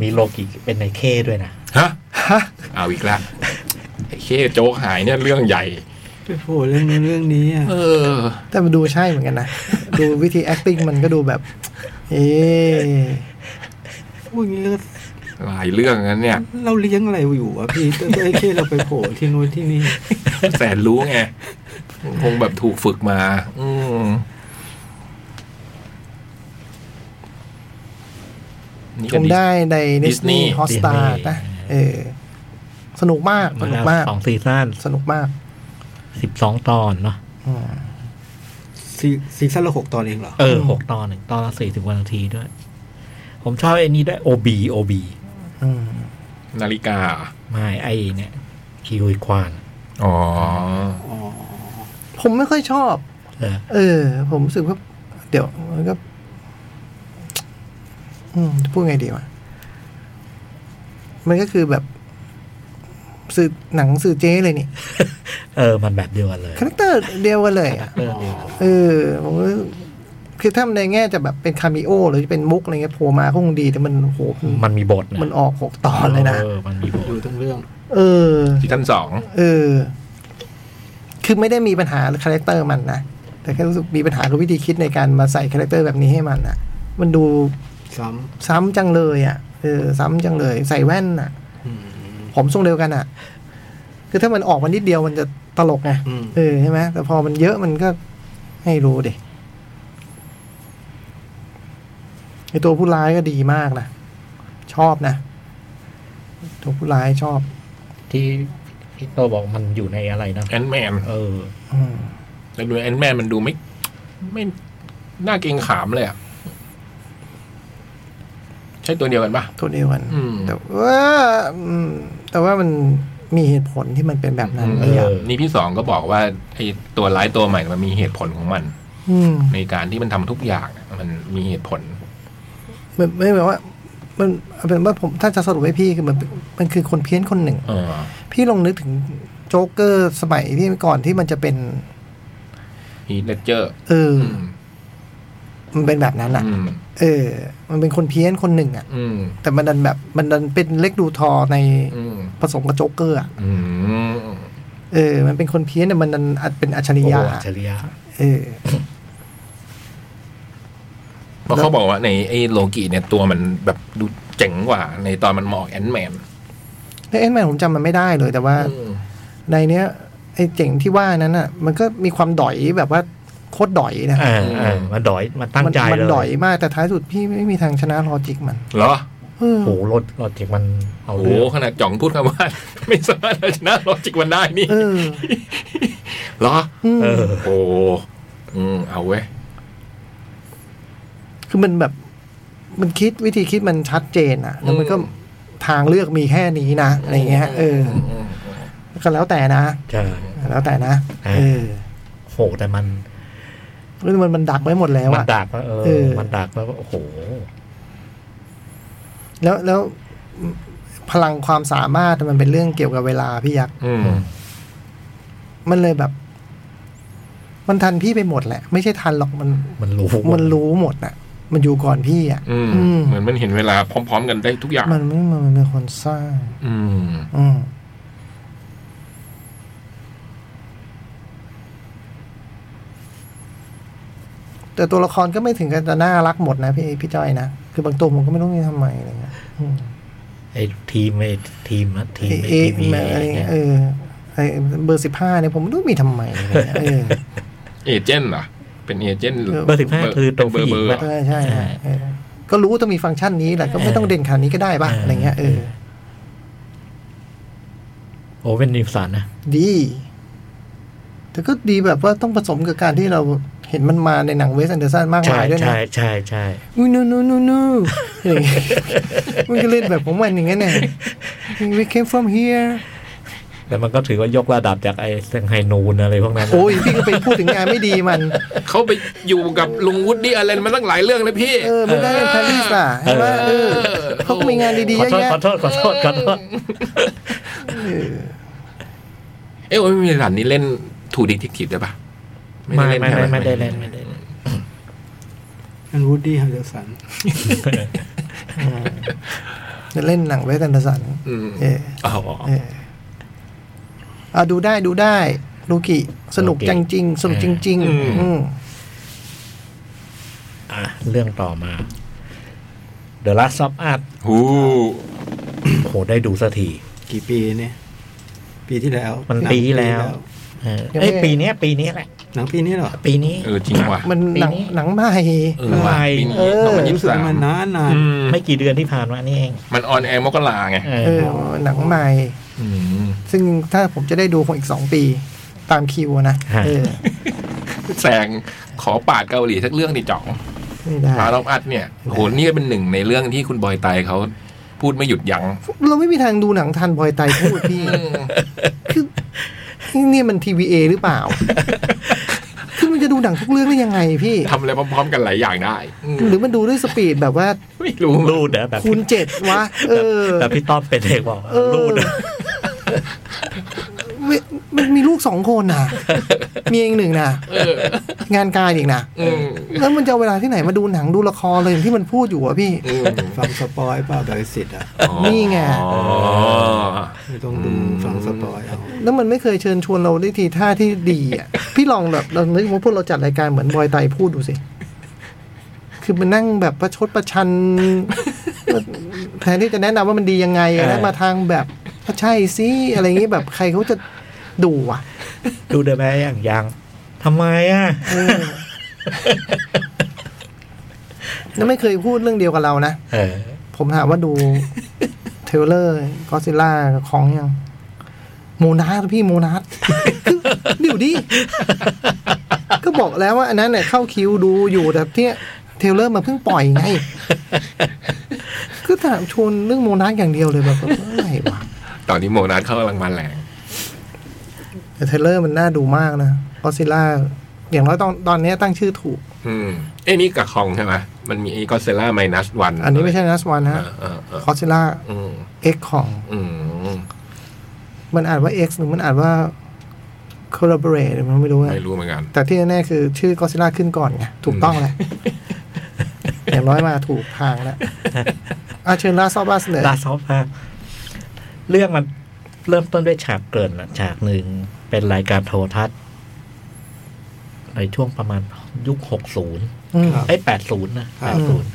D: มีโลกิเป็นในเคด้วยนะ
C: ฮะ
B: ฮะ
C: เอาอีกแล้วไอ้เคโจ๊กหายเนี่ยเรื่องใหญ่
A: โอ้โหเรื่องนู้นเรื่องนี้อะ
C: เออ
B: แต่มันดูใช่เหมือนกันนะดูวิธี acting มันก็ดูแบบ เอ๊ะ
A: พูดอย่างนี้ก็
C: หลายเรื่องนั้นเนี่ย
A: เราเลี้ยงอะไรอยู่อะพี่ <laughs> ตัวไอ้เคเราไปโผล่ที่นู้นที่นี่
C: แสนรู้ไง คงแบบถูกฝึกมา อืมนี่
B: ช
C: ก็
B: ม
C: ดี
B: ได้ในดิสนี
C: Disney
B: ย์ฮอสตา
D: Disney
B: นะ เออ สนุกมาก สนุกมาก
D: สองซีซั่น
B: สนุกมาก
D: สิบสองตอนเนาะ
B: อืม
A: ซีซีซั่นละหกตอนเองเหรอ
D: เออหกตอนหนึ่งตอนสี่สิบวันนาทีด้วย ผมชอบไอ้นี้ด้วยโอบีโอบี
B: อืม
C: นาฬิกา
D: ไม่ไอ้เนี่ยคิวควาน
C: อ๋อ
A: อ๋อ
B: ผมไม่ค่อยชอบ
D: เออ
B: เออ ผมรู้สึกว่า เดี๋ยวมันก็ อืมจะพูดไงดีวะ มันก็คือแบบ สื่อหนังสื่อเจ๊เลยนี่
D: เออ มันแบบเดียวกันเลย
B: คาแรคเตอร์เดียวกันเลยอะ
D: เออเดียวกัน
B: เออผมว่าคือถ้าในแง่จะแบบเป็นคาเมิโอ หรือเป็นมุกอะไรเงี้ยโผล่มาก็คงดี แต่มันโอ้โห
D: มันมีบทนะ
B: มันออกหกตอนเลยนะ
D: เออ มันมีบท
A: ดูทั้งเรื่อง
B: เออ
C: ซีซั่นสอง
B: เออ คือไม่ได้มีปัญหาหรือคาแรคเตอร์มันนะ แต่แค่รู้สึกมีปัญหากับวิธีคิดในการมาใส่คาแรคเตอร์แบบนี้ให้มันนะมันดู
A: ซ้
B: ซ้ำจังเลยอะ่ะ เออ ซ้ำจังเลย ใส่แว่นอะ่ะ
A: ำอืม
B: ผมทรงเดียวกันอะ่ะ คือถ้ามันออกมานิดเดียวมันจะตลกไง
A: อืม
B: เออใช่ไหม แต่พอมันเยอะมันก็ให้รู้ดิไอตัวผู้ร้ายก็ดีมากนะ ชอบนะ ตัวผู้ร้ายชอบ
D: ที่พี่โตบอกมันอยู่ในอะไรนะ
C: แอนแมน
D: เออ
B: อืม
C: แล้วดูแอนแมนมันดูไม่ ไม่ น่าเกรงขามเลยอ่ะ ใช่ตัวเดียวกันปะ
B: ตัวเดียวกัน
C: อืม
B: แต่ว่าอืมแต่ว่ามันมีเหตุผลที่มันเป็นแบบนั้น
D: เอ
B: เย
D: อ
B: อะ
C: นี่พี่สองก็บอกว่าไอ้ตัวร้ายตัวใหม่มันมีเหตุผลของมัน
B: อืม
C: ในการที่มันทำทุกอย่างอะมันมีเหตุผล
B: มันไม่แบบว่า มันเอาเป็นว่าผมถ้าจะสรุปให้พี่คือมันมันคือคนเพี้ยนคนหนึ่ง
C: เออ
B: พี่ลองนึกถึงโจ๊กเกอร์สมัยที่ก่อนที่มันจะเป็น
C: ฮีเลเจอร์
B: เออ
C: อืม
B: อมันเป็นแบบนั้นอ่ะ
C: อืม
B: เออ มันเป็นคนเพี้ยนคนหนึ่งอ่ะ
C: อืม
B: แต่มันดันแบบมันดันเป็นเล็กดูทอใน
C: อืม
B: ผสมกับโจ๊กเกอร์อ่ะ
C: อืม
B: เออ มันเป็นคนเพี้ยนแต่มันดันอัดเป็นอัจฉริ
D: โอ้
B: ยะ
D: โหอัจฉริยะ
B: เออ
C: เพราะเขาบอกว่าในไอ้โลกิเนี่ยตัวมันแบบดูเจ๋งกว่า ในตอนมันหมออกแอนด์แมน
B: ในเอ็นแมนผมจำมันไม่ได้เลย แต่ว่า
C: อืม
B: ในเนี้ยไอ้เจ๋งที่ว่านั้นอ่ะ มันก็มีความดอยแบบว่าโคตรดอยนะ
D: อ่าอ่ามันดอยมันตั้ง
B: มั
D: ใจ
B: มั
D: เลย
B: ดอยมากแต่ท้ายสุดพี่ไม่มีทางชนะลอจิกมัน
C: เหรอ
B: เออ
D: โอ้โหรถรถเทคมันเอา
C: โอ้โห
D: เรื่อง
C: ขนาดจ่องพูดคำว่า <laughs> ไม่สามารถเอาชนะลอจิกมันได้นี่
B: เออ
C: เหรอ
B: อืม
D: เออ
C: โอ้อืมเอาเว้ย
B: คือมันแบบ มันคิดวิธีคิดมันชัดเจนอ่ะ แล้วมันก็
C: อืม
B: ทางเลือกมีแค่นี้นะอะไรเงี้ย เออ
C: อืม
B: ก็แล้วแต่นะ
D: ใช่
B: แล้วแต่นะ
D: อ่า
B: เออ
D: โหแต่มัน
B: เรื่องมันมันดักไว้หมดแล้ว
D: มั
B: อ่ะ
D: นดักแล้วเอ
B: เอ
D: อ
B: อ
D: มันดักแล้วโอ้โห
B: แล้วแล้วพลังความสามารถมันเป็นเรื่องเกี่ยวกับเวลาพี่ยักษ
C: อืม
B: มันเลยแบบ มันทันพี่ไปหมดแหละ ไม่ใช่ทันหรอกมัน
D: มันรู้
B: มันรู้หมดน่ะ มันอยู่ก่อนพี่อ่ะ
C: อืม
B: อืม
C: เหมือนมันเห็นเวลาพร้อม ๆ กันได้ทุกอย่าง
B: มันไม่มันเป็นคนสร้าง
C: อืม
B: อืมแต่ตัวละครก็ไม่ถึงกับจะน่ารักหมดนะพี่พี่จ้อยนะคือบางตัวผมก็ไม่รู้จะทำไมอะไรเงี้ยอืม
D: ไอ้ทีมไอ้ทีมนะทีมไอ้
B: เอ๊ะ
D: ทีวี
B: อะไรเงี้ย
D: ย
B: เออไอเบอร์สิบห้าเนี่ยผมไม่รู้มีทำไมอะไรเงี้ยเออ
C: เอเจนต์เหรอ เป็นเอเจนต์
B: เออ
D: เบอร์สิบห้าคือตัวผู้หญิง
C: เบอร์เบอร์
D: ปะ
B: เออใช่
D: ใช่
B: ฮะเออก็รู้ว่าต้องมีฟังก์ชันนี้แหละก็ไม่
D: เออ
B: ต้องเด่นขนาดนี้ก็ได้ป่ะ
D: เอออ
B: อะไรเงี้ยเออ
D: โอเว่นนิวสันนะ
B: ดี แต่ก็ดีแบบว่าต้องผสมกับการที่เราเห็นมันมาในหนังเวสแอนเดอร์สันมาก
D: ใช่
B: มายด้วยนะ
D: ใช่ใช่ใช่
B: อุ้ยนูนูนูนูอะไรเงี้ยมันก็เล่นแบบของมันอย่างเงี้ยเนี่ย we came from here
D: แต่มันก็ถือว่ายกระดับจากไอ้เซงไฮนูนอะไรพวกนั้นนะ
B: โอ้ยพี่ก็ไปพูดถึงงานไม่ดีมัน
C: เขาไปอยู่กับลุงวูดดี้อะไรมาตั้งหลายเรื่องเลยพี่
B: เออไม่ได้เล่นพารีสล่ะเห็นป่ะเออเขาก็มีงานดีๆ
D: ขอ
B: เยอะแยะ
D: โทษขอโทษขอโทษขอโทษ
B: เออ
C: เอ้ยโอ้ยมีหลานนี่เล่นถูดีทิกทีฟได้ปะ
D: ไม่ไม่ไม่
C: ใช่ห
D: ไม่ได้เล่นไม่ได้เล่น
A: อันวูดดี้ฮันเดอร์สัน
B: จะเล่นหนังเวสแอนเดอร์สัน
C: อืม
B: เออ
C: อ๋อ
B: เอออ่ะดูได้ดูได้ลูกิ สนุกจังจริง สนุกจริง ๆ อืม
D: อ่ะเรื่องต่อมา The Last of Us
C: หู
D: โหได้ดูสักที
A: กี่ปีเนี่ย ปีที่แล้ว
D: มันปีที่แล้ว เออเอ้ยปีเนี้ยปีเนี้ยแหละ
A: หนังปีนี้เหรอ
D: ปีนี้
C: เออจริงว่ะ
B: มันหนัง
D: ปีนี้
B: หนังใหม่
C: เออว่ะปีนี้
B: เออ
C: สองพันยี่
A: รู้
C: สิ
A: สึ
C: บ
A: ก
C: สา
A: ว่ามมันนานนาน
C: อืม
D: ไม่กี่เดือนที่ผ่านมานี่เอง
C: มันออนแอร์มกราไง
D: เอ
B: เอ
D: อ
B: อ หนังใหม่
C: ม
B: ซึ่งถ้าผมจะได้ดูคงอีกสองปี ตามคิวนะเออ
C: แซงขอปาดเกาหลีสักเรื่องดิจ่อง
B: ไม่ได้
C: พาลอมอัดเนี่ยโหนี่ก็เป็นหนึ่งในเรื่องที่คุณบอยไตเขาพูดไม่หยุดยั้ง
B: เราไม่มีทางดูหนังทันบอยไตพูดพี่ คือนี่มันทีวีเอหรือเปล่า คือมันจะดูหนังทุกเรื่องได้ยังไงพี่
C: ทำอะไรพร้อมๆกันหลายอย่างได้อืม
B: หรือมันดูด้วยสปีดแบบว่า
C: ไม่รู้
D: รูดนะแบบ
B: คูณเจ็ดวะ เออ
D: แบบพี่ต้อมเป็นเองบอกว่า
B: เออ
D: รูดนะ
B: เว้ยมันมีลูกสองคนนะมีเองหนึ่งนะ
C: เออ
B: งานการอีกนะ
C: อืม
B: แล้วมันจะเอาเวลาที่ไหนมาดูหนังดูละครเลยอย่างที่มันพูดอยู่อะพี่
C: อืม
A: ฟังสปอยเปล่าบริสิทธิ์อ่ะ
B: นี่ไง
C: อ๋อ
A: ไม่ต้องดูฟังสปอยเอา
B: แล้วมันไม่เคยเชิญชวนเราได้ทีท่าที่ดีอะพี่ลองแบบเรานึกว่าพวกเราจัดรายการเหมือนบอยไตพูดดูสิ คือมันนั่งแบบประชดประชันแทนที่จะแนะนำว่ามันดียังไงอะแล้วมาทางแบบก็ใช่สิอะไรอย่างงี้แบบใครเขาจะดูอ่ะ
D: ดูเดอะแม่อย่างยังทำไมอ่ะ
B: เออแล้วไม่เคยพูดเรื่องเดียวกับเรานะ
D: เออ
B: ผมถามว่าดู <laughs> เทรลเลอร์กอซิล่าของยังโมนาสพี่โมนาส <laughs> คือเดี๋ยวดิก็บอกแล้วว่าอันนั้นเนี่ยเข้าคิวดูอยู่แต่ที่ยเทรลเลอร์มาเพิ่งปล่อยไง <laughs> คือถามชวนเรื่องโมนาสอย่างเดียวเลยแบบอะไรวะ
C: ตอนนี้โมนาสเข้ากำลังมาแรง
B: แต่เทรลเลอร์มันน่าดูมากนะกอซิล่าอย่างน้อยตอนตอนเนี้ยตั้งชื่อถูก
C: อืม เอ้ยนี่กับคองใช่ไหมมันมีไอ้กอเซล่าไมนัสวัน
B: อันนี้ไม่ใช่นัสวัน
C: เอ
B: ฮะ
C: อเออเออก
B: อซิล่า
C: อืม
B: X ของ
C: อืม
B: มันอ่านว่า X หรือมันอ่านว่า collaborate หรือมันไม่รู้อะ
C: ไม่รู้เหมือนกัน
B: แต่ที่แน่ๆคือชื่อ Godzilla ขึ้นก่อนไง ถูกต้อง
A: <laughs>
B: แหละ อย่างน้อยมาถูกทางแล้วอาเชิญลาซอบัสเลย
D: ลาซอฟฮะเรื่องมันเริ่มต้นด้วยฉากเกรินอะฉากหนึ่ง เป็นรายการโทรทัศน์ ในช่วงประมาณยุคหกศูนย์
B: อืม
A: ครับ
D: ไอ้แปดศูนย์นะ
A: ครั
D: แป
A: บ
D: ดศูนย์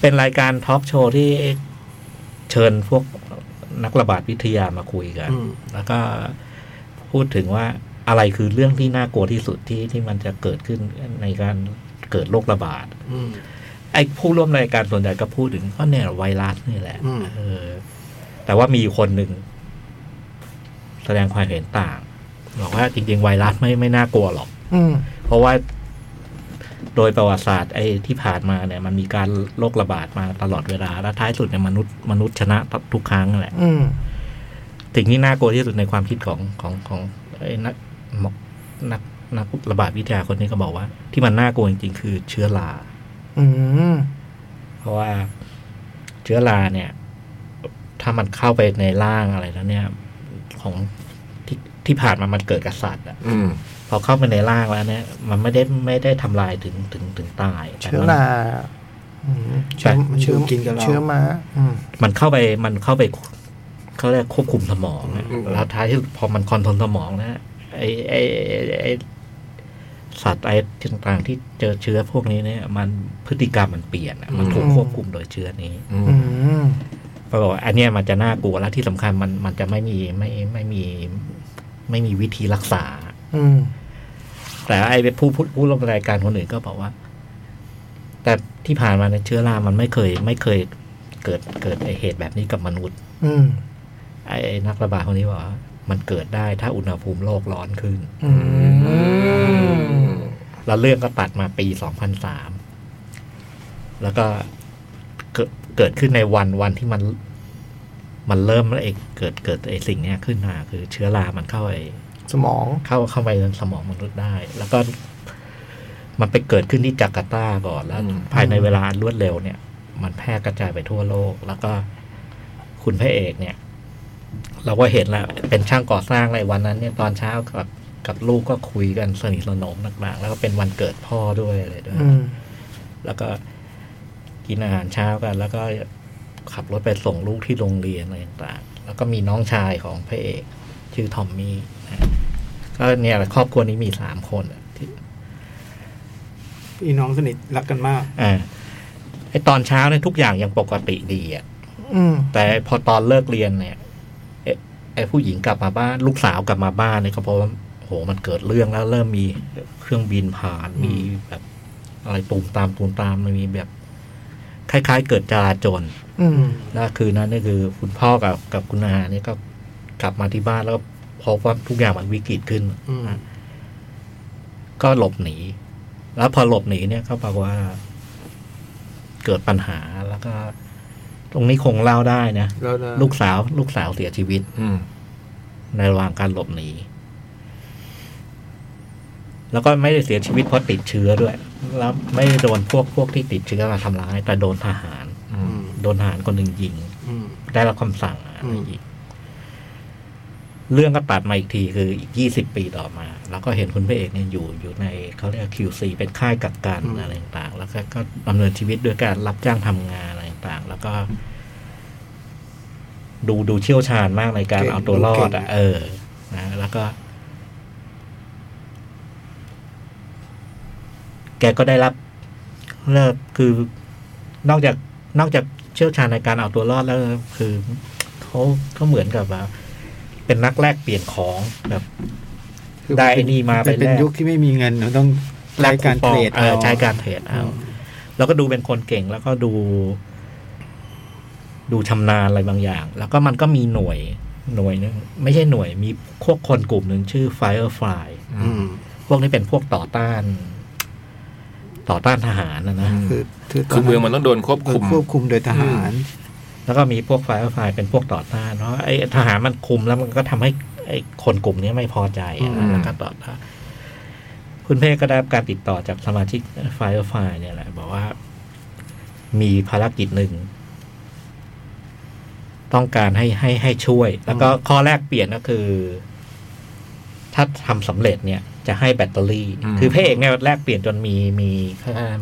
D: เป็นรายการทอล์กโชว์ที่เชิญพวกนักระบาดวิทยามาคุยกัน
A: อืม
D: แล้วก็พูดถึงว่าอะไรคือเรื่องที่น่ากลัวที่สุดที่ที่มันจะเกิดขึ้นในการเกิดโรคระบาด
A: อืม
D: ไอ้ผู้ร่วมรายการส่วนใหญ่ก็พูดถึงก็เนี่ยไวรัสนี่แหละ
A: อืม
D: เออ แต่ว่ามีคนหนึ่งแสดงความเห็นต่าง บอกว่าจริงๆไวรัสไม่ไม่น่ากลัวหรอก
B: อืม
D: เพราะว่าโดยประวัติศาสตร์ไอ้ที่ผ่านมาเนี่ย มันมีการโรคระบาดมาตลอดเวลา และท้ายสุดเนี่ยมนุษย์มนุษย์ชนะทุกครั้งนั่นแหละ
B: อืม
D: สิ่งที่น่ากลัวที่สุดในความคิดของของของไอ้นักหมอนักนักระบาดวิทยาคนนี้ก็บอกว่า ที่มันน่ากลัวจริงๆคือเชื้อรา
B: อืม
D: เพราะว่าเชื้อราเนี่ย ถ้ามันเข้าไปในร่างอะไรแล้วเนี่ย ของที่ที่ผ่านมามันเกิดกับสัตว์อะ
C: อืม
D: พอเข้าไปในร่างแล้วเนี่ย มันไม่ได้ไม่ได้ทำลายถึงถึงถึงตายแต่
B: เชื้อ
D: มัน
B: ราอืมเชื้อ
A: มันอยู่
B: เชื้อ
A: กินกับเรา
B: เชื้อม้าอืม
D: มันเข้าไปมันเข้าไปเขาเรียกควบคุมสมองอะ
C: อืม
D: แล้วท้ายที่สุดพอมันคอนโทรลสมองนะไอไอไอ้ไอสัตว์ไอต่างๆ ที่เจอเชื้อพวกนี้เนี่ย มันพฤติกรรมมันเปลี่ยนอะมันถูก
B: อืม
D: ควบคุมโดยเชื้อนี้
C: อืม
B: อืม
D: ปรากฏว่าอันเนี้ยมันจะน่ากลัวและที่สำคัญมันมันจะไม่มีไม่ไม่มี ไม่มีวิธีรักษา
B: อืม
D: แต่ไอ้ผู้ผู้ผู้ร่วมรายการคนอื่นก็บอกว่า แต่ที่ผ่านมาในยเชื้อรามันไม่เคย ไม่เคยเกิดเกิดไอ้เหตุแบบนี้กับมนุษย์
B: อืม
D: ไอ้นักระบาดคนนี้บอกว่ามันเกิดได้ถ้าอุณหภูมิโลกร้อนขึ้น
B: อืม
D: แล้วเรื่องก็ตัดมาปี 2003 แล้วก็เกิดเกิดขึ้นในวันวันที่มัน มันเริ่มไอ้เกิดเกิดไอ้สิ่งเนี้ยขึ้นมา คือเชื้อรามันเข้าไป
B: สมอง
D: เข้าเข้าไปในสมองมนุษย์ได้ แล้วก็มันไปเกิดขึ้นที่จาการ์ตาก่อนแล้ว
C: อืม
D: ภายในเวลาอันรวดเร็วเนี่ย มันแพร่กระจายไปทั่วโลก แล้วก็คุณพระเอกเนี่ย เราก็เห็นละเป็นช่างก่อสร้างในวันนั้น เนี่ยตอนเช้ากับกับลูกก็คุยกันสนิทสนมต่างๆแล้วก็เป็นวันเกิดพ่อด้วยอะไรด้วย
B: อืม
D: แล้วก็กินอาหารเช้ากัน แล้วก็ขับรถไปส่งลูกที่โรงเรียนอะไรต่างๆ แล้วก็มีน้องชายของพระเอก ชื่อทอมมี่นะก็เนี่ยแหละครอบครัวนี้มีสามคนอะที่
A: พี่น้องสนิทรักกันมาก
D: อ่าไอตอนเช้าเนี่ยทุกอย่างยังปกติดีอ่ะ
B: อืม
D: แต่พอตอนเลิกเรียนเนี่ยไอ้ไอผู้หญิงกลับมาบ้าน ลูกสาวกลับมาบ้านเนี่ยก็เพราะว่าโหมันเกิดเรื่องแล้วเริ่มมีเครื่องบินผ่านมีแบบอะไรตูมตามตูมตามมันมีแบบ คล้าย ๆ เกิดจราจน
B: อืม
D: แล้วคืนนั้นนี่คือคุณพ่อกับกับคุณอาเนี่ยก็กลับมาที่บ้านแล้วก็พบว่าทุกอย่างมันวิกฤตขึ้น
A: อืม
D: ก็หลบหนี แล้วพอหลบหนีเนี่ยก็ปรากฏว่า เกิดปัญหาแล้วก็ ตรงนี้คงเล่าได้นะ
A: แล้วนะ
D: ลูกสาวลูกสาวเสียชีวิต
C: อืม
D: ในระหว่างการหลบหนี แล้วก็ไม่ได้เสียชีวิตเพราะติดเชื้อด้วย แล้วไม่ได้โดนพวกพวกที่ติดเชื้อมาทำร้าย แต่โดนทหาร
C: อื
A: อื
C: ม
A: ม
D: โดนทหารคนหนึ่งยิง
A: อืม
D: ได้รับคำสั่งอะ
A: อื
D: ไร
A: ม
D: อีก เรื่องก็ตัดมาอีกทีคืออีกยี่สิบปีต่อมา แล้วก็เห็นคุณพระเอกเนี่ยอยู่อยู่ในเขาเรียกคิวซีเป็นค่ายกักกันอะไรต่างๆ แล้วก็ก็ดำเนินชีวิตด้วยการรับจ้างทำงานอะไรต่างๆ แล้วก็ ดูดูเชี่ยวชาญมากในการ
A: เก่ง
D: เอาตัวรอดอ่ะ
A: ดูเก่ง
D: เออ นะ แล้วก็ แกก็ได้รับเลิกคือนอกจากนอกจากเชี่ยวชาญในการเอาตัวรอดแล้ว คือเขาก็เหมือนกับว่าเป็นนักแลกเปลี่ยนของแบบ
A: คือ
D: ได้ไอ้นี่มาไป
A: นเป็น
D: แลก
A: ยุคที่ไม่มีเงินเราต้อง
D: แล
A: ใช้
D: ก
A: การเทรด
D: คูปองเออ
A: เอ
D: ใช้การเทรดเอา
A: อืม
D: แล้วก็ดูเป็นคนเก่งแล้วก็ดู ดูชำนาญอะไรบางอย่าง แล้วก็มันก็มีหน่วยหน่วยหนึงไม่ใช่หน่วยมีพวกคนกลุ่มหนึ่งชื่อ Firefly
A: อืม
D: พวกนี้เป็นพวกต่อต้าน ต่อต้านทหารนะนะ
A: คือคือต
C: คือเมืองมันต้องโดนควบ
A: เออ
C: คุม
A: ควบคุมโดยทหาร
D: แล้วก็มีพวก Firefly เป็นพวกต่อต้านเนาะไอ้ทหารมันคุมแล้วมันก็ทำให้ไอ้คนกลุ่มนี้ไม่พอใจอะ
C: อืม
D: แล้วก็ต่อต้านคุณเพ่ก็ได้รับการติดต่อจากสมาชิก Firefly เนี่ยแหละ บอกว่า มีภารกิจหนึ่ง ต้องการให้ให้ให้ช่วย แล้วก็ข้อแรกเปลี่ยนก็คือ ถ้าทำสำเร็จเนี่ย จะให้แบตเตอรี่
C: อืม
D: คือพระเอกเนี่ยแรกเปลี่ยนจนมีมี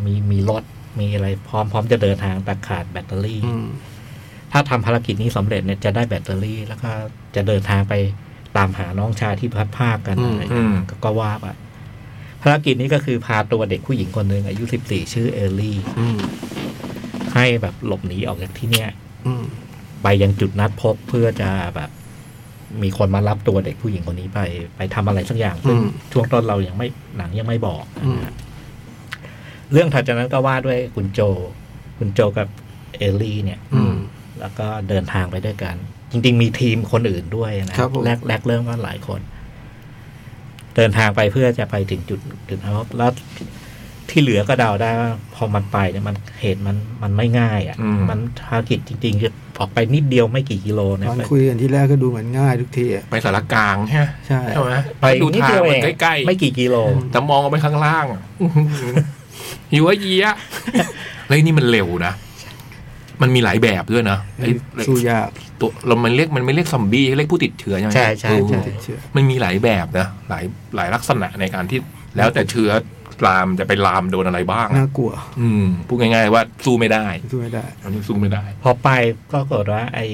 D: มีมีรถมีอะไรพร้อมพร้อมจะเดินทางแต่ขาดแบตเตอรี่
A: อืม
D: ถ้าทำภารกิจนี้สำเร็จเนี่ยจะได้แบตเตอรี่ แล้วก็จะเดินทางไป ตามหาน้องชายที่พลัดพรากกัน
A: อืม
D: อะไรอย่างเงี้ย
C: อืม
D: ก็ก็ว่าไปภารกิจนี้ก็คือพาตัวเด็กผู้หญิงคนหนึ่งอายุสิบสี่ชื่อเอลลี่
A: อืม
D: ให้แบบหลบหนีออกจากที่เนี่ย
A: อืม
D: ไปยังจุดนัดพบเพื่อจะแบบ มีคนมารับตัวเด็กผู้หญิงคนนี้ไป ไปทำอะไรสักอย่าง
A: อื
D: ซึ่ง
A: ม
D: ช่วงต้นเรายังไม่หนังยังไม่บอก
A: อืม
D: เรื่องถัดจากนั้นก็ว่าด้วยคุณโจ คุณโจกับเอลลี่เนี่ย
A: อืม
D: แล้วก็เดินทางไปด้วยกัน จริง ๆ มีทีมคนอื่นด้วยนะครับ
A: ผม
D: แรกแรกเริ่มก็หลายคน เดินทางไปเพื่อจะไปถึงจุดจุดนะครับแล้วที่เหลือก็เดาได้ว่าพอมันไปเนี่ยมันเหตุมันมันไม่ง่าย
C: อื
D: อะ
C: ม
D: ่ะมันภารกิจจริงๆจะออกไปนิดเดียวไม่กี่กิโลเนี่ย
A: ตอน
D: ไป
A: คุยกันที่แรกก็ดูเหมือนง่ายทุกทีอะ
C: ไปสารกลางใช่ไหม
A: ใช่
C: ใช่ไหม
D: ไป
C: ดู
D: นิด
C: ทา
D: เดี
C: ง
D: ยว
C: มัน
D: เอง
C: ใกล้ๆ
D: ไม่กี่กิโล
C: แต่มองลงไปข้างล่างอะหิวไอ้เยี้
D: <laughs>
C: ยเฮ้ยนี่มันเร็วนะ มันมีหลายแบบด้วยนะไอ้ไอ้
A: สู้ยาก
C: ตัวเรามันเรียกมันไม่เรียกซอมบี้เรียกผู้ติดเชื้อใช่ไหม
D: ใช่ใช่ใช่
C: เออ
A: ติดเชื้อ
C: มันมีหลายแบบนะหลายหลายลักษณะในการที่ แล้วแต่เชื้อลามจะไปลามโดนอะไรบ้าง
A: น่ากลัว
C: อืมพูดง่าย ๆ ว่าสู้ไม่ได้
A: สู้ไม่ได้
C: อันนี้สู้ไม่ได้
D: พอไปก็เกิดว่า ไอ้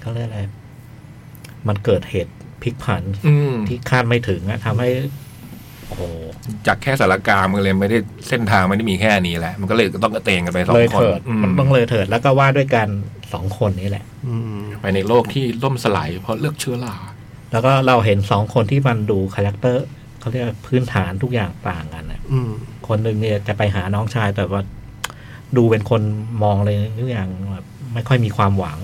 D: เขาเรียกอะไร มันเกิดเหตุพลิกผัน
C: อืม
D: ที่คาดไม่ถึงอะทำให้โอ้โห
C: จากแค่สารกลางมันเลยไม่ได้เส้นทางไม่ได้มีแค่นี้แหละ มันก็เลยต้องกระเตงกันไปสอง
D: เลย
C: คน
D: เถิด
C: อืม
D: มันต้องเลยเถิดแล้วก็ว่าด้วยกันสองคนนี้แหละ
A: อืม
C: ไปในโลกที่ล่มสลายเพราะเลือกเชื้อรา
D: แล้วก็เราเห็นสองคนที่มันดูคาแรคเตอร์เขาเรียกว่าพื้นฐานทุกอย่างต่างกันนะ
A: อืม
D: คนหนึ่งเนี่ยจะไปหาน้องชายแต่ว่าดูเป็นคนมองเลยทุกอย่างแบบไม่ค่อยมีความหวัง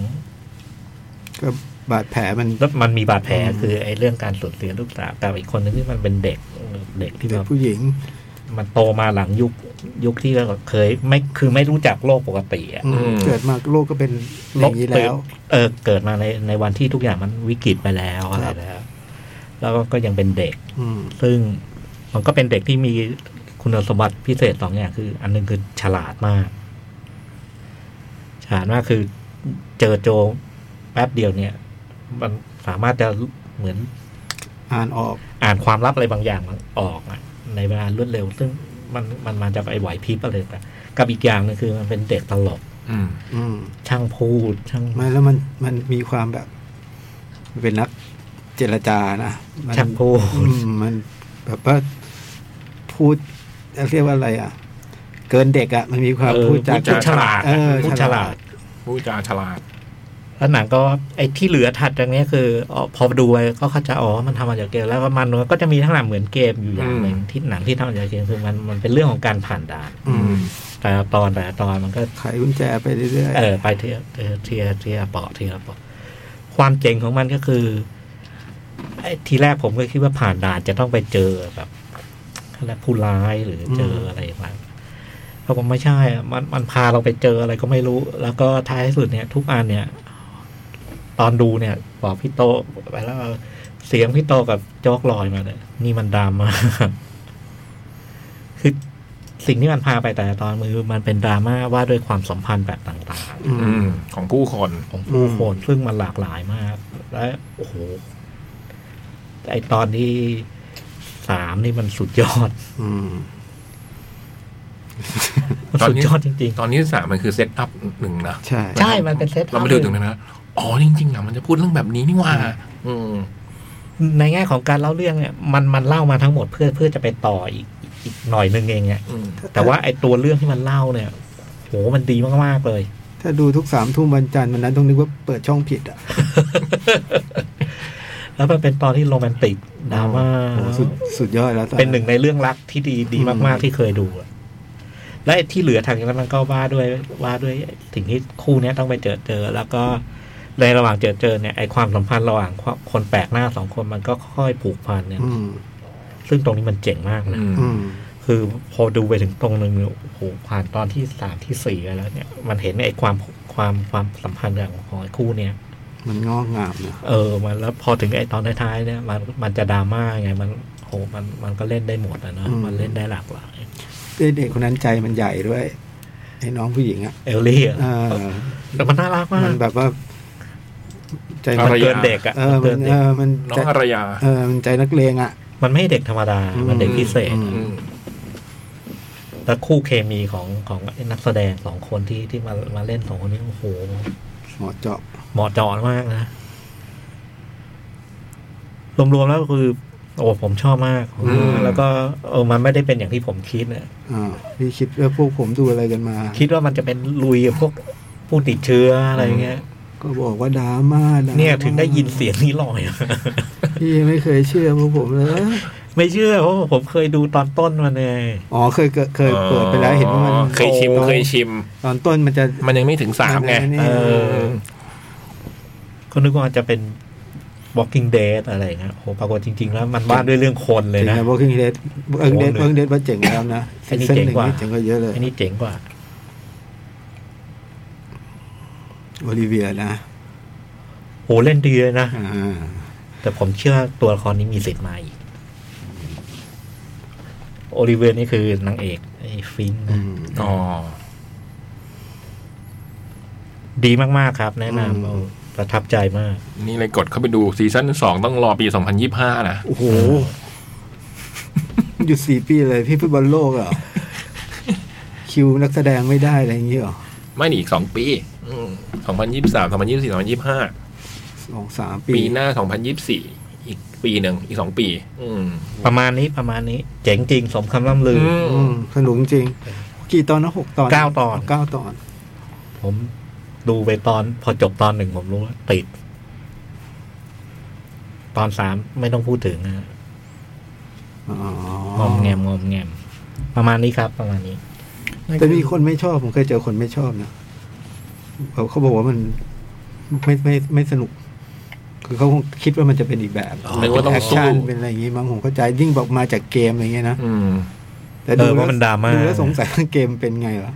A: ก็บาดแผลมัน
D: แล้วมันมีบาดแผล
A: อืม
D: คือไอ้เรื่องการสูญเสียลูกสาวกับอีกคนหนึ่งที่มันเป็นเด็กเด็กที่
A: เด็
D: แบ
A: ก
D: บ
A: ผู้หญิง
D: มันโตมาหลังยุคยุคที่เราเคย ไม่คือไม่รู้จักโลกปกติอะ
A: อืม
C: อืม
A: เกิดมาโลกก็เป็นอย่างนี้แล้ว
D: เออเกิดมาในในวันที่ทุกอย่างมันวิกฤตไปแล้วอะไร
A: ครับ
D: แล้วแล้วก็ยังเป็นเด็ก
A: อืม
D: ซึ่งมันก็เป็นเด็กที่มีคุณสมบัติพิเศษสองอย่างคือ อันหนึงคือฉลาดมาก ฉลาดมากคือเจอโจแป๊บเดียวเนี่ย มันสามารถจะเหมือน
A: อ่านออก
D: อ่านความลับอะไรบางอย่างมันออกอะในเวลารวดเร็ว ซึ่งมันมันมาจากไอ้ไหวพริบอะไรแต่างๆกับอีกอย่างหนึงคือมันเป็นเด็กตลก
C: อืม
A: อืม
D: ช่างพูดช่าง
A: ไม่แล้วมันมันมีความแบบ เป็นนักเจรจานะมัน
D: ช่างพูด
A: อืมมันแบบว่าพูดเรียกว่าอะไรอ่ะ เกินเด็กอ่ะ มันมีความ
D: เออ
A: พูดจา
C: พูดจา
D: ฉลาด
A: เออ
D: พูดฉลาด
C: ผู้จาฉลาด
D: แล้วหนังก็ไอ้ที่เหลือถัดจากเนี้ยคืออ๋อพอดูไปก็เข้าใจอ๋อมันทำมาจากเกมแล้วก็มันก็จะมีทั้งหนังเหมือนเกมอยู่อย่างหนึ่ง
C: อืม
D: ที่หนังที่ทำมาจากเกมคือมันมันเป็นเรื่องของการผ่านด่าน
A: อืม
D: แต่ละตอนแต่ละตอนมันก็
A: ไขกุญแจไปเรื่อย
D: เออไปเทียเออเทียเทียเปาะเทียเปาะความเจ๋งของมันก็คือไอ้ทีแรกผมก็คิดว่าผ่านด่านจะต้องไปเจอแบบอะไรผู้ร้ายหรือเจออะไรบ้างเขาบอกไม่ใช่อะมันมันพาเราไปเจออะไรก็ไม่รู้ แล้วก็ท้ายสุดเนี่ย ทุกอันเนี่ย ตอนดูเนี่ย บอกพี่โตไปแล้วเอาเสียงพี่โตกับโจ๊กลอยมาเลยนี่มันดราม่า คือสิ่งที่มันพาไปแต่ละตอนมือมันเป็นดราม่าว่าด้วยความสัมพันธ์แบบต่าง
A: ๆอื
C: อื
A: ม
C: ม ของผู้คน
D: ๆ ของผู้
A: อืม
D: คนซึ่งมันหลากหลายมาก และโอ้โหไอตอนที่สามนี่มันสุดยอด
A: อืม
D: มันสุดยอดจริง
C: ตอนนี้สามมันคือเซตอัพหนึ่งนะ
A: ใช่
D: ใช่มันเป็น set up
C: เราไม่ดูถึงนะอ๋อจริงๆนะมันจะพูดเรื่องแบบนี้นี่หว่า อืม
D: ๆ ในแง่ของการเล่าเรื่องเนี่ยมันมันเล่ามาทั้งหมดเพื่อเพื่อจะไปต่ออีกอีกอีกหน่อยหนึงเองเนี่ย
C: อืม
D: แต่ว่าไอตัวเรื่องที่มันเล่าเนี่ยโหมันดีมากๆเลย
A: ถ้าดูทุกสามทุ่มวันจันทร์วันนั้นต้องนึกว่าเปิดช่องผิดอ่ะ
D: แล้วมันเป็นตอนที่โรแมนติกดราม่า
A: โอ้โหสุดสุดยอดแล้วตอ
D: เป็นหนึ่งในเรื่องรักที่ดีดี
A: อืม
D: มาก ๆ ที่เคยดูอะและไอ้ที่เหลือทางนั้นมันก็ว่าด้วยว่าด้วยสิ่งที่คู่เนี้ยต้องไปเจอเจอ แล้วก็ในระหว่างเจอเจอเนี่ยไอความสัมพันธ์ระหว่างคนแปลกหน้าสองคนมันก็ค่อยผูกพันเนี่ย
A: อืม
D: ซึ่งตรงนี้มันเจ๋งมากนะ
C: อืม
A: อืม
D: คือพอดูไปถึงตรงหนึ่งเนี่ยโอ้โหผ่านตอนที่สามที่สี่ไปแล้วเนี่ย มันเห็นไอความความความสัมพันธ์ของของไอ้คู่เนี้ย
A: มันงอกงามนะ
D: เออมันแล้วพอถึงไอ้ตอนท้ายๆเนี่ยมันมันจะดราม่าไงมันโหมันมันก็เล่นได้หมดนะเนอะ
A: อืม
D: มันเล่นได้หลากหลาย
A: เด็กคนนั้นใจมันใหญ่ด้วยไอ้น้องผู้หญิงอ่ะ
D: เอลลี่อะ
A: เออ
D: แต่มันน่ารักมาก
A: มันแบบว่า ใจ
C: อะ
A: มั
C: ไร
A: น
D: มันเกินเด็กอะ
A: เออ
D: มัน
A: มั
D: เกิ
A: น
D: นเด็
A: เอก อมัน
C: น้อ
A: ใจ
C: งอารยา
A: เออมันใจนักเลงอ่ะ
D: มันไม่ใช่เด็กธรรมดา
A: อืม
D: มันเด็กพิเศษ
A: อื
C: อืม
D: แล้วคู่เคมีของของไอ้นักแสดงสองคนที่ที่มามาเล่นสองคนนี้โอ้โห
A: หมอเจาะ
D: เหมาะเจาะมากนะ รวมๆแล้วคือ โอ้ผมชอบมากผม
C: อืม
D: แล้วก็เออมันไม่ได้เป็นอย่างที่ผมคิดน่ะ
A: อ่าพี่คิดว่าพวกผมดูอะไรกันมา
D: คิดว่ามันจะเป็นลุยกับพวกผู้ติดเชื้ออะไรเงี้ย
A: ก็บอกว่าดราม่าดราม่า
D: เนี่ยถึงได้ยินเสียงนี้ลอย
A: พี่ไม่เคยเชื่อพวกผมเลย
D: ไม่เชื่อเพราะว่าผมเคยดูตอนต้นมาเนี่ย
A: อ๋อเคยเกิดเคยเปิดไปแล้วเห็นว่ามัน
C: เคยชิมเคยชิม
A: ตอนต้นมันจะ
C: มันยังไม่ถึงสามไง
A: มันยังไม่
C: เออ
D: ก็นึกว่าจะเป็น Walking Dead อะไรเงี้ยโหปรากฏจริง ๆ แล้วมันบ้านด้วยเรื่องคนเล
A: เจ๋
D: ย
A: ง
D: นะ
A: นะวอล์กอิงเดดเอิงเดด
D: โอ้โห
A: เอิงเดดว่าเจ๋งแล้วนะ
D: อันนี้
A: ซีซั่
D: เจ๋ง
A: หนึ่
D: กว่า
A: เจ๋งกว่าเยอะเลย
D: อันนี้เจ๋งกว่า
A: โอลิเวียนะ
D: โหเล่นดีเลยนะ
A: อ่า
D: แต่ผมเชื่อตัวละครนี้มีสิทธิ์มาอีก โอลิเวียนี่คือนางเอก ไอ้ฟิน
A: อืม
C: อ๋อ
D: ดีมากๆครับ แนะ
A: อืม
D: นำเอาประทับใจมาก
C: นี่เลยกดเข้าไปดูซีซั่นสองต้องรอปี 2025 นะ
A: โอ้โหหยุดสี่ปีเลยพี่ฟุตบอลโลกเหรอ <laughs> คิวนักแสดงไม่ได้อะไรอย่างเงี้ยหรอ
C: ไม่นี่อีกสองปีอืม2023 2024 2025
A: สองสาม
C: ปี
A: ปี
C: หน้า 2024 อีกปีหนึ่งอีกสองปี อืม
D: ประมาณนี้ประมาณนี้ เจ๋งจริง สมคำล่ำลือ
A: อืมสนุกจริง กี่ตอนนะหกตอน
D: เก้าตอน
A: เก้าตอน
D: ผมดูไปตอนพอจบตอนหนึ่งผมรู้ว่าติด ตอนสามไม่ต้องพูดถึงนะ
A: อ๋อง
D: อมแงมงอมแงม ประมาณนี้ครับ ประมาณนี้
A: แต่มีคนไม่ชอบ ผมเคยเจอคนไม่ชอบนะเขาเขาบอกว่ามันไม่ไม่ไม่สนุก คือเขาคงคิดว่ามันจะเป็นอีกแบบ
C: อ๋อนึกว่าต้อง
A: แอค
C: สู้
A: ชั่นเป็นอะไรอย่างงี้มั้งผมเข้าใจยิ่งบอกมาจากเกมอะไรเงี้ยนะ
C: อืม
A: แต่
D: เออว่ามันดราม่า
A: ดูแล้วสงสัยว่าเกมเป็นไงวะ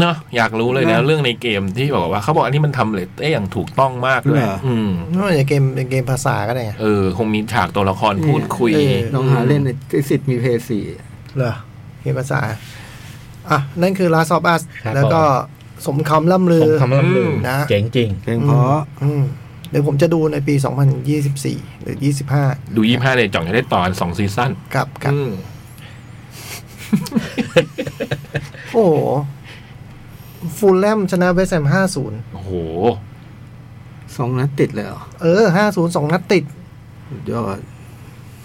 C: เนาะอยากรู้เลยนะ เรื่องในเกมที่บอกว่าเขาบอกอันนี้มันทำเลตเต้อย่างถูกต้องมากด้วย
A: เหรออื
C: อืม
B: นอกจากเกมเป็นเกมภาษาก็ได้ไง
C: เออ คงมีฉากตัวละครพูดคุย
B: เออ
A: ลองหาเล่นในสิทธิ์มีเพย์สี่
B: เหรอเกมภาษา อ่ะ นั่นคือ Last of Us
D: ครับ
B: แล้วก็สมคำล่ำลื
D: ส
B: อ
D: มคำล่ำลือ
C: ม
B: นะ
D: เจ๋งจริง
A: เพลงเพราะ
B: อืมเดี๋ยวผมจะดูในปี 2024 หรือ 25
C: ดูยี่ห้าเลยจ่องจะได้ต่อสองซีซั่น
B: กับกับ
C: อืม
B: โอ้โหฟูลแลมชนะเวสแฮม50
C: โอ้โห
A: สองนัดติดเลยเหรอ
B: เออ 50 2 นัดติด
A: สุดยอด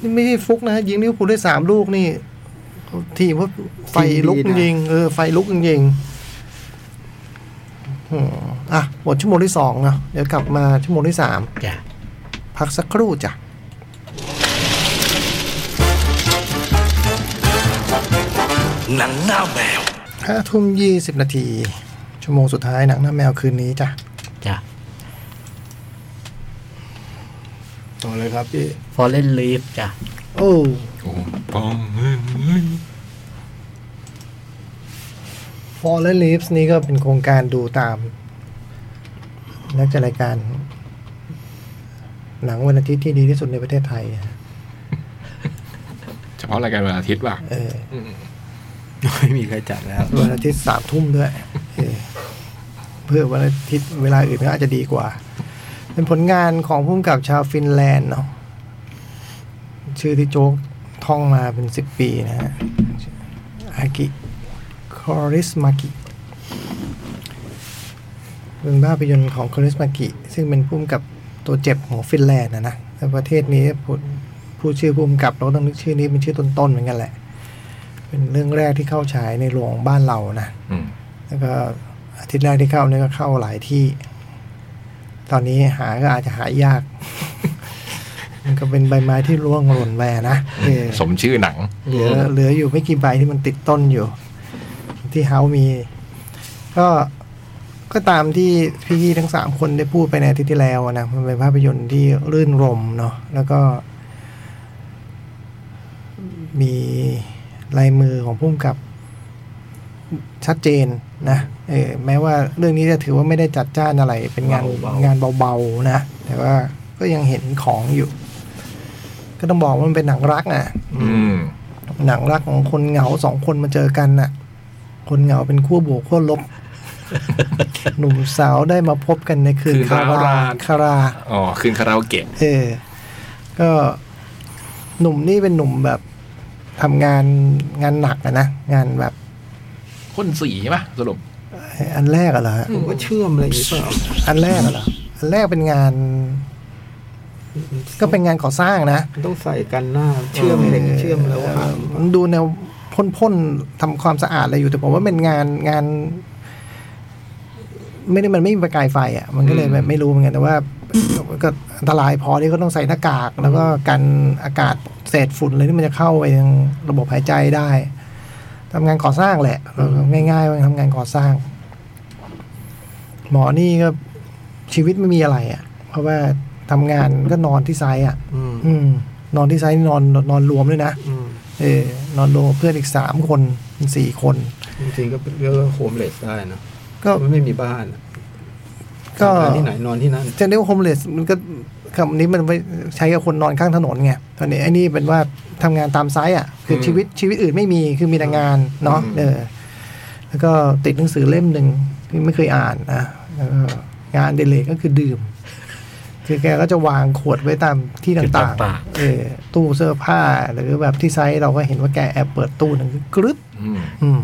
B: นี่ไม่ใช่ฟลุกนะ ยิงลิเวอร์พูลได้สามลูกนี่ ทีมว่าไฟลุกจริงๆเออ ไฟลุกจริงๆอืมอ่ะ หมดชั่วโมงที่สองเนาะเดี๋ยวกลับมาชั่วโมงที่สาม
D: จ้ะ
B: พักสักครู่จ้ะ
E: หนังหน้าแมว
B: ห้าทุ่มยี่สิบนาที ชั่วโมงสุดท้ายหนังหน้าแมวคืนนี้จ้ะ
D: จ้ะ
A: ต่อเลยครับพี่
D: Fallen Leaf จ้ะ
B: โอ้ฟอ l ์เรนลิฟส์นี่ก็เป็นโครงการดูตาม นักจัดรายการ หนังวันอาทิตย์ที่ดีที่สุดในประเทศไทย
C: เฉพาะรายการวันอาทิตย์ป่ะ
B: เออ
A: ไม่มีใครจัดแล้ว
B: วันอาทิตย์สามทุ่มด้วยเออเพื่อวันอาทิตย์เวลาอื่นก็อาจจะดีกว่า เป็นผลงานของผู้กำกับชาวฟินแลนด์เนาะชื่อที่โจ๊กท่องมาเป็นสิบปีนะฮะอากิคอริสมากิเป็นภาพยนตร์ของคอริสมากิซึ่งเป็นผู้กำกับตัวเจ็บของฟินแลนด์นะนะแต่ประเทศนี้พูดพูดชื่อผู้กำกับเราก็ต้องนึกชื่อนี้เป็นชื่อต้นๆเหมือนกันแหละ เป็นเรื่องแรกที่เข้าฉายในโรงบ้านเรานะ
C: อืม
B: แล้วก็อาทิตย์แรกที่เข้าเนี่ยก็เข้าหลายที่ ตอนนี้หาก็อาจจะหายาก <laughs> มันก็เป็นใบไม้ที่ร่วงหล่นไปนะเออ
C: สมชื่อหนัง
B: เหลือเหลืออยู่ไม่กี่ใบที่มันติดต้นอยู่ ที่เฮามี ก็ก็ตามที่พี่ๆทั้งสามคนได้พูดไปในอาทิตย์ที่แล้วอะนะ มันเป็นภาพยนตร์ที่รื่นรมย์เนาะแล้วก็ มีลายมือของพุ่มกับชัดเจนนะเออแม้ว่าเรื่องนี้จะถือว่าไม่ได้จัดจ้านอะไร เป็นงาน
D: เบาๆ
B: งานเบาๆนะ แต่ว่าก็ยังเห็นของอยู่ ก็ต้องบอกว่ามันเป็นหนังรักอ่ะ
C: อืม
B: หนังรักของคนเหงาสองคนมาเจอกันน่ะ คนเหงาเป็นขั้วบวกขั้ว
C: <laughs>
B: ลบ หนุ่มสาวได้มาพบกันในคืน
C: คืน
B: คา
C: ร้าว
B: รา
C: ร้าน
B: คารา
C: อ๋อคืนคาราโอเกะ
B: เออ ก็หนุ่มนี่เป็นหนุ่มแบบทำงานงานหนักอะนะ งานแบบ
C: คนสีใช่ป่ะสรุป
B: อันแรกอะเหรอฮะ
A: ผมก็เชื่อมอะไรอย่างงี้เปล่า
B: อันแรกอะเหรออันแรกเป็นงาน ก็เป็นงานก่อสร้างนะ
A: มันต้องใส่กันหน้า เชื่อมเหล็กเชื่อมแล้วหาง
B: ผมดูแนวพ่นๆทำความสะอาดอะไรอยู่แต่ผมว่าเป็นงานงาน ไม่ได้มันไม่มีประกายไฟอ่ะ มันก็เลยแบบไม่รู้เหมือนกันแต่ว่าก็อันตรายพอที่ก็ต้องใส่หน้ากาก แล้วก็กันอากาศเศษฝุ่นเลยที่มันจะเข้าไปทางระบบหายใจได้ทำงานก่อสร้างแหละเราก็ง่ายๆว่าทำงานก่อสร้าง หมอนี่ก็ชีวิตไม่มีอะไรอ่ะ เพราะว่าทำงานก็นอนที่ไซต์อ่ะ
A: อืม
B: อืมนอนที่ไซต์นอนนอนรวมด้วยนะ
A: อืม
B: เออนอนรวมกับเพื่อนอีกสามคนเป็นสี่คน
A: จริงๆก็เรียกว่าโฮมเลสได้นะ
B: ก็
A: มันไม่มีบ้าน
B: ก็
A: ทำงานที่ไหนนอนที่นั่น
B: จะเรียกว่าโฮมเลสมันก็คำนี้มันไว้ใช้กับคนนอนข้างถนนไงตอนนี้ไอ้นี่เป็นว่าทำงานตามไซต์อ่ะ คืออ
C: ม
B: ชีวิตชีวิตอื่นไม่มีคือมีแต่งานเนาะ
C: อืม
B: เออแล้วก็ติดหนังสือเล่มหนึ่งที่ไม่เคยอ่านนะแล้วก็งานเดเลกก็คือดื่ม คือแกก็จะวางขวดไว้ตามที่
D: จุด
B: ต่าง
D: ต่าง
B: ๆเออตู้เสื้อผ้าหรือแบบที่ไซต์เราก็เห็นว่าแกแอบเปิดตู้หนึ่งคือกรึบ
C: อืม
B: อืม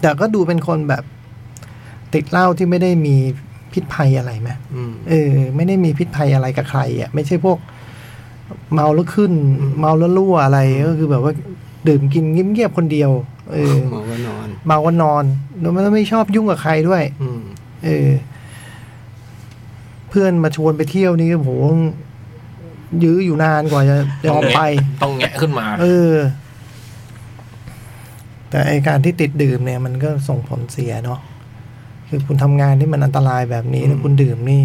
B: แต่ก็ดูเป็นคนแบบ ติดเหล้าที่ไม่ได้มีพิษภัยอะไรไหม
A: อืม
B: เออ ไม่ได้มีพิษภัยอะไรกับใครอ่ะ ไม่ใช่พวก เมาแล้วขึ้น
A: อืม
B: เมาแล้วรั่วอะไรก็คือแบบว่า ดื่มกินเงียบๆคนเดียว เออ
A: หมอก็นอน
B: เมาก็นอนแล้วมันไม่ชอบยุ่งกับใครด้วย
A: อืม
B: เออ เพื่อนมาชวนไปเที่ยวนี่โหยื้ออยู่นานกว่าจะยอมไป
C: ต้องแงะขึ้นมา
B: เออ แต่ไอการที่ติดดื่มเนี่ย มันก็ส่งผลเสียเนาะคือคุณทำงานที่มันอันตรายแบบนี้แล้วคุณดื่มนี่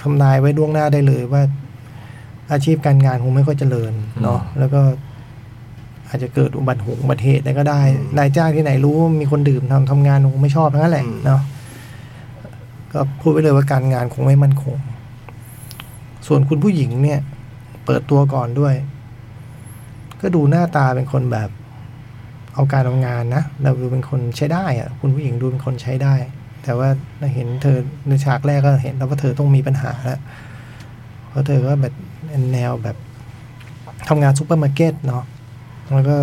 B: ทำนายไว้ล่วงหน้าได้เลยว่า อาชีพการงานคงไม่ค่อยเจริญ เนาะแล้วก็อาจจะเกิดอุบัติหงอุบัติเหตุอะไรก็ได้ นายจ้างที่ไหนรู้ว่ามีคนดื่มทำทำงานคงไม่ชอบทั้งนั้นแหละ
A: อืม
B: เนาะก็พูดไว้เลยว่าการงานคงไม่มั่นคง ส่วนคุณผู้หญิงเนี่ย เปิดตัวก่อนด้วย ก็ดูหน้าตาเป็นคนแบบ เอาการเอางานนะเราดูเป็นคนใช้ได้อะคุณผู้หญิงดูเป็นคนใช้ได้ แต่ว่าเราเห็นเธอในฉากแรกก็เห็นแล้วว่าเธอต้องมีปัญหาแล้วเพราะเธอก็แบบแนวแบบทำงานซูเปอร์มาร์เก็ตเนาะแล้วก็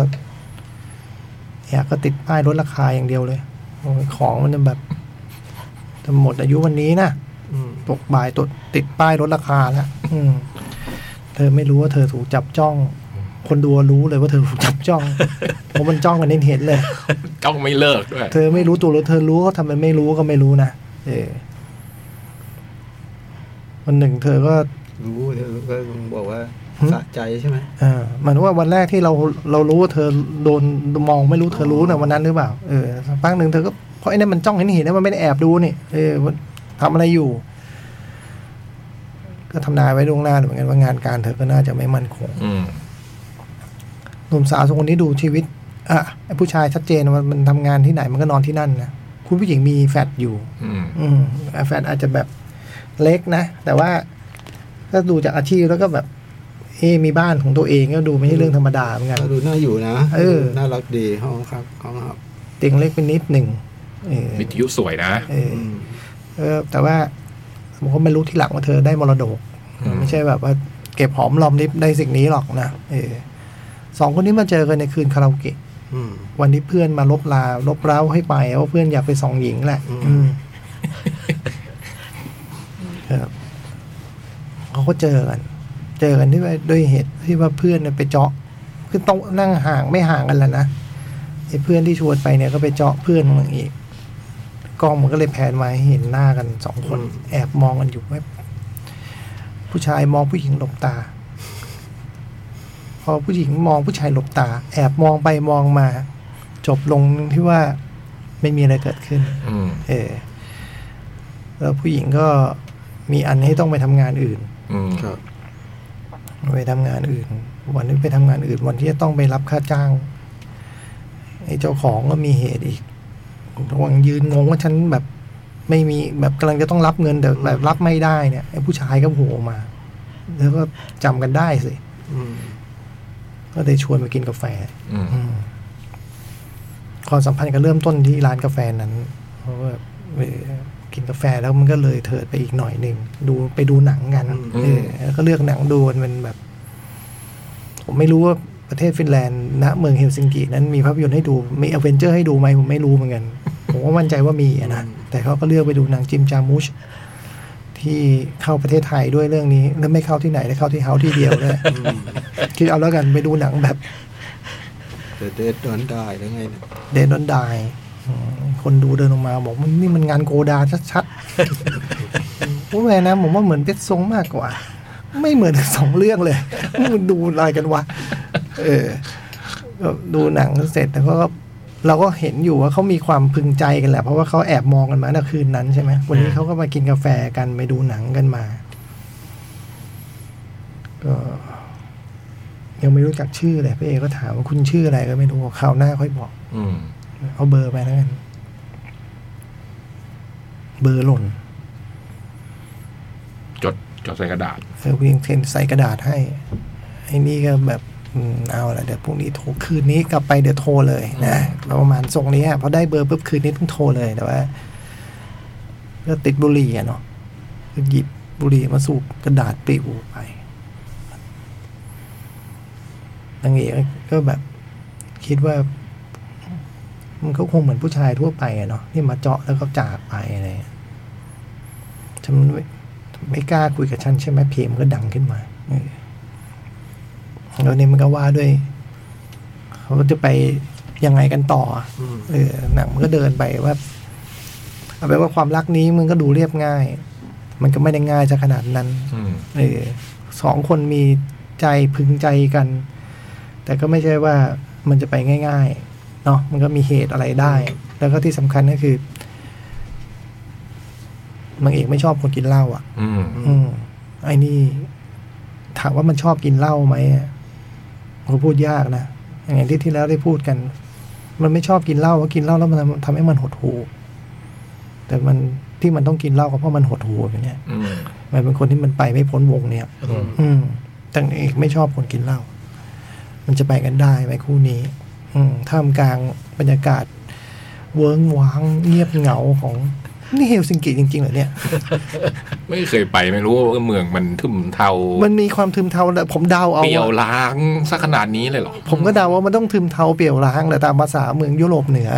B: แอบก็ติดป้ายลดราคาอย่างเดียวเลยโอ้ยของมันจะแบบจะหมดอายุวันนี้นะ
A: อืม
B: ตกบ่ายตดติดป้ายลดราคาแล้วอืม เธอไม่รู้ว่าเธอถูกจับจ้อง คนดูรู้เลยว่าเธอถูกจับจ้อง เพราะมันจ้องกันเห็นๆเลย
C: จ้องไม่เลิกด้วย
B: เธอไม่รู้ตัวหรือเธอรู้เขาทำเป็นไม่รู้ก็ไม่รู้นะเออวันหนึ่งเธอก็
A: รู้เธอก็บอกว่า
B: หึ
A: สะใจใช่ไหม
B: เออเหมือนว่าวันแรกที่เราเรารู้ว่าเธอโดนมองไม่รู้เธอรู้นะวันนั้นหรือเปล่าเออสักพักหนึ่งเธอก็เพราะไอ้นั่นมันจ้องเห็นเห็นนะมันไม่ได้แอบดูนี่เออว่าทำอะไรอยู่ ก็ทำนายไว้ล่วงหน้าเหมือนกันว่างานการเธอก็น่าจะไม่มั่นคง
C: อืม
B: หนุ่มสาวสองคนนี้ดูชีวิต อ่ะไอ้ผู้ชายชัดเจนว่ามันทำงานที่ไหนมันก็นอนที่นั่นนะคุณผู้หญิงมีแฟดอยู่
C: อืม
B: อืมแฟนอาจจะแบบเล็กนะ แต่ว่าก็ดูจากอาชีพแล้วก็แบบ เอะมีบ้านของตัวเองก็ดูไม่ใช่เรื่องธรรมดาเหมือนกัน
A: ดูน่าอยู่นะ
B: เออ
A: น่ารักดีห้องครับห้องครับ
B: เตียงเล็กเป็นนิดหนึ่งเออ
C: วิทยุสวยนะ
B: เออ
A: อืม
B: เออ แต่ว่าผมก็ไม่รู้ที่หลังว่าเธอได้มรดก
C: อืม
B: ไม่ใช่แบบว่า เก็บหอมรอมริบได้สิ่งนี้หรอกนะเออสองคนนี้มาเจอกันในคืนคาราโอเกะ
A: อืม
B: วันที่เพื่อนมาลบลาลบเร้าให้ไปว่าเพื่อนอยากไปส่องหญิงแหละ
A: อืม
B: อืมครับเขาก็เจอกัน เจอกันที่ว่าด้วยเหตุที่ว่าเพื่อนเนี่ยไปเจาะคือต้องนั่งห่างไม่ห่างกันแล้วนะไอ้เพื่อนที่ชวนไปเนี่ยก็ไปเจาะเพื่อนมึงอีกกล้องมันก็เลยแพนมาให้เห็นหน้ากันสองคน แอบมองกันอยู่ว่าผู้ชายมองผู้หญิงหลบตา พอผู้หญิงมองผู้ชายหลบตา แอบมองไปมองมา จบลงที่ว่าไม่มีอะไรเกิดขึ้น
C: อืม
B: เออ แล้วผู้หญิงก็มีอันให้ต้องไปทำงานอื่น
C: อืม
A: ครับ
B: ไปทำงานอื่น วันนี้ไปทำงานอื่น วันที่จะต้องไปรับค่าจ้างไอ้เจ้าของก็มีเหตุอีกระหวังยืนงงว่าฉันแบบไม่มีแบบกำลังจะต้องรับเงินแต่แบบรับไม่ได้เนี่ยไอ้ผู้ชายก็โผล่มา แล้วก็จำกันได้สิ
A: อืม
B: ก็เลยชวนไปกินกาแฟ
C: อืม
B: อืมความสัมพันธ์ก็เริ่มต้นที่ร้านกาแฟนั้น เพราะว่าเออกินกาแฟแล้วมันก็เลยเถิดไปอีกหน่อยหนึ่งดูไปดูหนังกัน
C: อืม
B: เออแล้วก็เลือกหนังดูมันแบบ ผมไม่รู้ว่าประเทศฟินแลนด์ณเมืองเฮลซิงกินั้นมีภาพยนตร์ให้ดูมีอเวนเจอร์ให้ดูไหมผมไม่รู้เหมือนกัน ผมก็มั่นใจว่ามีอะนะแต่เขาก็เลือกไปดูหนังจิมจามุช ท ที่เข้าประเทศไทยด้วยเรื่องนี้ แล้วไม่เข้าที่ไหนได้เข้าที่เฮาที่เดียวเลยคิดเอาแล้วกันไปดูหนังแบบ
A: เดดเดดดอนได้หรือไงเนี่ย
B: เดนดอนดายคนดูเดินออกมาบอกมันนี่มันงานโกดาชัดๆ ผมเลยนะผมว่าเหมือนเป็ดทรงมากกว่า ไม่เหมือนทั้งสองเรื่องเลยมันดูอะไรกันวะ เออก็ดูหนังเสร็จแล้วก็เราก็เห็นอยู่ว่าเขามีความพึงใจกันแหละ เพราะว่าเขาแอบมองกันมาตั้งแต่คืนนั้นใช่ไหมวันนี้เขาก็มากินกาแฟกันไปดูหนังกันมา ก็ ยังไม่รู้จักชื่อเลยพี่เอก็ถามว่าคุณชื่ออะไรก็ไม่รู้คราวหน้าค่อยบอก
C: อืม
B: เอาเบอร์ไปแล้วกัน เบอร์หล่น
C: จดจดใส่กระดาษ
B: เซอร์วิงเทนใส่กระดาษให้ ไอ้นี่ก็แบบอืมเอาละเดี๋ยวพรุ่งนี้โทรคืนนี้กลับไปเดี๋ยวโทรเลยนะประมาณทรงนี้ฮะพอได้เบอร์ปุ๊บคืนนี้ต้องโทรเลยแต่ว่าก็ติดบุหรี่อะเนาะก็หยิบบุหรี่มาสูบกระดาษปลิวไปนางเอกก็แบบ คิดว่า มันก็คงเหมือนผู้ชายทั่วไปอะเนาะที่มาเจาะแล้วก็จากไปอะไรอย่างเงี้ยฉันไม่ไม่กล้าคุยกับฉันใช่ไหมเพลงมนก็ดังขึ้นมาเออแล้วนี่มันก็ว่าด้วย เขาจะไปยังไงกันต่ออะเออหนังมันก็เดินไปว่าเอาไปนว่าความรักนี้มันก็ดูเรียบง่าย มันก็ไม่ได้ง่ายจะขนาดนั้น
C: อืม
B: เออสองคนมีใจพึงใจกัน แต่ก็ไม่ใช่ว่ามันจะไปง่ายๆเนาะมันก็มีเหตุอะไรได้ แล้วก็ที่สำคัญก็คือนางเอกไม่ชอบคนกินเหล้าอ่ะ
C: อืม
B: อืมไอ้นี่ ถามว่ามันชอบกินเหล้าไหมอะผมพูดยากนะอย่างที่ที่แล้วได้พูดกัน มันไม่ชอบกินเหล้าว่าะกินเหล้าแล้วมันทำให้มันหดหูแต่มันที่มันต้องกินเหล้าก็เพราะมันหดหูอย่างเงี้ย
C: อืม
B: มันเป็นคนที่มันไปไม่พ้นวงเนี่ย อืมแต่นางเอกไม่ชอบคนกินเหล้า มันจะไปกันได้ไหมคู่นี้ อืมท่ามกลางบรรยากาศ เวิ้งว้างเงียบเหงาของ นี่เฮลซิงกิจริงๆเหรอเนี่ย
C: ไม่เคยไปไม่รู้ว่าเมืองมันทึมเทา
B: มันมีความทึมเทาแต่ผมเดาเอา
C: เปรี้ยว
B: อะ
C: ล้างซะขนาดนี้เลยเหรอ
B: ผมก็เดาว่ามันต้องทึมเทาเปรี่ยวร้างแหละตามภาษาเมืองยุโรปเหนือ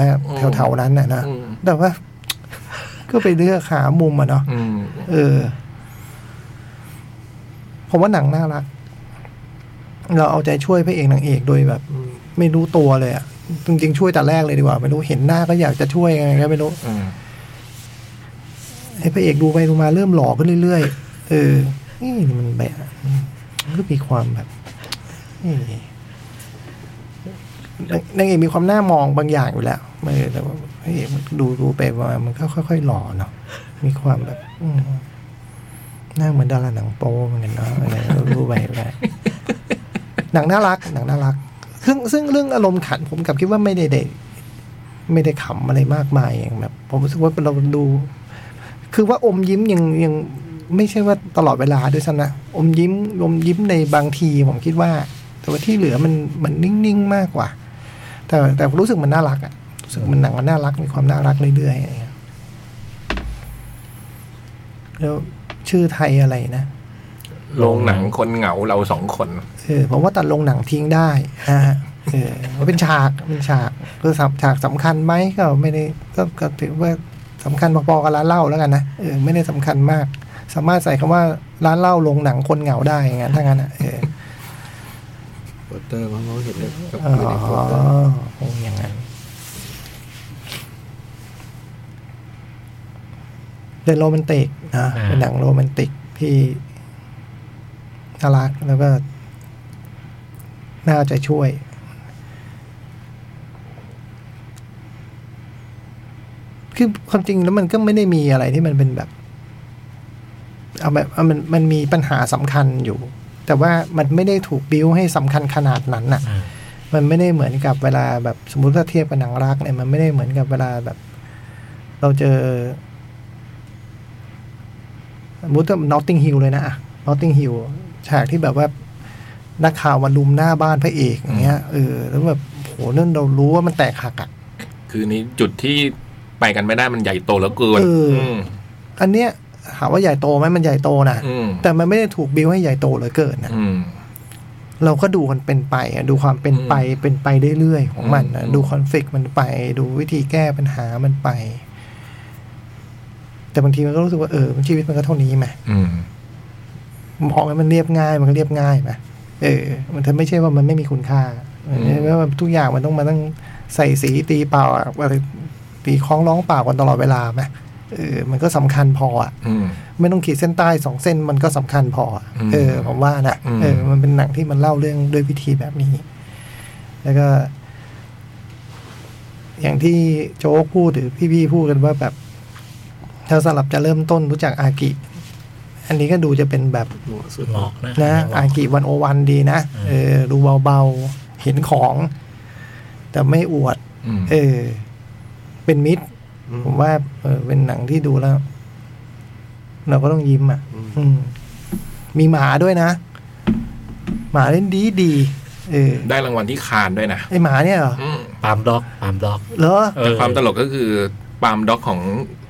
B: แถวๆนั้นน่ะนะ
C: อืม
B: แต่ว่า <laughs> ก็ไปเลือกหามุมอะเนาะ
C: อืม
B: เออ ผมว่าหนังน่ารัก เราเอาใจช่วยพระเอกนางเอกโดยแบบ ไม่รู้ตัวเลยอ่ะ จริงๆช่วยแต่แรกเลยดีกว่า ไม่รู้เห็นหน้าก็อยากจะช่วยยังไงก็ไม่รู้
C: อืม
B: ไอ้พระเอกดูไปดูมาเริ่มหล่อขึ้นเรื่อยๆเออนี่มันแบบมันก็มีความแบบนี่นางเอกมีความน่ามองบางอย่างอยู่แล้วเออแต่ว่าพระเอกมันดูดูไปมามันก็ค่อยๆหล่อเนาะมีความแบบ อืมหน้าเหมือนดาราหนังโป๊เหมือนกันเนาะอะไรก็ดูไปไป หนังน่ารัก หนังน่ารัก ซึ่งซึ่งเรื่องอารมณ์ขันผมกลับคิดว่าไม่ได้เด็กไม่ได้ขำอะไรมากมายอย่างแบบ ผมรู้สึกว่าเราดู คือว่าอมยิ้มยังยังไม่ใช่ว่าตลอดเวลาด้วยซ้ำนะอมยิ้มอมยิ้มในบางทีผมคิดว่า แต่ว่าที่เหลือมันมันนิ่งๆมากกว่า แต่แต่รู้สึกมันน่ารักอะรู้สึกมันหนังมันน่ารักมีความน่ารักเรื่อยๆอะไรอย่างเงี้ยแล้วชื่อไทยอะไรนะ
C: โรงหนังคนเหงาเราสองคน
B: เออผมว่าตัดลงหนังทิ้งได้นะฮะเออมันเป็นฉากเป็นฉากคือสำฉากสำคัญไหมก็ไม่ได้ก็ก็ถือว่าสำคัญพอๆกับร้านเหล้าแล้วกันนะเออไม่ได้สำคัญมาก สามารถใส่คำว่าร้านเหล้าลงหนังคนเหงาได้อย่างนั้นถ้างั้นอ่ะเออ
A: โปสเตอร์มันเขาเห็นเลยกับ
B: อ๋อ
A: อยู่ในโปสเตอร์
B: คงอย่างนั้นเป็นโรแมนติกนะ
D: อ่า
B: เป็นหนังโรแมนติกที่น่ารักแล้วก็น่าเอาใจช่วย คือความจริงแล้วมันก็ไม่ได้มีอะไรที่มันเป็นแบบ เอาแบบเอามันมันมีปัญหาสำคัญอยู่ แต่ว่ามันไม่ได้ถูกบิ้วให้สำคัญขนาดนั้นน่ะ
D: อ่า
B: มันไม่ได้เหมือนกับเวลาแบบสมมติถ้าเทียบกับหนังรักเนี่ยมันไม่ได้เหมือนกับเวลาแบบ เราเจอสมมติว่านอตติงฮิลเลยนะนอตติงฮิลฉากที่แบบว่านักข่าวมาลุมหน้าบ้านพระเอกอย่างเงี้ยเออแล้วแบบโหเรื่องเรารู้ว่ามันแตกหักอะ
C: คือนี่จุดที่ไปกันไม่ได้มันใหญ่โตแล้วเกิน
B: เอออื
C: ม
B: อันเนี้ยถามว่าใหญ่โตไหมมันใหญ่โตนะ
C: อืม
B: แต่มันไม่ได้ถูกบิวให้ใหญ่โตเหลือเกินนะ
C: อืม
B: เราก็ดูกันเป็นไปอะดูความเป็นไปเป็นไปเรื่อยๆของมันนะ
C: อืม
B: ดูคอนฟ lict มันไป ดูวิธีแก้ปัญหามันไป แต่บางทีมันก็รู้สึกว่าเออชีวิตมันก็เท่านี้ไหม
C: อืม
B: มองแล้วมันเรียบง่ายมันก็เรียบง่ายไหมเออ มันถ้าไม่ใช่ว่ามันไม่มีคุณค่ามันไม่ใช่ว่าทุกอย่างมันต้องมาตั้งใส่สีตีเปล่าอะอะไรตีคล้องร้องเปล่ากันตลอดเวลาไหมเออ มันก็สำคัญพออะ
C: อืม
B: ไม่ต้องขีดเส้นใต้สองเส้นมันก็สำคัญพออ่ะ
C: อืม
B: เออ ผมว่านะ
C: อืม
B: เออ มันเป็นหนังที่มันเล่าเรื่องด้วยวิธีแบบนี้ แล้วก็ อย่างที่โจ๊กพูดหรือพี่ๆพูดกันว่าแบบ ถ้าสลับจะเริ่มต้นรู้จักอากิ อันนี้ก็ดูจะเป็นแบบ
A: เหมาะสุด
D: หมอกนะ
B: นะ
D: หม
B: อา
D: อก
B: กิวันโอวันดีนะ
D: อืม
B: เออ ดูเบาๆ เห็นของ แต่ไม่อวด
C: อืม
B: เออ เป็นมิตร
A: อืม
B: ผมว่าเออเป็นหนังที่ดูแล้ว เราก็ต้องยิ้มอ่ะ อืม มีหมาด้วยนะ หมาเล่นดีดีๆเออ
C: ได้รางวัลที่คานด้วยนะ
B: ไอหมาเนี่ยเหรอ
C: อืม
D: ปาล์มด็อกปาล์มด็อก
B: เหรอ
D: เอ
C: แต่
D: อ
C: ความตลกก็คือปาล์มด็อกของ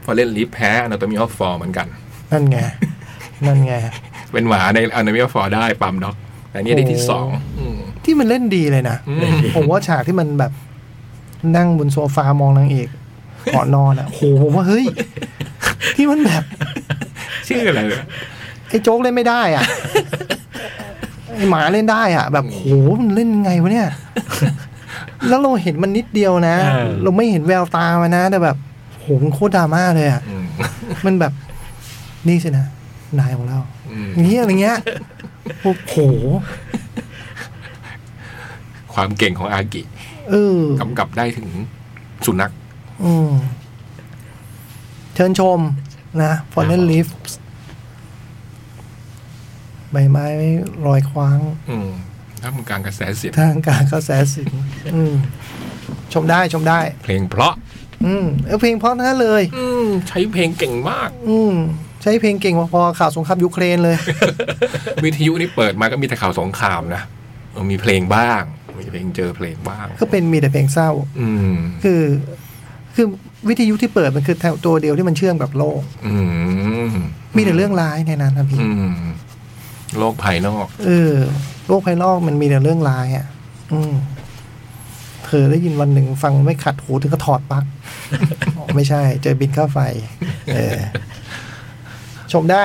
C: ฟอเรนลีฟแพ้อนาโตมีออฟฟอร์เหมือนกัน
B: นั่นไง นั่นไง
C: เป็นหมาในอนาโตมีออฟฟอร์ได้ปาล์มด็อก แต่นี่ได้ที่สองอืม
B: ที่มันเล่นดีเลยนะ
C: อืม
B: ผมว่าฉากที่มันแบบ นั่งบนโซฟามองนางเอกหอนอนอ่ะโหผมว่าเฮ้ย ที่มันแบบ
C: ชื่ออะไรเนี่ย
B: ไอ้โจ๊กเล่นไม่ได้ <laughs> อ่ะ ไอ้หมาเล่นได้อ่ะ แบบโหมันเล่นไงวะ <laughs> เนี่ย แล้วเราเห็นมันนิดเดียวนะ เราไม่เห็นแววตามันนะ แต่แบบโหมันโคตรดราม่าเลยอ่ะ
C: อืม
B: มันแบบนี่สินะนายของเรา
C: อืม
B: เงี้ยอะไรเงี้ยโอ้โห
C: ความเก่งของอากิ
B: เออก
C: ำกับได้ถึงสุนัข
B: อืมเชิญชมนะฟอนเนนลิฟใบไม้รอยคว้าง
C: อืมท่ามกลางกระแสเสียง
B: ทางการกระแสสิงอืม ชมได้ชมได้
C: เพลงเพราะ
B: อืมเออเพลงเพราะทั้งนั้นเลย
C: อืมใช้เพลงเก่งมาก
B: อืม ใช้เพลงเก่งพอๆข่าวสงครามยูเครนเลย <laughs>
C: วิทยุนี่เปิดมาก็มีแต่ข่าวสงครามนะเออมีเพลงบ้าง มีเพลงเจอเพลงบ้าง
B: ก็เป็นมีแต่เพลงเศร้า
C: อืม
B: คือ คือวิทยุที่เปิดมันคือตัวเดียวที่มันเชื่อมกับโลก
C: อืม
B: มีแต่เรื่องร้ายในนั้นนะพี่
C: อืม โลกภายนอก
B: เออ โลกภายนอกมันมีแต่เรื่องร้ายอ่ะ อืมเธอได้ยินวันหนึ่งฟังไม่ขัดหูถึงก็ถอดปลั๊ก <laughs> อ๋อไม่ใช่ เจอบินค่าไฟ เออ ชมได้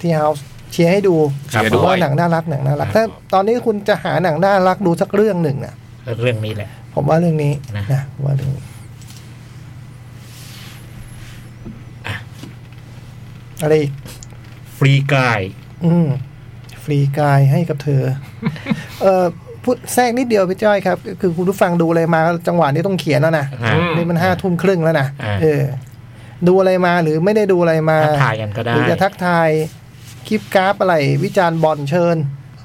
B: ที่เฮาส์เชียร์ให้ดู
C: ครับ
B: เพราะว่า
C: ผม
B: หนังน่ารักหนังน่ารัก ถ้าตอนนี้คุณจะหาหนังน่ารักดูสักเรื่องหนึ่งน่ะ
D: เรื่องนี้แหละ
B: ผมว่าเรื่องนี้
D: นะ
B: นะผมว่าเรื่องนี้อะไรอีก
D: ฟรีกาย
B: อืม ฟรีกายให้กับเธอ <laughs> เออพูดแทรกนิดเดียวพี่จ้อยครับ คือคุณผู้ฟังดูอะไรมาจังหวะนี้ต้องเขียนแล้วนะ
D: อ่า
B: นี่มันห้าทุ่มครึ่งแล้วนะ
D: อ่า
B: เออ ดูอะไรมาหรือไม่ได้ดูอะไรมา
D: ทักทายกันก็
B: ห
D: ได้
B: รือจะทักทายคลิปกราฟอะไร วิจารณ์บอลเชิญ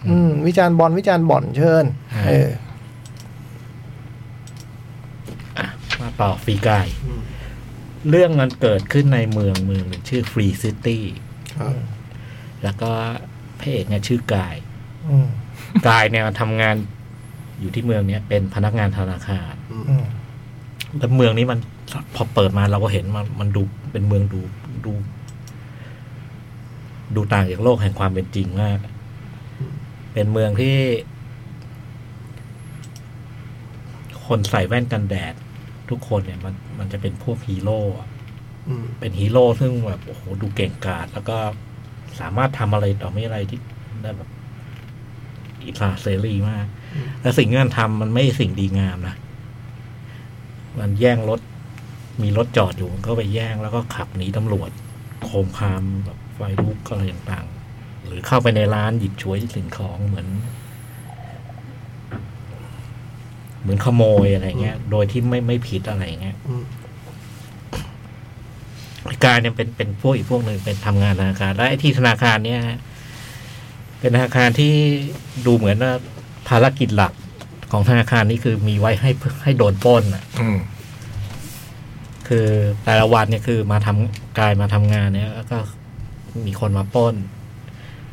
B: อืม วิจารณ์บอลวิจารณ์บอลเชิญ
D: อ่า
B: เออ
D: อ่ะมาต่อฟรีกาย เรื่องมันเกิดขึ้นในเมืองเมืองหนึ่งชื่อฟรีซิตี้
A: ครับ
D: แล้วก็พระเอกเนี่ยชื่อกาย <laughs>
B: อืม
D: กายเนี่ยทำงานอยู่ที่เมืองเนี้ยเป็นพนักงานธนาคาร
B: อืม
D: แล้วเมืองนี้มันพอเปิดมาเราก็เห็นมันมันดูเป็นเมืองดูดู ดูต่างจากโลกแห่งความเป็นจริงมาก เป็นเมืองที่ คนใส่แว่นกันแดด ทุกคนเนี่ยมันมันจะเป็นพวกฮีโร่อะ
A: อืม
D: เป็นฮีโร่ซึ่งแบบโอ้โหดูเก่งกาจแล้วก็สามารถทำอะไรต่อไม่อะไรที่ได้แบบอิสระเสรีมาก และสิ่งที่มันทำมันไม่ใช่สิ่งดีงามนะ มันแย่งรถ มีรถจอดอยู่มันก็ไปแย่งแล้วก็ขับหนีตำรวจ โคมคามแบบไฟลุกอะไรต่างๆ หรือเข้าไปในร้านหยิบฉวยสิ่งของเหมือน เหมือนขโมยอะไรเงี้ย โดยที่ไม่ไม่ผิดอะไรเงี้ย
A: อืม
D: ไอ้กายเนี่ยเป็นเป็นพวกอีกพวกหนึ่งเป็นทำงานธนาคารและไอ้ที่ธนาคารเนี่ยฮะเป็นธนาคารที่ดูเหมือนว่าภารกิจหลักของธนาคารนี่คือมีไว้ให้ให้โดนปล้นอ่ะ
C: อืม
D: คือแต่ละวันเนี่ยคือมาทำกายมาทำงานเนี่ยแล้วก็มีคนมาปล้น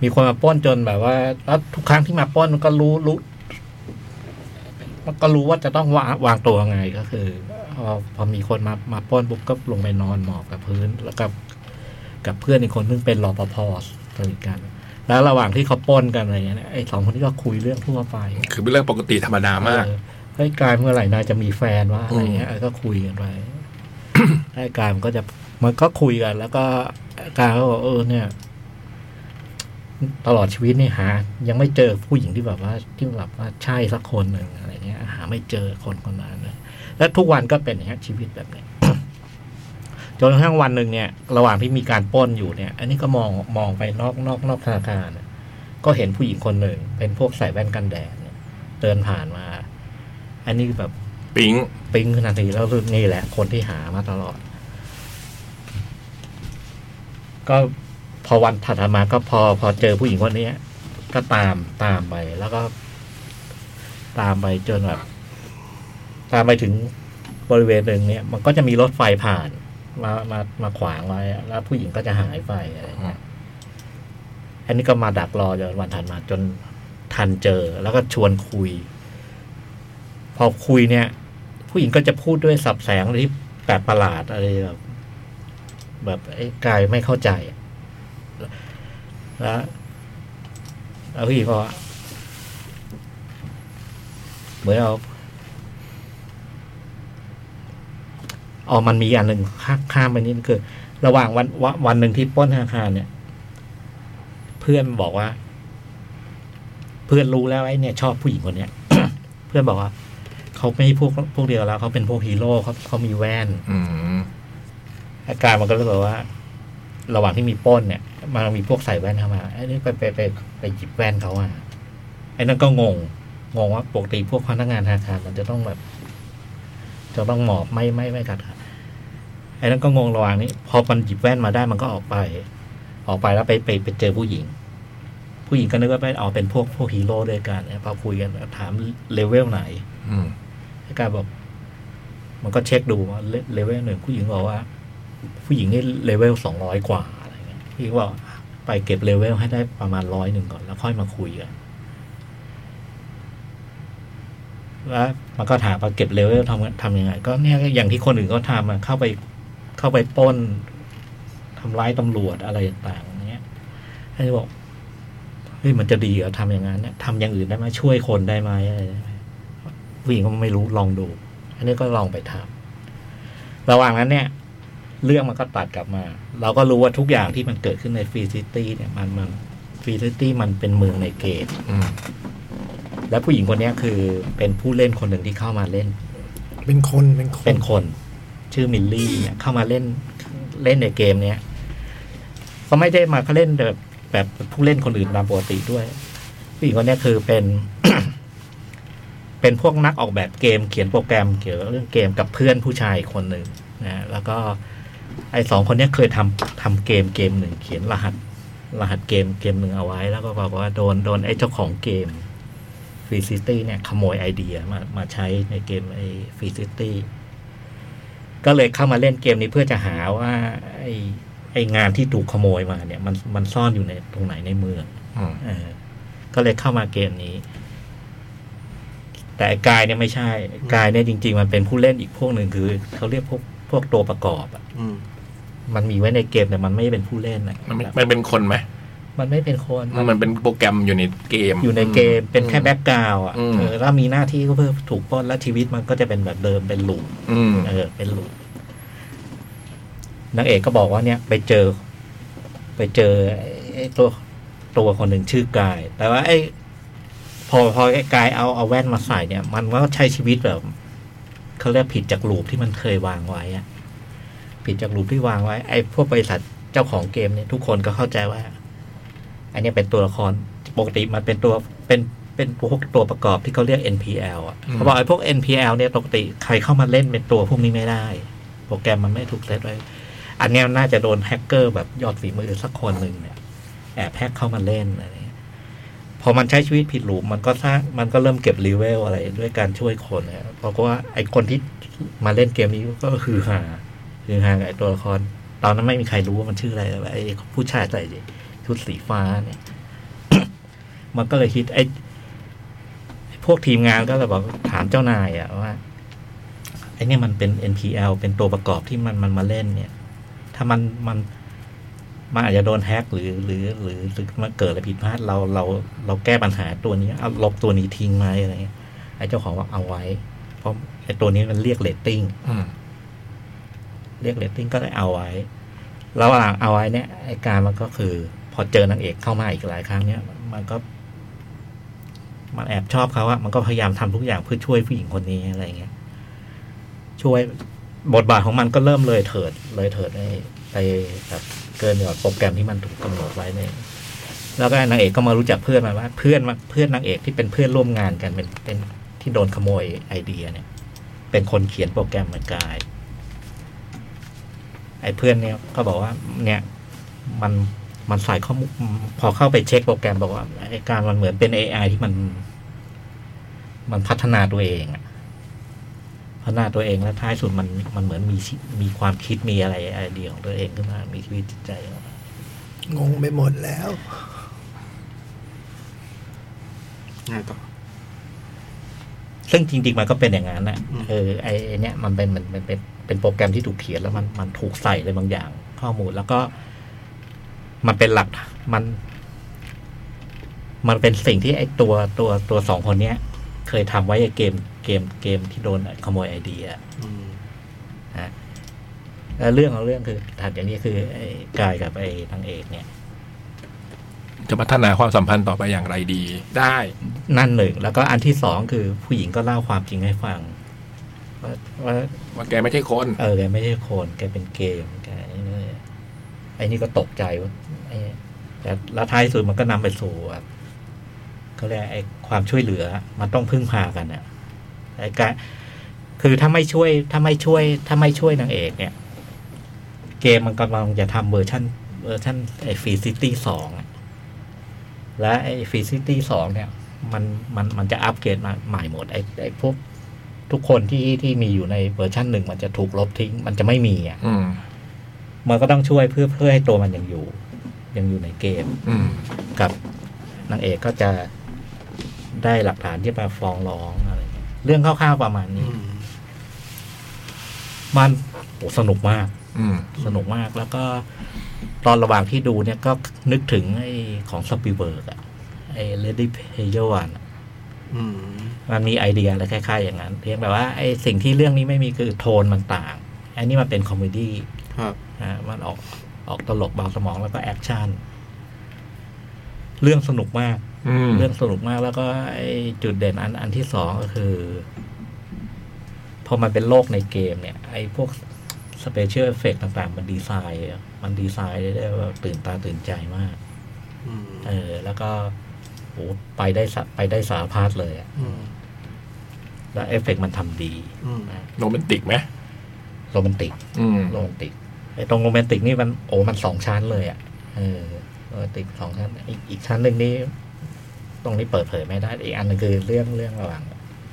D: มีคนมาปล้นจนแบบว่าแล้วทุกครั้งที่มาปล้นมันก็รู้รู้มันก็รู้ว่าจะต้องวางวางตัวยังไงก็คือพอพอมีคนมามาปล้นปุ๊บก็ลงไปนอนหมอบกับพื้น แล้วกับกับเพื่อนอีกคนซึ่งเป็นรปภสนิทกัน แล้วระหว่างที่เขาปล้นกันอะไรเงี้ยเนี่ยไอ้สองคนนี้ก็คุยเรื่องทั่วไป
C: คือเป็นเรื่องปกติธรรมดามาก
D: เออไอ้กายเมื่อไหร่นายจะมีแฟนวะอะไรเงี้ยเออก็คุยกันไป ไอ้กายมันก็จะ มันก็คุยกัน แล้วก็การก็บอกเออเนี่ย ตลอดชีวิตนี่หา ยังไม่เจอผู้หญิงที่แบบว่าที่แบบว่าใช่สักคนหนึ่งอะไรเงี้ย หาไม่เจอคนคนนั้นเลยและทุกวันก็เป็นอย่างเงี้ยชีวิตแบบเนี้ย <coughs> จนกระทั่งวันหนึ่งเนี่ย ระหว่างที่มีการปล้นอยู่เนี่ย อันนี้ก็มองมองไปนอกนอกนอกธนาคารเนี่ยก็เห็นผู้หญิงคนหนึ่งเป็นพวกใส่แว่นกันแดดเนี่ยเดินผ่านมา อันนี้แบบ
C: ปิ๊ง
D: ปิ๊งขึ้นทันทีแล้วนี่แหละ คนที่หามาตลอด ก็พอวันถัดมาก็พอพอเจอผู้หญิงคนเนี้ย ก็ตามตามไปแล้วก็ ตามไปจนแบบตามไปถึงบริเวณหนึ่งเนี่ย มันก็จะมีรถไฟผ่าน มามามาขวางไว้อะแล้วผู้หญิงก็จะหายไปอะไรเงี้ยอันนี้ก็มาดักรอจนวันถัดมาจนทันเจอ แล้วก็ชวนคุย พอคุยเนี่ย ผู้หญิงก็จะพูดด้วยสับแสงอะไรที่แปลกประหลาดอะไรแบบแบบไอ้กายไม่เข้าใจอะแล้วแล้วผู้หญิงก็ว่าเหมือนเอาอ๋อมันมีอันหนึ่งข้าข้ามไปนิดนึงคือ ระหว่างวันวะวันหนึ่งที่ปล้นธนาคารเนี่ย เพื่อนบอกว่า เพื่อนรู้แล้วไอ้เนี่ย ชอบผู้หญิงคนเนี้ย <coughs> เพื่อนบอกว่า เขาไม่ใช่พวกพวกเดียวแล้วเขาเป็นพวกฮีโร่เขาเขามีแว่น
C: อืม
D: อาการมันก็เลยแบบว่า ระหว่างที่มีปล้นเนี่ย มันมีพวกใส่แว่นเข้ามาไอ้นี่ไปไปไปไปหยิบแว่นเขาอ่ะไอ้นั่นก็งง งงว่าปกติพวกพนักงานธนาคารมันจะต้องแบบ จะต้องหมอบไม่ไม่ไม่กัดอะไอ้นั่นก็งงระหว่างนี้ พอมันหยิบแว่นมาได้มันก็ออกไป ออกไปแล้วไปไปไปเจอผู้หญิง ผู้หญิงก็นึกว่าไปเอาเป็นพวกพวกฮีโร่ด้วยกันเนี่ยพอคุยกันถามเลเวลไหน
C: อืม
D: ไอ้กายบอก มันก็เช็คดูว่าเลเลเวลหนึ่งผู้หญิงบอกว่า ผู้หญิงนี่เลเวลสองร้อยกว่าอะไรเงี้ยพี่ก็บอกไปเก็บเลเวลให้ได้ประมาณร้อยหนึ่งก่อนแล้วค่อยมาคุยกันแล้วมันก็ถามว่าเก็บเลเวลทำทำยังไง ก็เนี่ยก็อย่างที่คนอื่นเขาทำอะเข้าไปเข้าไปปล้นทำร้ายตำรวจอะไรต่างๆเนี้ยไอ้นี่บอกเฮ้ยมันจะดีเหรอทำอย่างนั้นเนี่ยทำอย่างอื่นได้ไหมช่วยคนได้ไหมอะไรได้ไหม ผู้หญิงก็ไม่รู้ลองดู อันนี้ก็ลองไปทำระหว่างนั้นเนี่ย เรื่องมันก็ตัดกลับมา เราก็รู้ว่าทุกอย่างที่มันเกิดขึ้นในฟรีซิตี้เนี่ยมันมันฟรีซิตี้มันเป็นเมืองในเกม
C: อืม
D: และผู้หญิงคนเนี้ยคือเป็นผู้เล่นคนหนึ่งที่เข้ามาเล่น
B: เป็นคนเป็นค
D: เป็น นคน ชื่อมิลลี่เนี่ยเข้ามาเล่นเล่นในเกมเนี้ยก็ไม่ได้มาเขาเล่นแบบแบบผู้เล่นคนอื่นตามปกติด้วยผู้หญิงคนเนี้ยคือเป็น <coughs> เป็นพวกนักออกแบบเกมเขียนโปรแกรมเกี่ยวกับเรื่องเกมกับเพื่อนผู้ชายคนหนึ่งนะแล้วก็ ไอ้สองคนเนี้ยเคยทำทำเกมเกมหนึ่งเขียนรหัส รหัสเกมเกมหนึ่งเอาไว้ แล้วก็บอกว่าโดนโดนไอ้เจ้าของเกมฟรีซิตี้เนี่ยขโมยไอเดียมามาใช้ในเกมไอ้ฟรีซิตี้ ก็เลยเข้ามาเล่นเกมนี้เพื่อจะหาว่า ไอ้ไองานที่ถูกขโมยมาเนี่ย มันมันซ่อนอยู่ในตรงไหนในเมือง
C: อืม
D: เออก็เลยเข้ามาเกมนี้ แต่ไอ้กายเนี่ยไม่ใช่ไอ้กายเนี่ยจริง ๆ มันเป็นผู้เล่นอีกพวกหนึ่งคือเขาเรียกพวกพวกตัวประกอบอะ
A: อืม
D: มันมีไว้ในเกมแต่มันไม่ได้เป็นผู้เล่นอะ
C: มันไม่มันเป็นคนไหม
D: มันไม่เป็นคน
C: มันเป็นโปรแกรมอยู่ในเกม
D: อยู่ในเกมเป็นแค่แบ็กกราวด์อ่ะ
C: อืม
D: เออแล้วมีหน้าที่ก็เพื่อถูกปล้นแล้วชีวิตมันก็จะเป็นแบบเดิมเป็นหลุม
C: อืม
D: เออเป็นหลุมนางเอกก็บอกว่าเนี่ยไปเจอ ไปเจอไอ้ไอ้ตัวตัวคนหนึ่งชื่อกาย แต่ว่าไอ้พอพอไอ้กายเอาเอาแว่นมาใส่เนี่ย มันก็ใช้ชีวิตแบบเขาเรียกผิดจากลูปที่มันเคยวางไว้อะผิดจากลูปที่วางไว้ ไอ้พวกบริษัทเจ้าของเกมเนี่ยทุกคนก็เข้าใจว่า อันเนี้ยเป็นตัวละครปกติมันเป็นตัวเป็นเป็นพวกตัวประกอบที่เขาเรียก NPL อ่ะ
C: อืม
D: เขาบอกไอ้พวก NPL เนี่ยปกติใครเข้ามาเล่นเป็นตัวพวกนี้ไม่ได้ โปรแกรมมันไม่ถูกเซตไว้ อันเนี้ยน่าจะโดนแฮกเกอร์แบบยอดฝีมือสักคนหนึ่งเนี่ย แอบแฮกเข้ามาเล่นอะไรเงี้ยพอมันใช้ชีวิตผิดหลุมมันก็สร้างมันก็เริ่มเก็บรีเวลอะไรด้วยการช่วยคนเนี่ยเพราะว่าไอคนที่มาเล่นเกมนี้ก็คือหาคือหากับไอตัวละคร ตอนนั้นไม่มีใครรู้ว่ามันชื่ออะไรแต่ว่าไอผู้ชายใส่ชุดสีฟ้าเนี่ย <coughs> มันก็เลยคิดไอไอ้พวกทีมงานก็เลยบอกถามเจ้านายอะว่า ไอเนี่ยมันเป็น NPL เป็นตัวประกอบที่มันมันมาเล่นเนี่ย ถ้ามันมันมันอาจจะโดนแฮ็กหรือหรือหรือหรือมันเกิดอะไรผิดพลาดเราเราเราแก้ปัญหาตัวนี้เอาลบตัวนี้ทิ้งไหมอะไรเงี้ยไอ้เจ้าของว่าเอาไว้ เพราะไอ้ตัวนี้มันเรียกเรตติ้ง
C: อืม
D: เรียกเรตติ้งก็ได้เอาไว้ ระหว่างเอาไว้เนี่ยไอการมันก็คือ พอเจอนางเอกเข้ามาอีกหลายครั้งเนี่ยมันก็ มันแอบชอบเขาอะมันก็พยายามทำทุกอย่างเพื่อช่วยผู้หญิงคนนี้อะไรเงี้ย ช่วยบทบาทของมันก็เริ่มเลยเถิด เลยเถิดไปไปแบบเกินกว่าโปรแกรมที่มันถูกกำหนดไว้เนี่ยแล้วก็นางเอกก็มารู้จักเพื่อนมันว่า เพื่อนมาเพื่อนนางเอกที่เป็นเพื่อนร่วมงานกันเป็นเป็นที่โดนขโมยไอเดียเนี่ย เป็นคนเขียนโปรแกรมเหมือนกาย ไอ้เพื่อนเนี่ยก็บอกว่า เนี่ย มันมันใส่ข้อมูลพอเข้าไปเช็คโปรแกรมบอกว่าไอ้การมันเหมือนเป็น AI ที่มัน มันพัฒนาตัวเองอะพัฒนาตัวเองแล้วท้ายสุดมันมันเหมือนมีชีมีความคิดมีอะไรไอเดียของตัวเองขึ้นมามีชีวิตจิตใจออกมา
B: งงไปหมดแล้ว
A: ไงต่อ
D: ซึ่งจริงๆมันก็เป็นอย่างนั้นนะ
A: อืม
D: เออไอ้ไอ้เนี่ยมันเป็นมันมันเป็นเป็นโปรแกรมที่ถูกเขียนแล้วมันมันถูกใส่เลยบางอย่าง ข้อมูลแล้วก็ มันเป็นหลักมัน มันเป็นสิ่งที่ไอ้ตัวตัวตัวสองคนเนี้ย เคยทำไว้ไอ้เกมเกมเกมที่โดนขโมยไอเดีย
A: อืม
D: แล้วเรื่องของเรื่องคือถัดอย่างนี้คือไอ้กายกับไอ้นางเอกเนี่ย
C: จะพัฒนาความสัมพันธ์ต่อไปอย่างไรดี ได้
D: นั่นหนึ่งแล้วก็อันที่สองคือผู้หญิงก็เล่าความจริงให้ฟังว่าว่า
C: ว่าแกไม่ใช่คน
D: เออแกไม่ใช่โคลนแกเป็นเกมแกไอ้นี่ไอ้นี่ก็ตกใจว่าไอ้แต่และท้ายสุดมันก็นำไปสู่แบบเขาเรียกไอ้ความช่วยเหลือ มันต้องพึ่งพากันเนี่ยไอ้การคือถ้าไม่ช่วย ถ้าไม่ช่วย ถ้าไม่ช่วยนางเอกเนี่ย เกมมันกำลังจะทำเวอร์ชันเวอร์ชันไอ้ฟีซิตี้สองอะและไอ้ฟีซิตี้สองเนี่ย มันมันมันจะอัปเกรดมาใหม่หมดไอ้ไอ้พวก ทุกคนที่ที่มีอยู่ในเวอร์ชันหนึ่งมันจะถูกลบทิ้ง มันจะไม่มีอ่ะ
C: อืม
D: มันก็ต้องช่วยเพื่อเพื่อให้ตัวมันยังอยู่ ยังอยู่ในเกม
C: อืม
D: กับนางเอกก็จะได้หลักฐานที่มาฟ้องร้องอะไรเงี้ยเรื่องคร่าวๆประมาณนี้ มันโอ้สนุกมาก
C: อืม
D: สนุกมากแล้วก็ตอนระหว่างที่ดูเนี่ยก็นึกถึงไอ้ของสปีลเบิร์กอะไอ้เลดี้เพเยอร์วัน
A: อืม
D: มันมีไอเดียอะไรคล้ายๆอย่างนั้นเพียงแต่ว่าไอสิ่งที่เรื่องนี้ไม่มีคือโทนมันต่าง อันนี้มันเป็นคอมเมดี้
A: ครับ
D: อ่ามันออกออกตลกเบาสมองแล้วก็แอคชั่น เรื่องสนุกมาก
C: อืม
D: เรื่องสนุกมากแล้วก็ไอจุดเด่นอันอันที่สองก็คือ พอมันเป็นโลกในเกมเนี่ย ไอพวกสเปเชียลเอฟเฟกต่างๆ มันดีไซน์ มันดีไซน์ได้แบบตื่นตาตื่นใจมาก
A: อืม
D: เออ แล้วก็โอ้ไปได้สะไปได้สารพัดเลยอะ
A: อืม
D: แล้วเอฟเฟกต์มันทำดี
A: อืม
C: โรแมนติกไหม
D: โรแมนติก
C: อืม
D: โรแมนติกไอ้ตรงโรแมนติกนี่มันโอ้มันสองชั้นเลยอ่ะเออโรแมนติกสองชั้นอีกอีกชั้นหนึ่งนี่ตรงนี้เปิดเผยไม่ได้อีกอันหนึงคือเรื่องเรื่องระหว่าง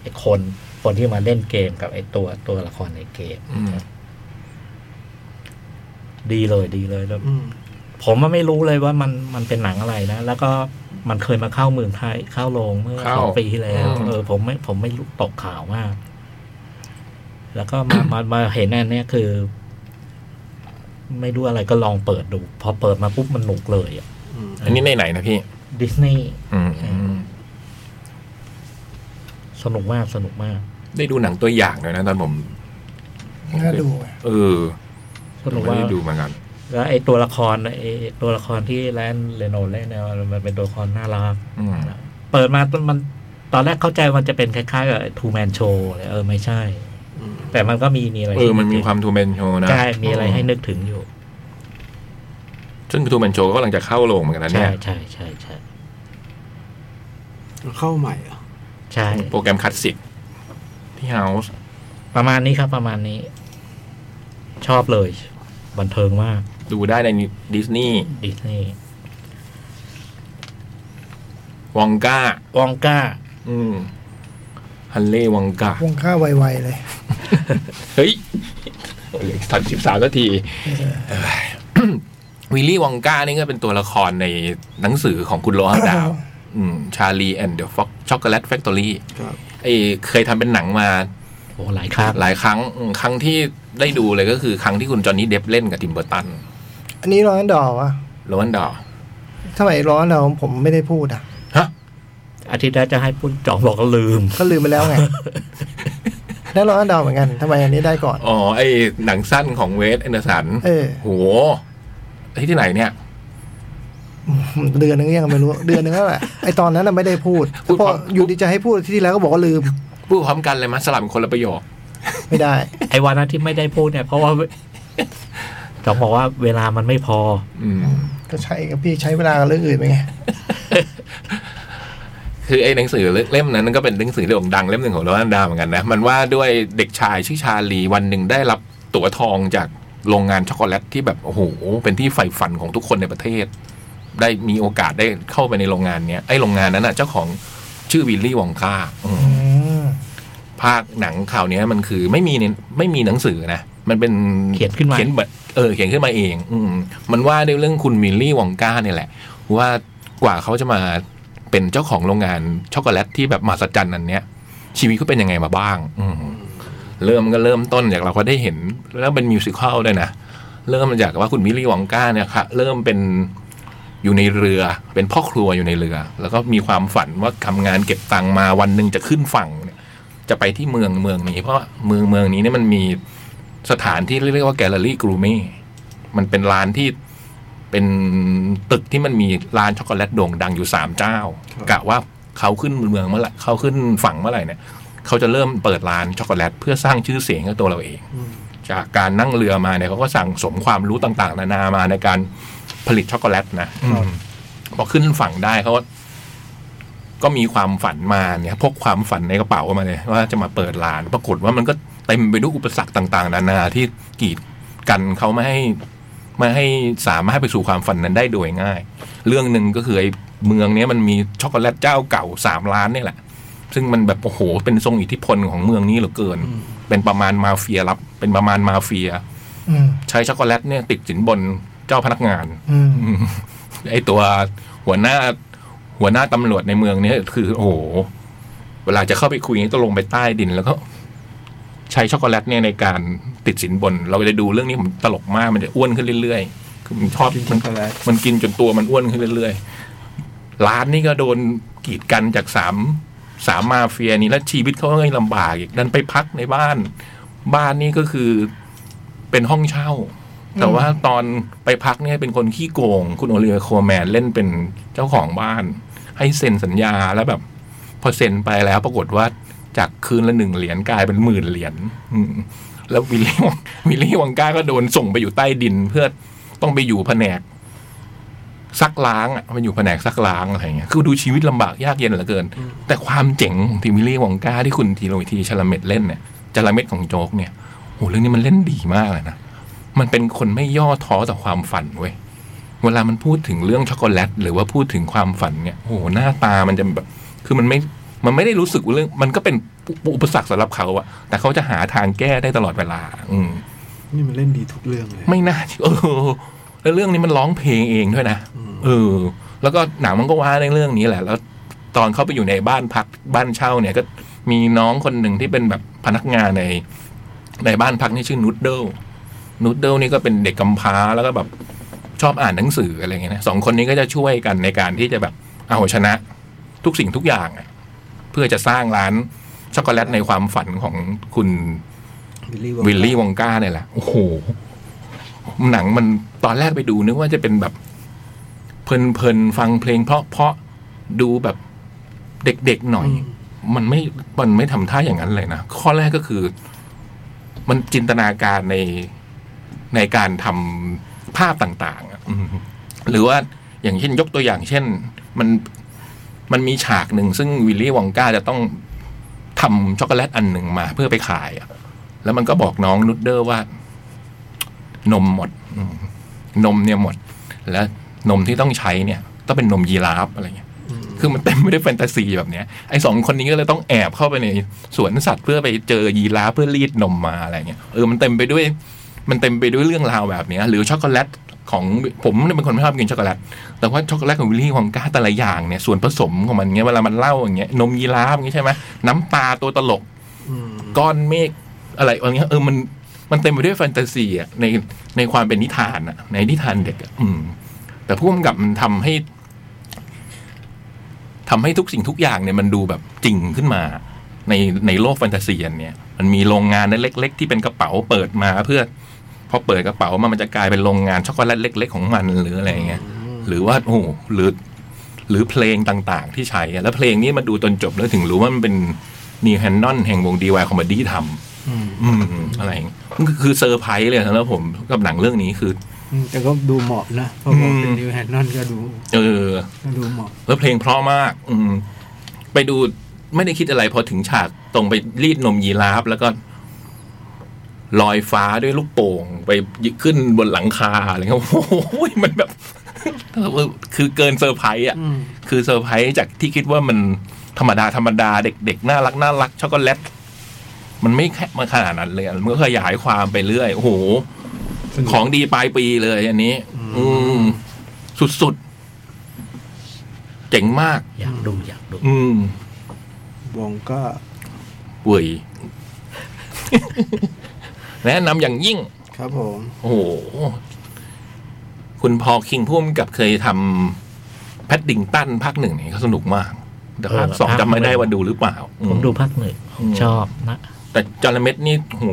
D: ไอ้คนคนที่มาเล่นเกมกับไอ้ตัวตัวละครในเกม
C: อืม
D: ดีเลยดีเลยแล้ว
A: อืม
D: ผมว่าไม่รู้เลยว่ามันมันเป็นหนังอะไรนะ แล้วก็มันเคยมาเข้าเมืองไทยเข้าโรงเมื่อ
C: เข้า
D: สองปีที่แล้ว
C: อืม
D: เออผมไม่ผมไม่รู้ตกข่าวมาก แล้วก็มา มามาเห็นอันเนี้ยคือ ไม่รู้อะไรก็ลองเปิดดู พอเปิดมาปุ๊บมันหนุกเลยอ่ะ
A: อืม
C: อันนี้ในไหนนะพี่
D: ดิสนีย์
C: อืมอืม
D: สนุกมากสนุกมาก
C: ได้ดูหนังตัวอย่างเลยนะตอนผม
B: น่าดูอะ
C: เออ
D: สนุก
C: ไม่
D: ว่า
C: ได้
D: ก
C: ดูเหมือนกัน
D: แล้วไอ้ตัวละครไอ้ตัวละครที่แลนเรโนเล่นเนี่ยมันเป็นตัวละครน่ารัก
C: อืม
D: เปิดมาตอนมันตอนแรกเข้าใจมันจะเป็นคล้ายๆกับทูแมนโชเลยเออไม่ใช่
A: อืม
D: แต่มันก็มีมีอะไร
C: เออ มันมีความทูเมนโชนะ
D: ใช่มีอะไรให้นึกถึงอยู่
C: ซึ่งทูเมนโชก็กำลังจะเข้าโรงเหมือนกันนะ
D: ใช่
C: เนี่ย
D: ใช่ใช่ใช่
A: เข้าใหม่เหรอ
D: ใช่
C: โปรแกรมคลาสสิกที่เฮาส์
D: ประมาณนี้ครับประมาณนี้ ชอบเลย บันเทิงมาก
C: ดูได้ในดิสนีย์
D: ดิสนีย์
C: วองกาว
D: องก้า
C: อืมฮันเล่วองกาว
B: งค่าไวๆเลย
C: เฮ้ยเหลืออีกสักสิบสามนาที <coughs> เอ้ย วิลลี่วองกานี่ก็เป็นตัวละครในหนังสือของคุณโลฮา
D: <coughs>
C: ดาว อืมชาลีแอนด์เดอะฟ็อกช็อกโกแลตแฟคทอรี่
A: ครับ
C: ไอเคยทำเป็นหนังมา
D: โอ้หลายครับ
C: หลายครั้งอืมครั้งที่ได้ดูเลยก็คือครั้งที่คุณจอห์นนี่เดฟเล่นกับทิมเบอร์ตัน
B: อันนี้ร้อนดอกวะ
C: โรนดอ
B: ทำไมร้อนดอกผมไม่ได้พูดอ่ะ
C: ฮะ <laughs>
D: อาทิตย์แรกจะให้ปุ้นจองบอกก็ลืม
B: ก็ลืมไปแล้วไง ได้ร้อนดาวเหมือนกันทำไมอันนี้ได้ก่อน
C: อ๋อไอหนังสั้นของเวสแอนเดอร์สัน
B: เออ
C: โหไอ้ที่ไหนเนี่ย
B: เดือนนึงยังไม่รู้ เดือนนึงแล้วแหละไอตอนนั้นน่ะไม่ได้พูด
C: พูด
B: พ
C: พ
B: อ
C: ร้อม
B: อยู่ดีจะให้พูดที่ที่แล้วก็บอกว่าลืม
C: พูดพร้อมกันเลยมั้ยสลับเป็นคนละประโยค
B: ไม่ได้
D: ไอ้วันนั้นที่ไม่ได้พูดเนี่ยเพราะ <laughs> ว่าจองบอกว่าเวลามันไม่พอ
C: อืม
B: ก็ใช่กับพี่ใช้เวลากับเรื่องอื่นไปไง
C: คือไอ้หนังสือเล่มนั้นก็เป็นหนังสือเรื่องดังเล่มหนึ่งของโรนันดาเหมือนกันนะมันว่าด้วยเด็กชายชื่อชาลีวันหนึ่งได้รับตั๋วทองจากโรงงานช็อกโกแลตที่แบบโอ้โหเป็นที่ใฝ่ฝันของทุกคนในประเทศ ได้มีโอกาสได้เข้าไปในโรงงานเนี้ยไอ้โรงงานนั้นน่ะเจ้าของชื่อวิลลี่วองคาอืม
B: อืม
C: ภาคหนังข่าวเนี้ยมันคือไม่มีในไม่มีหนังสือนะ มันเป็น
D: เขียนขึ้นมา
C: เขียนแบบเออเขียนขึ้นมาเอง อืมมันว่าในเรื่องคุณมิลลี่วองก้าเนี่ยแหละ ว่ากว่าเขาจะมาเป็นเจ้าของโรงงานช็อกโกแลตที่แบบมหัศจรรย์อันเนี้ย ชีวิตเขาเป็นยังไงมาบ้าง อืมเริ่มก็เริ่มต้นจากเราก็ได้เห็นแล้วเป็นมิวสิควลด้วยนะ เริ่มมาจากว่าคุณมิลลี่วองก้าเนี่ยค่ะเริ่มเป็นอยู่ในเรือเป็นพ่อครัวอยู่ในเรือ แล้วก็มีความฝันว่าทำงานเก็บตังค์มาวันหนึ่งจะขึ้นฝั่งเนี่ย จะไปที่เมืองเมืองนี้ เพราะว่าเมืองเมืองนี้เนี่ยมันมีสถานที่เรียกว่าแกลเลอรี่กรูเม่มันเป็นร้านที่เป็นตึกที่มันมีร้านช็อกโกแลตโด่งดังอยู่สามเจ้า
A: ครับ
C: กะว่าเขาขึ้นเมืองเมื่อไหร่เขาขึ้นฝั่งเมื่อไหร่เนี่ย เขาจะเริ่มเปิดร้านช็อกโกแลตเพื่อสร้างชื่อเสียงให้ตัวเราเอง จากการนั่งเรือมาเนี่ยเขาก็สั่งสมความรู้ต่าง ๆ นานามาในการผลิตช็อกโกแลตนะอืมพอขึ้นฝั่งได้เขาก็มีความฝันมาเนี่ยพกความฝันในกระเป๋ามาเลยว่าจะมาเปิดร้าน ปรากฏว่ามันก็เต็มไปด้วยอุปสรรคต่าง ๆ นานาที่กีดกันเขาไม่ให้ไม่ให้สามารถไปสู่ความฝันนั้นได้โดยง่าย เรื่องหนึ่งก็คือไอ้เมืองเนี้ยมันมีช็อกโกแลตเจ้าเก่าสามล้านเนี่ยแหละ ซึ่งมันแบบโอ้โห เป็นทรงอิทธิพลของเมืองนี้เหลือเกิน เป็นประมาณมาเฟียรับ เป็นประมาณมาเฟีย
B: อืม
C: ใช้ช็อกโกแลตเนี่ยติดสินบนเจ้าพนักงาน
B: อืม
C: อืมไอตัวหัวหน้าหัวหน้าตำรวจในเมืองเนี่ยคือ โอ้โห เวลาจะเข้าไปคุยนี่ต้องลงไปใต้ดินแล้วก็ ใช้ช็อกโกแลตเนี่ยในการติดสินบน เราจะดูเรื่องนี้ผมตลกมากมันจะอ้วนขึ้นเรื่อยๆคือมันชอบ
A: กินช็
C: มั
A: อน กโกแลต
C: มันกินจนตัวมันอ้วนขึ้นเรื่อยๆร้านนี่ก็โดนกีดกันจากสามสามมาเฟียนี่แล้วชีวิตเขาก็ลำบากอีกดันไปพักในบ้าน บ้านนี่ก็คือเป็นห้องเช่า แต่ว่าตอนไปพักเนี่ยเป็นคนขี้โกง คุณโอเลียโคแมนเล่นเป็นเจ้าของบ้าน ให้เซ็นสัญญาแล้วแบบ พอเซ็นไปแล้วปรากฏว่าจากคืนละหนึ่งเหรียญกลายเป็นหมื่นเหรียญอืมแล้ววิลลี่วังวิลลี่วังก้าก็โดนส่งไปอยู่ใต้ดินเพื่อต้องไปอยู่แผนก ซักล้างอ่ะมันอยู่แผนกซักล้างอะไรอย่างเงี้ยคือดูชีวิตลำบากยากเย็นเหลือเกิน แต่ความเจ๋งของทีมวิลลี่วองก้าที่คุณทีโรทีชาลาเมตเล่นเนี่ยชาลาเมตของโจ๊กเนี่ยโอ้เรื่องนี้มันเล่นดีมากเลยนะ มันเป็นคนไม่ย่อท้อต่อความฝันเว้ย เวลามันพูดถึงเรื่องช็อกโกแลต หรือว่าพูดถึงความฝันเนี่ยโอ้โหหน้าตามันจะแบบ คือมันไม่ มันไม่ได้รู้สึกว่าเรื่อง มันก็เป็นอุปสรรคสำหรับเขาอะแต่เขาจะหาทางแก้ได้ตลอดเวลา อืม
A: นี่มันเล่นดีทุกเรื่องเลย
C: ไม่น่าเชื่อเออแล้วเรื่องนี้มันร้องเพลงเองด้วยนะเออ แล้วก็หนังมันก็ว่าในเรื่องนี้แหละ แล้วตอนเข้าไปอยู่ในบ้านพักบ้านเช่าเนี่ยก็มีน้องคนหนึ่งที่เป็นแบบพนักงานใน ในบ้านพักนี่ชื่อนูดเดิลนูดเดิลนี่ก็เป็นเด็กกำพร้าแล้วก็แบบชอบอ่านหนังสืออะไรเงี้ยนะสองคนนี้ก็จะช่วยกันในการที่จะแบบเอาชนะ ทุกสิ่งทุกอย่างอะเพื่อจะสร้างร้านช็อกโกแลตในความฝันของคุณ
A: วิลลี่
C: วิลลี่วองก้าเนี่ยแหละ โอ้โห หนังมันตอนแรกไปดูนึกว่าจะเป็นแบบ เพลินๆ ฟังเพลงเพราะๆดูแบบเด็กๆหน่อย มันไม่ มันไม่ทำท่าอย่างนั้นเลยนะ ข้อแรกก็คือ มันจินตนาการในในการทำภาพต่าง ๆอะอืมหรือว่าอย่างเช่นยกตัวอย่าง เช่น มันมันมีฉากหนึ่ง ซึ่งวิลลี่วองก้าจะต้องทำช็อกโกแลตอันหนึ่งมาเพื่อไปขายอะ แล้วมันก็บอกน้องนุดเดอร์ว่า นมหมดอืมนมเนี่ยหมด แล้วนมที่ต้องใช้เนี่ยต้องเป็นนมยีราฟอะไรเงี้ย คือมันเต็มไปด้วยแฟนตาซีแบบเนี้ยไอ้สองคนนี้ก็เลยต้องแอบเข้าไปในสวนสัตว์เพื่อไปเจอยีราฟเพื่อรีดนมมาอะไรเงี้ยเออมันเต็มไปด้วย มันเต็มไปด้วยเรื่องราวแบบเนี้ยหรือช็อกโกแลตของผมเนี่ยเป็นคนไม่ชอบกินช็อกโกแลตแต่ว่าช็อกโกแลตของวิลลี่วองก้าแต่ละอย่างเนี่ยส่วนผสมของมันเงี้ยเวลามันเล่าอย่างเงี้ยนมยีราฟอย่างเงี้ยใช่ไหมน้ำตาตัวตลก
A: อืม
C: ก้อนเมฆอะไรอย่างเงี้ยเออมันมันเต็มไปด้วยแฟนตาซีอ่ะในในความเป็นนิทานอ่ะ ในนิทานเด็กอ่ะอืม แต่ผู้กำกับมันทำให้ทำให้ทุกสิ่งทุกอย่างเนี่ยมันดูแบบจริงขึ้นมา ในในโลกแฟนตาเซียนเนี่ย มันมีโรงงานเล็กๆที่เป็นกระเป๋าเปิดมาเพื่อ พอเปิดกระเป๋ามามันจะกลายเป็นโรงงานช็อกโกแลตเล็ก ๆ ของมันหรืออะไรอย่างเงี้ย หรือว่าโอ้โหหรือ หรือเพลงต่างๆ ที่ใช้อะแล้วเพลงนี้มาดูจนจบแล้วถึงรู้ว่ามันเป็นนิวแฮนนอนแห่งวงดีวายคอมเมดี้ท
A: อืม
C: ำอืมอะไรอย่างเงี้ยมันคือคือเซอร์ไพรส์เลยสำหรับผมกับหนังเรื่องนี้คือ
A: อืมแต่ก็ดูเหมาะนะเพราะว่าเป็น
C: อืม
A: นิวแฮนนอนก็ดู
C: เออ
A: ก็ดูเหมาะ
C: แล้วเพลงเพราะมาก อืม ไปดูไม่ได้คิดอะไรพอถึงฉากตรงไปรีดนมยีราฟแล้วก็ ลอยฟ้าด้วยลูกโป่ง ไปขึ้นบนหลังคาอะไรเงี้ย <laughs> โอ้โหมันแบบ <laughs> คือเกินเซอร์ไพรส์อ่ะ
A: อืม
C: คือเซอร์ไพรส์จากที่คิดว่ามันธรรมดาธรรมดาเด็กๆ น่ารักน่ารักช็อกโกแลตมันไม่แค่มาขนาดนั้นเลยอะมันก็ขยายความไปเรื่อย โอ้โห
A: สนุก
C: ของดีปลายปีเลยอันนี้ อืม สุดๆ เจ๋งมาก
D: อยากดูอยากดู
C: อืม
A: วงก็
C: เว่ย <laughs> แนะนำอย่างยิ่ง
A: ครับผม
C: โอ้โห คุณพอคิงพุ่มกับเคยทำแพดดิงตันภาคหนึ่งนี่เขาสนุกมาก แต่ภาค
D: เออ
C: สอง
D: ภาค
C: จำไม่ได้ว่าดูหรือเปล่าอื
D: ผมดูภาคหนึ่งผมชอบนะ
C: แต่จอร์แดนเม็ดนี่โห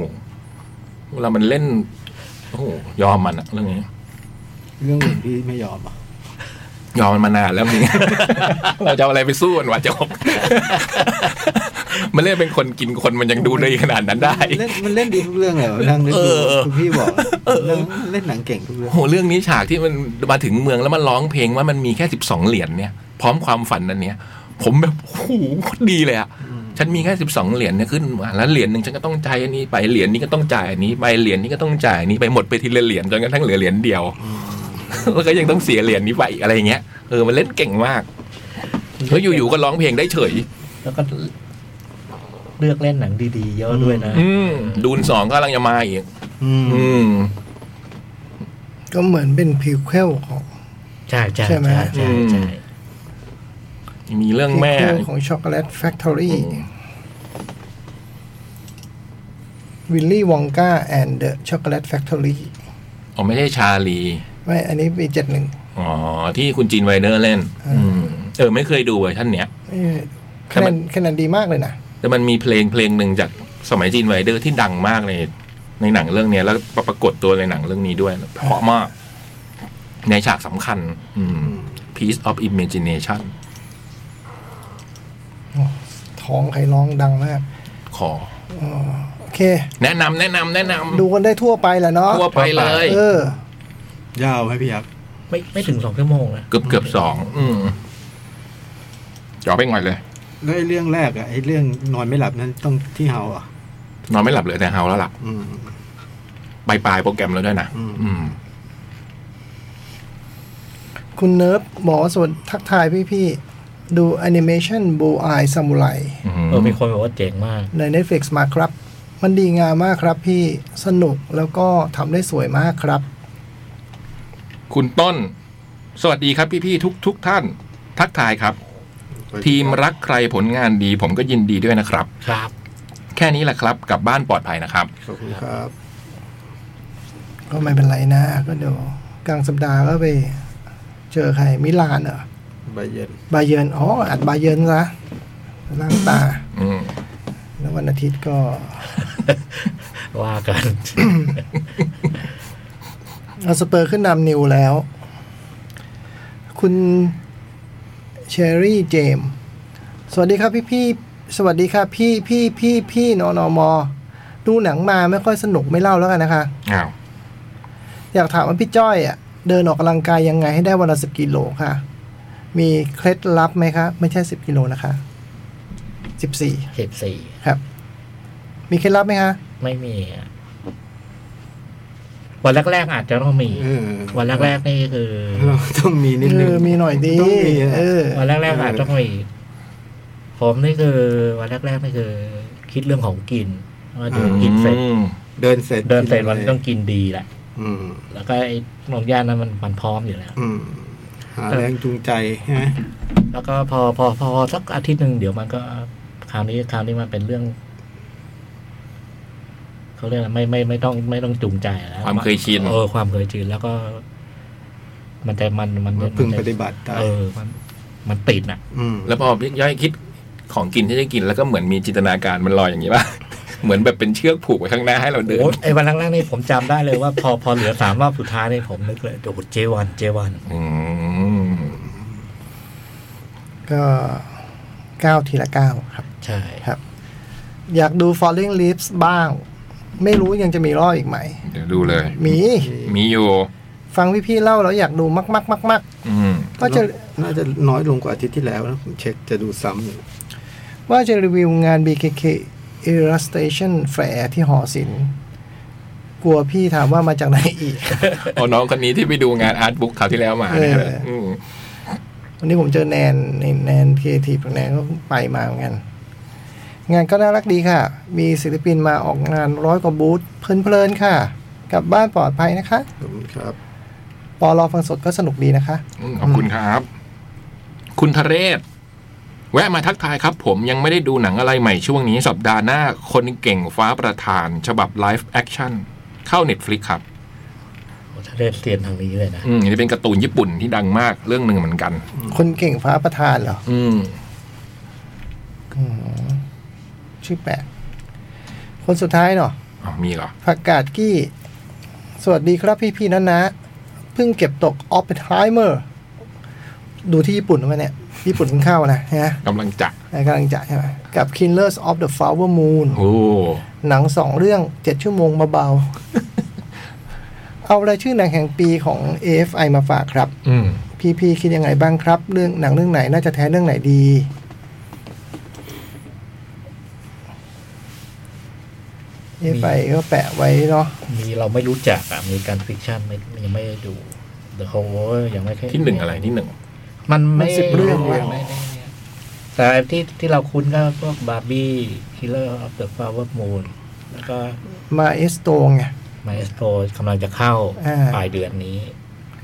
C: เวลามันเล่นโอ้โหยอมมันอะเรื่องนี้
A: เรื่องอื่นพี่ไม่ยอมอ่ะ
C: ยอมมันมานานแล้วนี่ <laughs> เราจะเอา <laughs> อะไรไปสู้มันวะเจบ มันเล่นเป็นคนกินคนมันยังดูดีขนาดนั้นได้
A: มันเล่นมันเล่นดีทุกเรื่องเลยเหรอนั่งเล่นดู
C: เออ
A: คุณพี่บอกเรื่องเล่นหนังเก่งทุกเรื่อง
C: โหเรื่องนี้ฉากที่มันมาถึงเมืองแล้วมันร้องเพลงว่ามันมีแค่สิบสองเหรียญเนี่ย พร้อมความฝันนั้นเนี่ย ผมแบบโอ้โหโคตรดีเลยอะฉันมีแค่สิบสองเหรียญเนี่ยขึ้นมาแล้วเหรียญหนึ่งฉันก็ต้องจ่ายอันนี้ไปเหรียญนี้ก็ต้องจ่ายอันนี้ไปเหรียญนี้ก็ต้องจ่ายอันนี้ไปหมดไปทีละเหรียญจนกระทั่งเหลือเหรียญเดียว <laughs> แล้วก็ยังต้องเสียเหรียญนี้ไปอีกอะไรอย่างเงี้ยเออมันเล่นเก่งมากแล้วอยู่ๆก็ร้องเพลงได้เฉย
D: แล้วก็เลือกเล่นหนังดีๆ เยอะด้วยนะ
C: อืมดูนสองก็กำลังจะมาอีก
A: อืม
C: อืม
B: ก็เหมือนเป็นพรีเควลของ
D: ใช่ใช่
B: ใช่ไหม
D: ใช่ใช่ใช่
C: อืม มีเรื่อง
B: พรี
C: แม่
B: เควลของช็อกโกแลตแฟคทอรี่
C: อืม
B: วิลลี่วองกาแอนด์เดอะช็อกโกแลตแฟคทอรี่
C: อ๋อไม่ใช่ชาลี
B: ไม่อันนี้ปีเจ็ดหนึ่ง
C: อ๋อ ที่คุณจีนไวเดอร์เล่น
B: เอออื
C: มเออ ไม่เคยดูเวอร์ชันเนี้ย แต่
B: คะแน
C: มัน
B: นคะแนนดีมากเลยนะ
C: แต่มันมีเพลงเพลงหนึ่งจากสมัยจีนไวเดอร์ที่ดังมากในในหนังเรื่องเนี้ย แล้วปรากฏตัวในหนังเรื่องนี้ด้วยเพราะมาก ในฉากสำคัญ อืม piece of imagination
B: ท้องใครร้องดังมาก
C: ขอ
B: โอเค
C: แนะนำแนะนำแนะนำ
B: ดูกันได้ทั่วไปแหละเนาะ
C: ทั่วไปเลย
B: เออ
A: ยาวไหมพี่ยักษ์
D: ไม่ไม่ถึงสองชั่วโมงนะ
C: เกือบเกือบสองอืมจ่อไปหน่อยเลย
A: แล้วไอ้เรื่องแรกอะไอ้เรื่องนอนไม่หลับนั้นต้องที่เฮาอะ
C: นอนไม่หลับเลยแต่เฮาแล้วหลับ
A: อืม
C: ปลายๆโปรแกรมแล้วด้วยนะ
A: อืม
C: อืม
B: คุณเนิร์ฟหมอสวัสดทักทายพี่ๆ ดูแอนิเมชันบูอายซามูไร
D: เออมีคนบอกว่าเจ๋งมาก
B: ใน Netflix มาครับ มันดีงามมากครับพี่สนุกแล้วก็ทำได้สวยมากครับ
C: คุณต้น สวัสดีครับพี่ๆทุกทุกๆท่าน ทักทายครับ ทีมรักใครผลงานดี ผมก็ยินดีด้วยนะครับ
D: ครับ
C: แค่นี้แหละครับกลับบ้านปลอดภัยนะครับ
A: ขอบคุณครับ
B: ก็ไม่เป็นไรนะ ก็เดี๋ยวกลางสัปดาห์ก็ไป เจอใครมิลานเหรอ
A: ใบเย็น
B: บาเยิร์นอ๋ออัดบาเยิร์นซะล่างตา
C: อืม
B: แล้ววันอาทิตย์ก็
D: ว่ากัน
B: เอาสเปอร์ขึ้นนำนิวแล้ว คุณเชอรี่เจมส์สวัสดีครับพี่พี่สวัสดีครับพี่พี่พี่พี่นอนอมอ ดูหนังมาไม่ค่อยสนุกไม่เล่าแล้วกันนะคะ
C: อ้าว
B: อยากถามว่าพี่จ้อยอ่ะ เดินออกกำลังกายยังไงให้ได้วันละสิบกิโลค่ะ มีเคล็ดลับไหมคะ ไม่ใช่สิบกิโลนะคะสิบสี่
D: สิบสี่
B: ครับ มีเคล็ดลับไหมคะ
D: ไม่มีอะวันแรกๆอาจจะต้องมี
A: เออ
D: วันแรกๆนี่คือ
A: เราต้องมีนิดนึง
B: เออมีหน่อยดี
A: ต้องมีอะ
B: เออ
D: วันแรกๆอาจจะต้องมี ผมนี่คือ วันแรกๆนี่คือ คิดเรื่องของกินว่าเดี๋ยวกินเสร็จ
C: อืม
A: เดินเสร็จ
D: เดินเสร็จวัน
A: กิะไ
D: ต้องกินดีแหละ
A: อืม
D: แล้วก็ไอ้นมย่านนั้นมันมันพร้อมอยู่แล้ว
A: อืม หาแรงจูงใจใช่ไหม
D: แล้วก็พอพอพอสักอาทิตย์หนึ่งเดี๋ยวมันก็คราวนี้คราวนี้มันเป็นเรื่องเขาเรียกอะไรไม่ไม่ไม่ต้องไม่ต้องจูงใจแล้ว
C: ความเคยชิน
D: เออความเคยชินแล้วก็ มันจะมันมัน
A: ว่า
D: จะ
A: พึงปฏิบัติตาม
D: เออมันมันติดน่ะ
A: อืม
C: แล้วพอพี่ย่อยคิด ของกินที่ได้กินแล้วก็เหมือนมีจินตนาการมันลอยอย่างนี้ป่ะ <laughs> เหมือนแบบเป็นเชือกผูกไว้ข้างหน้าให้เราเดิน
D: โอ้ไอ้วันแรกๆนี่ผมจำได้เลยว่าพอพอเหลือสามรอบสุดท้ายนี่ผมนึกเลยโอ้โหเจวันเจวัน
C: อืม
B: ก็ก้าวทีละก้าวครับ
D: ใช่
B: ครับ อยากดู Falling Leaves บ้าง ไม่รู้ยังจะมีรอบอีกไหม
C: เดี๋ยวดูเลย
B: มี
C: มีอยู่
B: ฟังพี่ๆเล่าแล้วอยากดูมากๆมาก
C: อืม
B: ๆว่าจะ
A: น่าจะน้อยลงกว่าอาทิตย์ที่แล้วนะผมเช็คจะดูซ้ำอยู่
B: ว่าจะรีวิวงาน BKK Illustration Fair ที่หอศิลป์กลัวพี่ถามว่ามาจากไหน
C: <laughs>
B: อีก
C: เอาน้องคนนี้ที่ไปดูงานอาร์ตบุ๊กคราวที่แล้วมาเนี่ยนะอืม
B: วันนี้ผมเจอแนนในแนนครีเอทีฟแนนก็ไปมาเหมือนกัน งานก็น่ารักดีค่ะ มีศิลปินมาออกงานร้อยกว่าบูธเพลินๆค่ะ กลับบ้านปลอดภัยนะคะ
A: ขอบคุณครับ
B: ปอรอฟังสดก็สนุกดีนะคะ
C: อืมขอบคุณครับ คุณทะเรศ แวะมาทักทายครับ ผมยังไม่ได้ดูหนังอะไรใหม่ช่วงนี้สัปดาห์หน้า คนเก่งฟ้าประธาน ฉบับไลฟ์แอคชั่นเข้า Netflix ครับ
D: โอ้ถ้าเล่นเรียนทางนี้เลยนะ
C: อืมอันนี่เป็นการ์ตูนญี่ปุ่นที่ดังมากเรื่องหนึ่งเหมือนกัน
B: คนเก่งฟ้าประธานเหรอ
C: อืม
B: อืมชื่อแปลกคนสุดท้ายเนาะ
C: อ๋อมีเหรอ
B: ผักกาดกี้ สวัสดีครับพี่พี่ๆนะนะ เพิ่งเก็บตกออฟเปนไฮเมอร์ ดูที่ญี่ปุ่นมาเนี่ย ญี่ปุ่นเพิ่งเข้านะฮะ
C: กำลังจะ
B: กำลังจะใช่ไหมกับ Killers of the Flower Moon
C: โอ้
B: หนังสองเรื่องเจ็ดชั่วโมงเบาๆ <laughs> เอารายชื่อหนังแห่งปีของ AFI มาฝากครับ
C: อืม
B: พี่พี่คิดยังไงบ้างครับ เรื่องหนังเรื่องไหนน่าจะแท้เรื่องไหนดี เอะไปก็แปะไว้เนาะ
D: มีเราไม่รู้จักอ่ะมีการฟิกชั่นไม่ยังไม่ได้ดู The Cover ยังไม่เคย
C: ที่หนึ่งอะไรที่หนึ่ง
D: มันไม่
A: มันสิบเรื่อง
D: ไม่ไม่ไม่ไม่แต่ที่ที่เราคุ้นก็พวกบาร์บี้คิลเลอร์ออฟเดอะฟลาวเวอร์มูนแล้วก็
B: มาเอสโตไง
D: ไมเอสโตกำลังจะเข้า
B: อ่า
D: ปลายเดือนนี้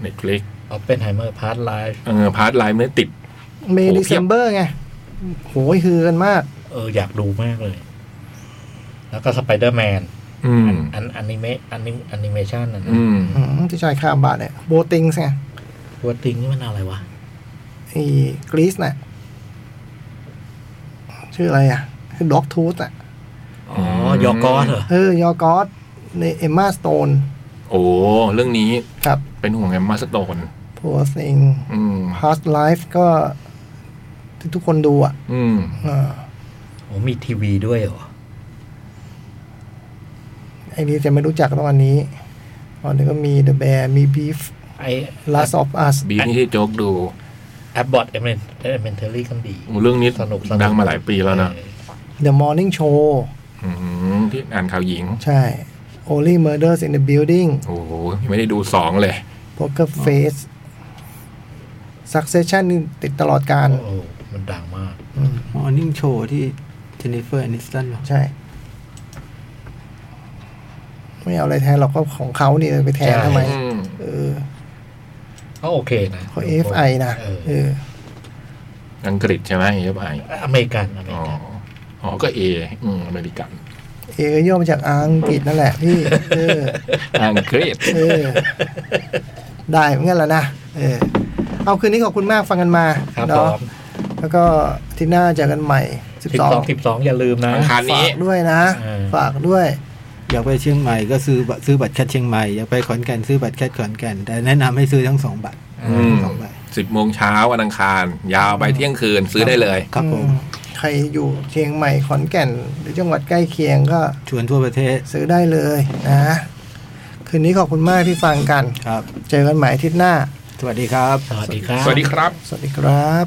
C: Netflix
D: ออฟเปนไฮเมอร์พาร์ทไลฟ์
C: เออพาร์ทไลน์ไม่ติด
B: เม
C: โอ้
B: ดิ
C: เพี
B: เซ
C: ยบ
B: มเบอร์ไงโหยฮือกันมาก
D: เอออยากดูมากเลย แล้วก็สไปเดอร์แมน
C: อืม
D: อันอนิเมะอันนิอนิเมชันนะนะ
C: อืม
B: อืมที่ชายคาบาทเนี่ยโบติงส์ไง
D: ตัวติงนี่มันอะไรวะ
B: ไอ้กรีซน่ะ ชื่ออะไรอ่ะ คือด็อกทูธอ่ะ
D: อ๋อ ยอกอสเหรอ
B: เออยอกอสในเอมมาสโตน
C: โอ้เรื่องนี้
B: ครับ
C: เป็นห่วงแอมมาสโตน
B: พัวสิง
C: อืม
B: Past Life ก็ ที่ทุกคนดูอ่ะ
C: อืม
B: เออ
D: โอ้มีทีวีด้วยเหรอ
B: ไอ้นี่จะไม่รู้จักตอนนี้ตอนนี้ก็มี The Bear มี Beef
D: ไอ
B: Last of Us
C: บีนี่ที่โจ๊กดู
D: แอปบอทเอเมนเอเมนเทอรี่กันดี
C: โอ้เรื่องนี้
D: สนุกสนุก
C: ดังมาหลายปีแล้วนะ
D: เออ
B: The Morning Show
C: อืมที่อ่านข่าวหญิง
B: ใช่ Only Murders in the Building
C: โอ้โหยังไม่ได้ดูสองเลย
B: Poker Face Succession นี่ติดตลอดการ
D: โอ้มันดังมาก
A: มอร์นิ่งโชว์ที่เจนนิเฟอร์แอนิสตันเหรอ
B: ใช่ ไม่เอาอะไรแทนเราก็ของเขาเนี่ยไปแทนทำไม
D: ใช่
C: อืม
B: เออ
D: ก็โอเคนะ
B: เขา AFI นะ
D: เออ
B: เออ
C: อังกฤษใช่ไหมเอฟไอ
D: อเมริกันอเม
C: อ๋
D: ริ
C: อ
D: กัน
C: อ๋อก็เออืมอเมริกัน
B: เอก็ย่อมาจากอังกฤษนั่นแหละพี่ เออ
C: อังกฤษ
B: เออ ได้เหมือนกันแหล้วนะ เออ เอาคืนนี้ขอบคุณมากฟังกันมา
D: ครับผ
B: เนาะ
D: ม
B: แล้วก็อาที่หน้าเจอกันใหม่
D: สิบสองสิ
B: 12
D: บสองอย่าลืมนะ
C: อังคารนี้
B: ฝากด้วยนะ
D: เออ
B: ฝากด้วย
A: อยากไปเชียงใหม่ก็ซื้อบัตรซื้อบัตรแคทเชียงใหม่อยากไปขอนแก่นซื้อบัตรแคทขอนแก่นแต่แนะนำให้ซื้อทั้งสองบัตร
C: อืม
A: สองใบ
C: สิบโมงเช้าวันอังคาร ยาวไปเที่ยงคืนซื้อได้เลย
A: ครับผม
B: อืใครอยู่เชียงใหม่ขอนแก่น หรือจังหวัดใกล้เคียงก็
A: ชวนทั่วประเทศ
B: ซื้อได้เลยนะ คืนนี้ขอบคุณมากที่ฟังกัน
A: ครับ
B: เจอกันใหม่อาที่หน้า
A: สวัสดีครับ
D: สวัสดีครับ
C: สวัสดีครับ
B: สวัสดีครับ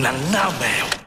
E: หนังหน้าแมว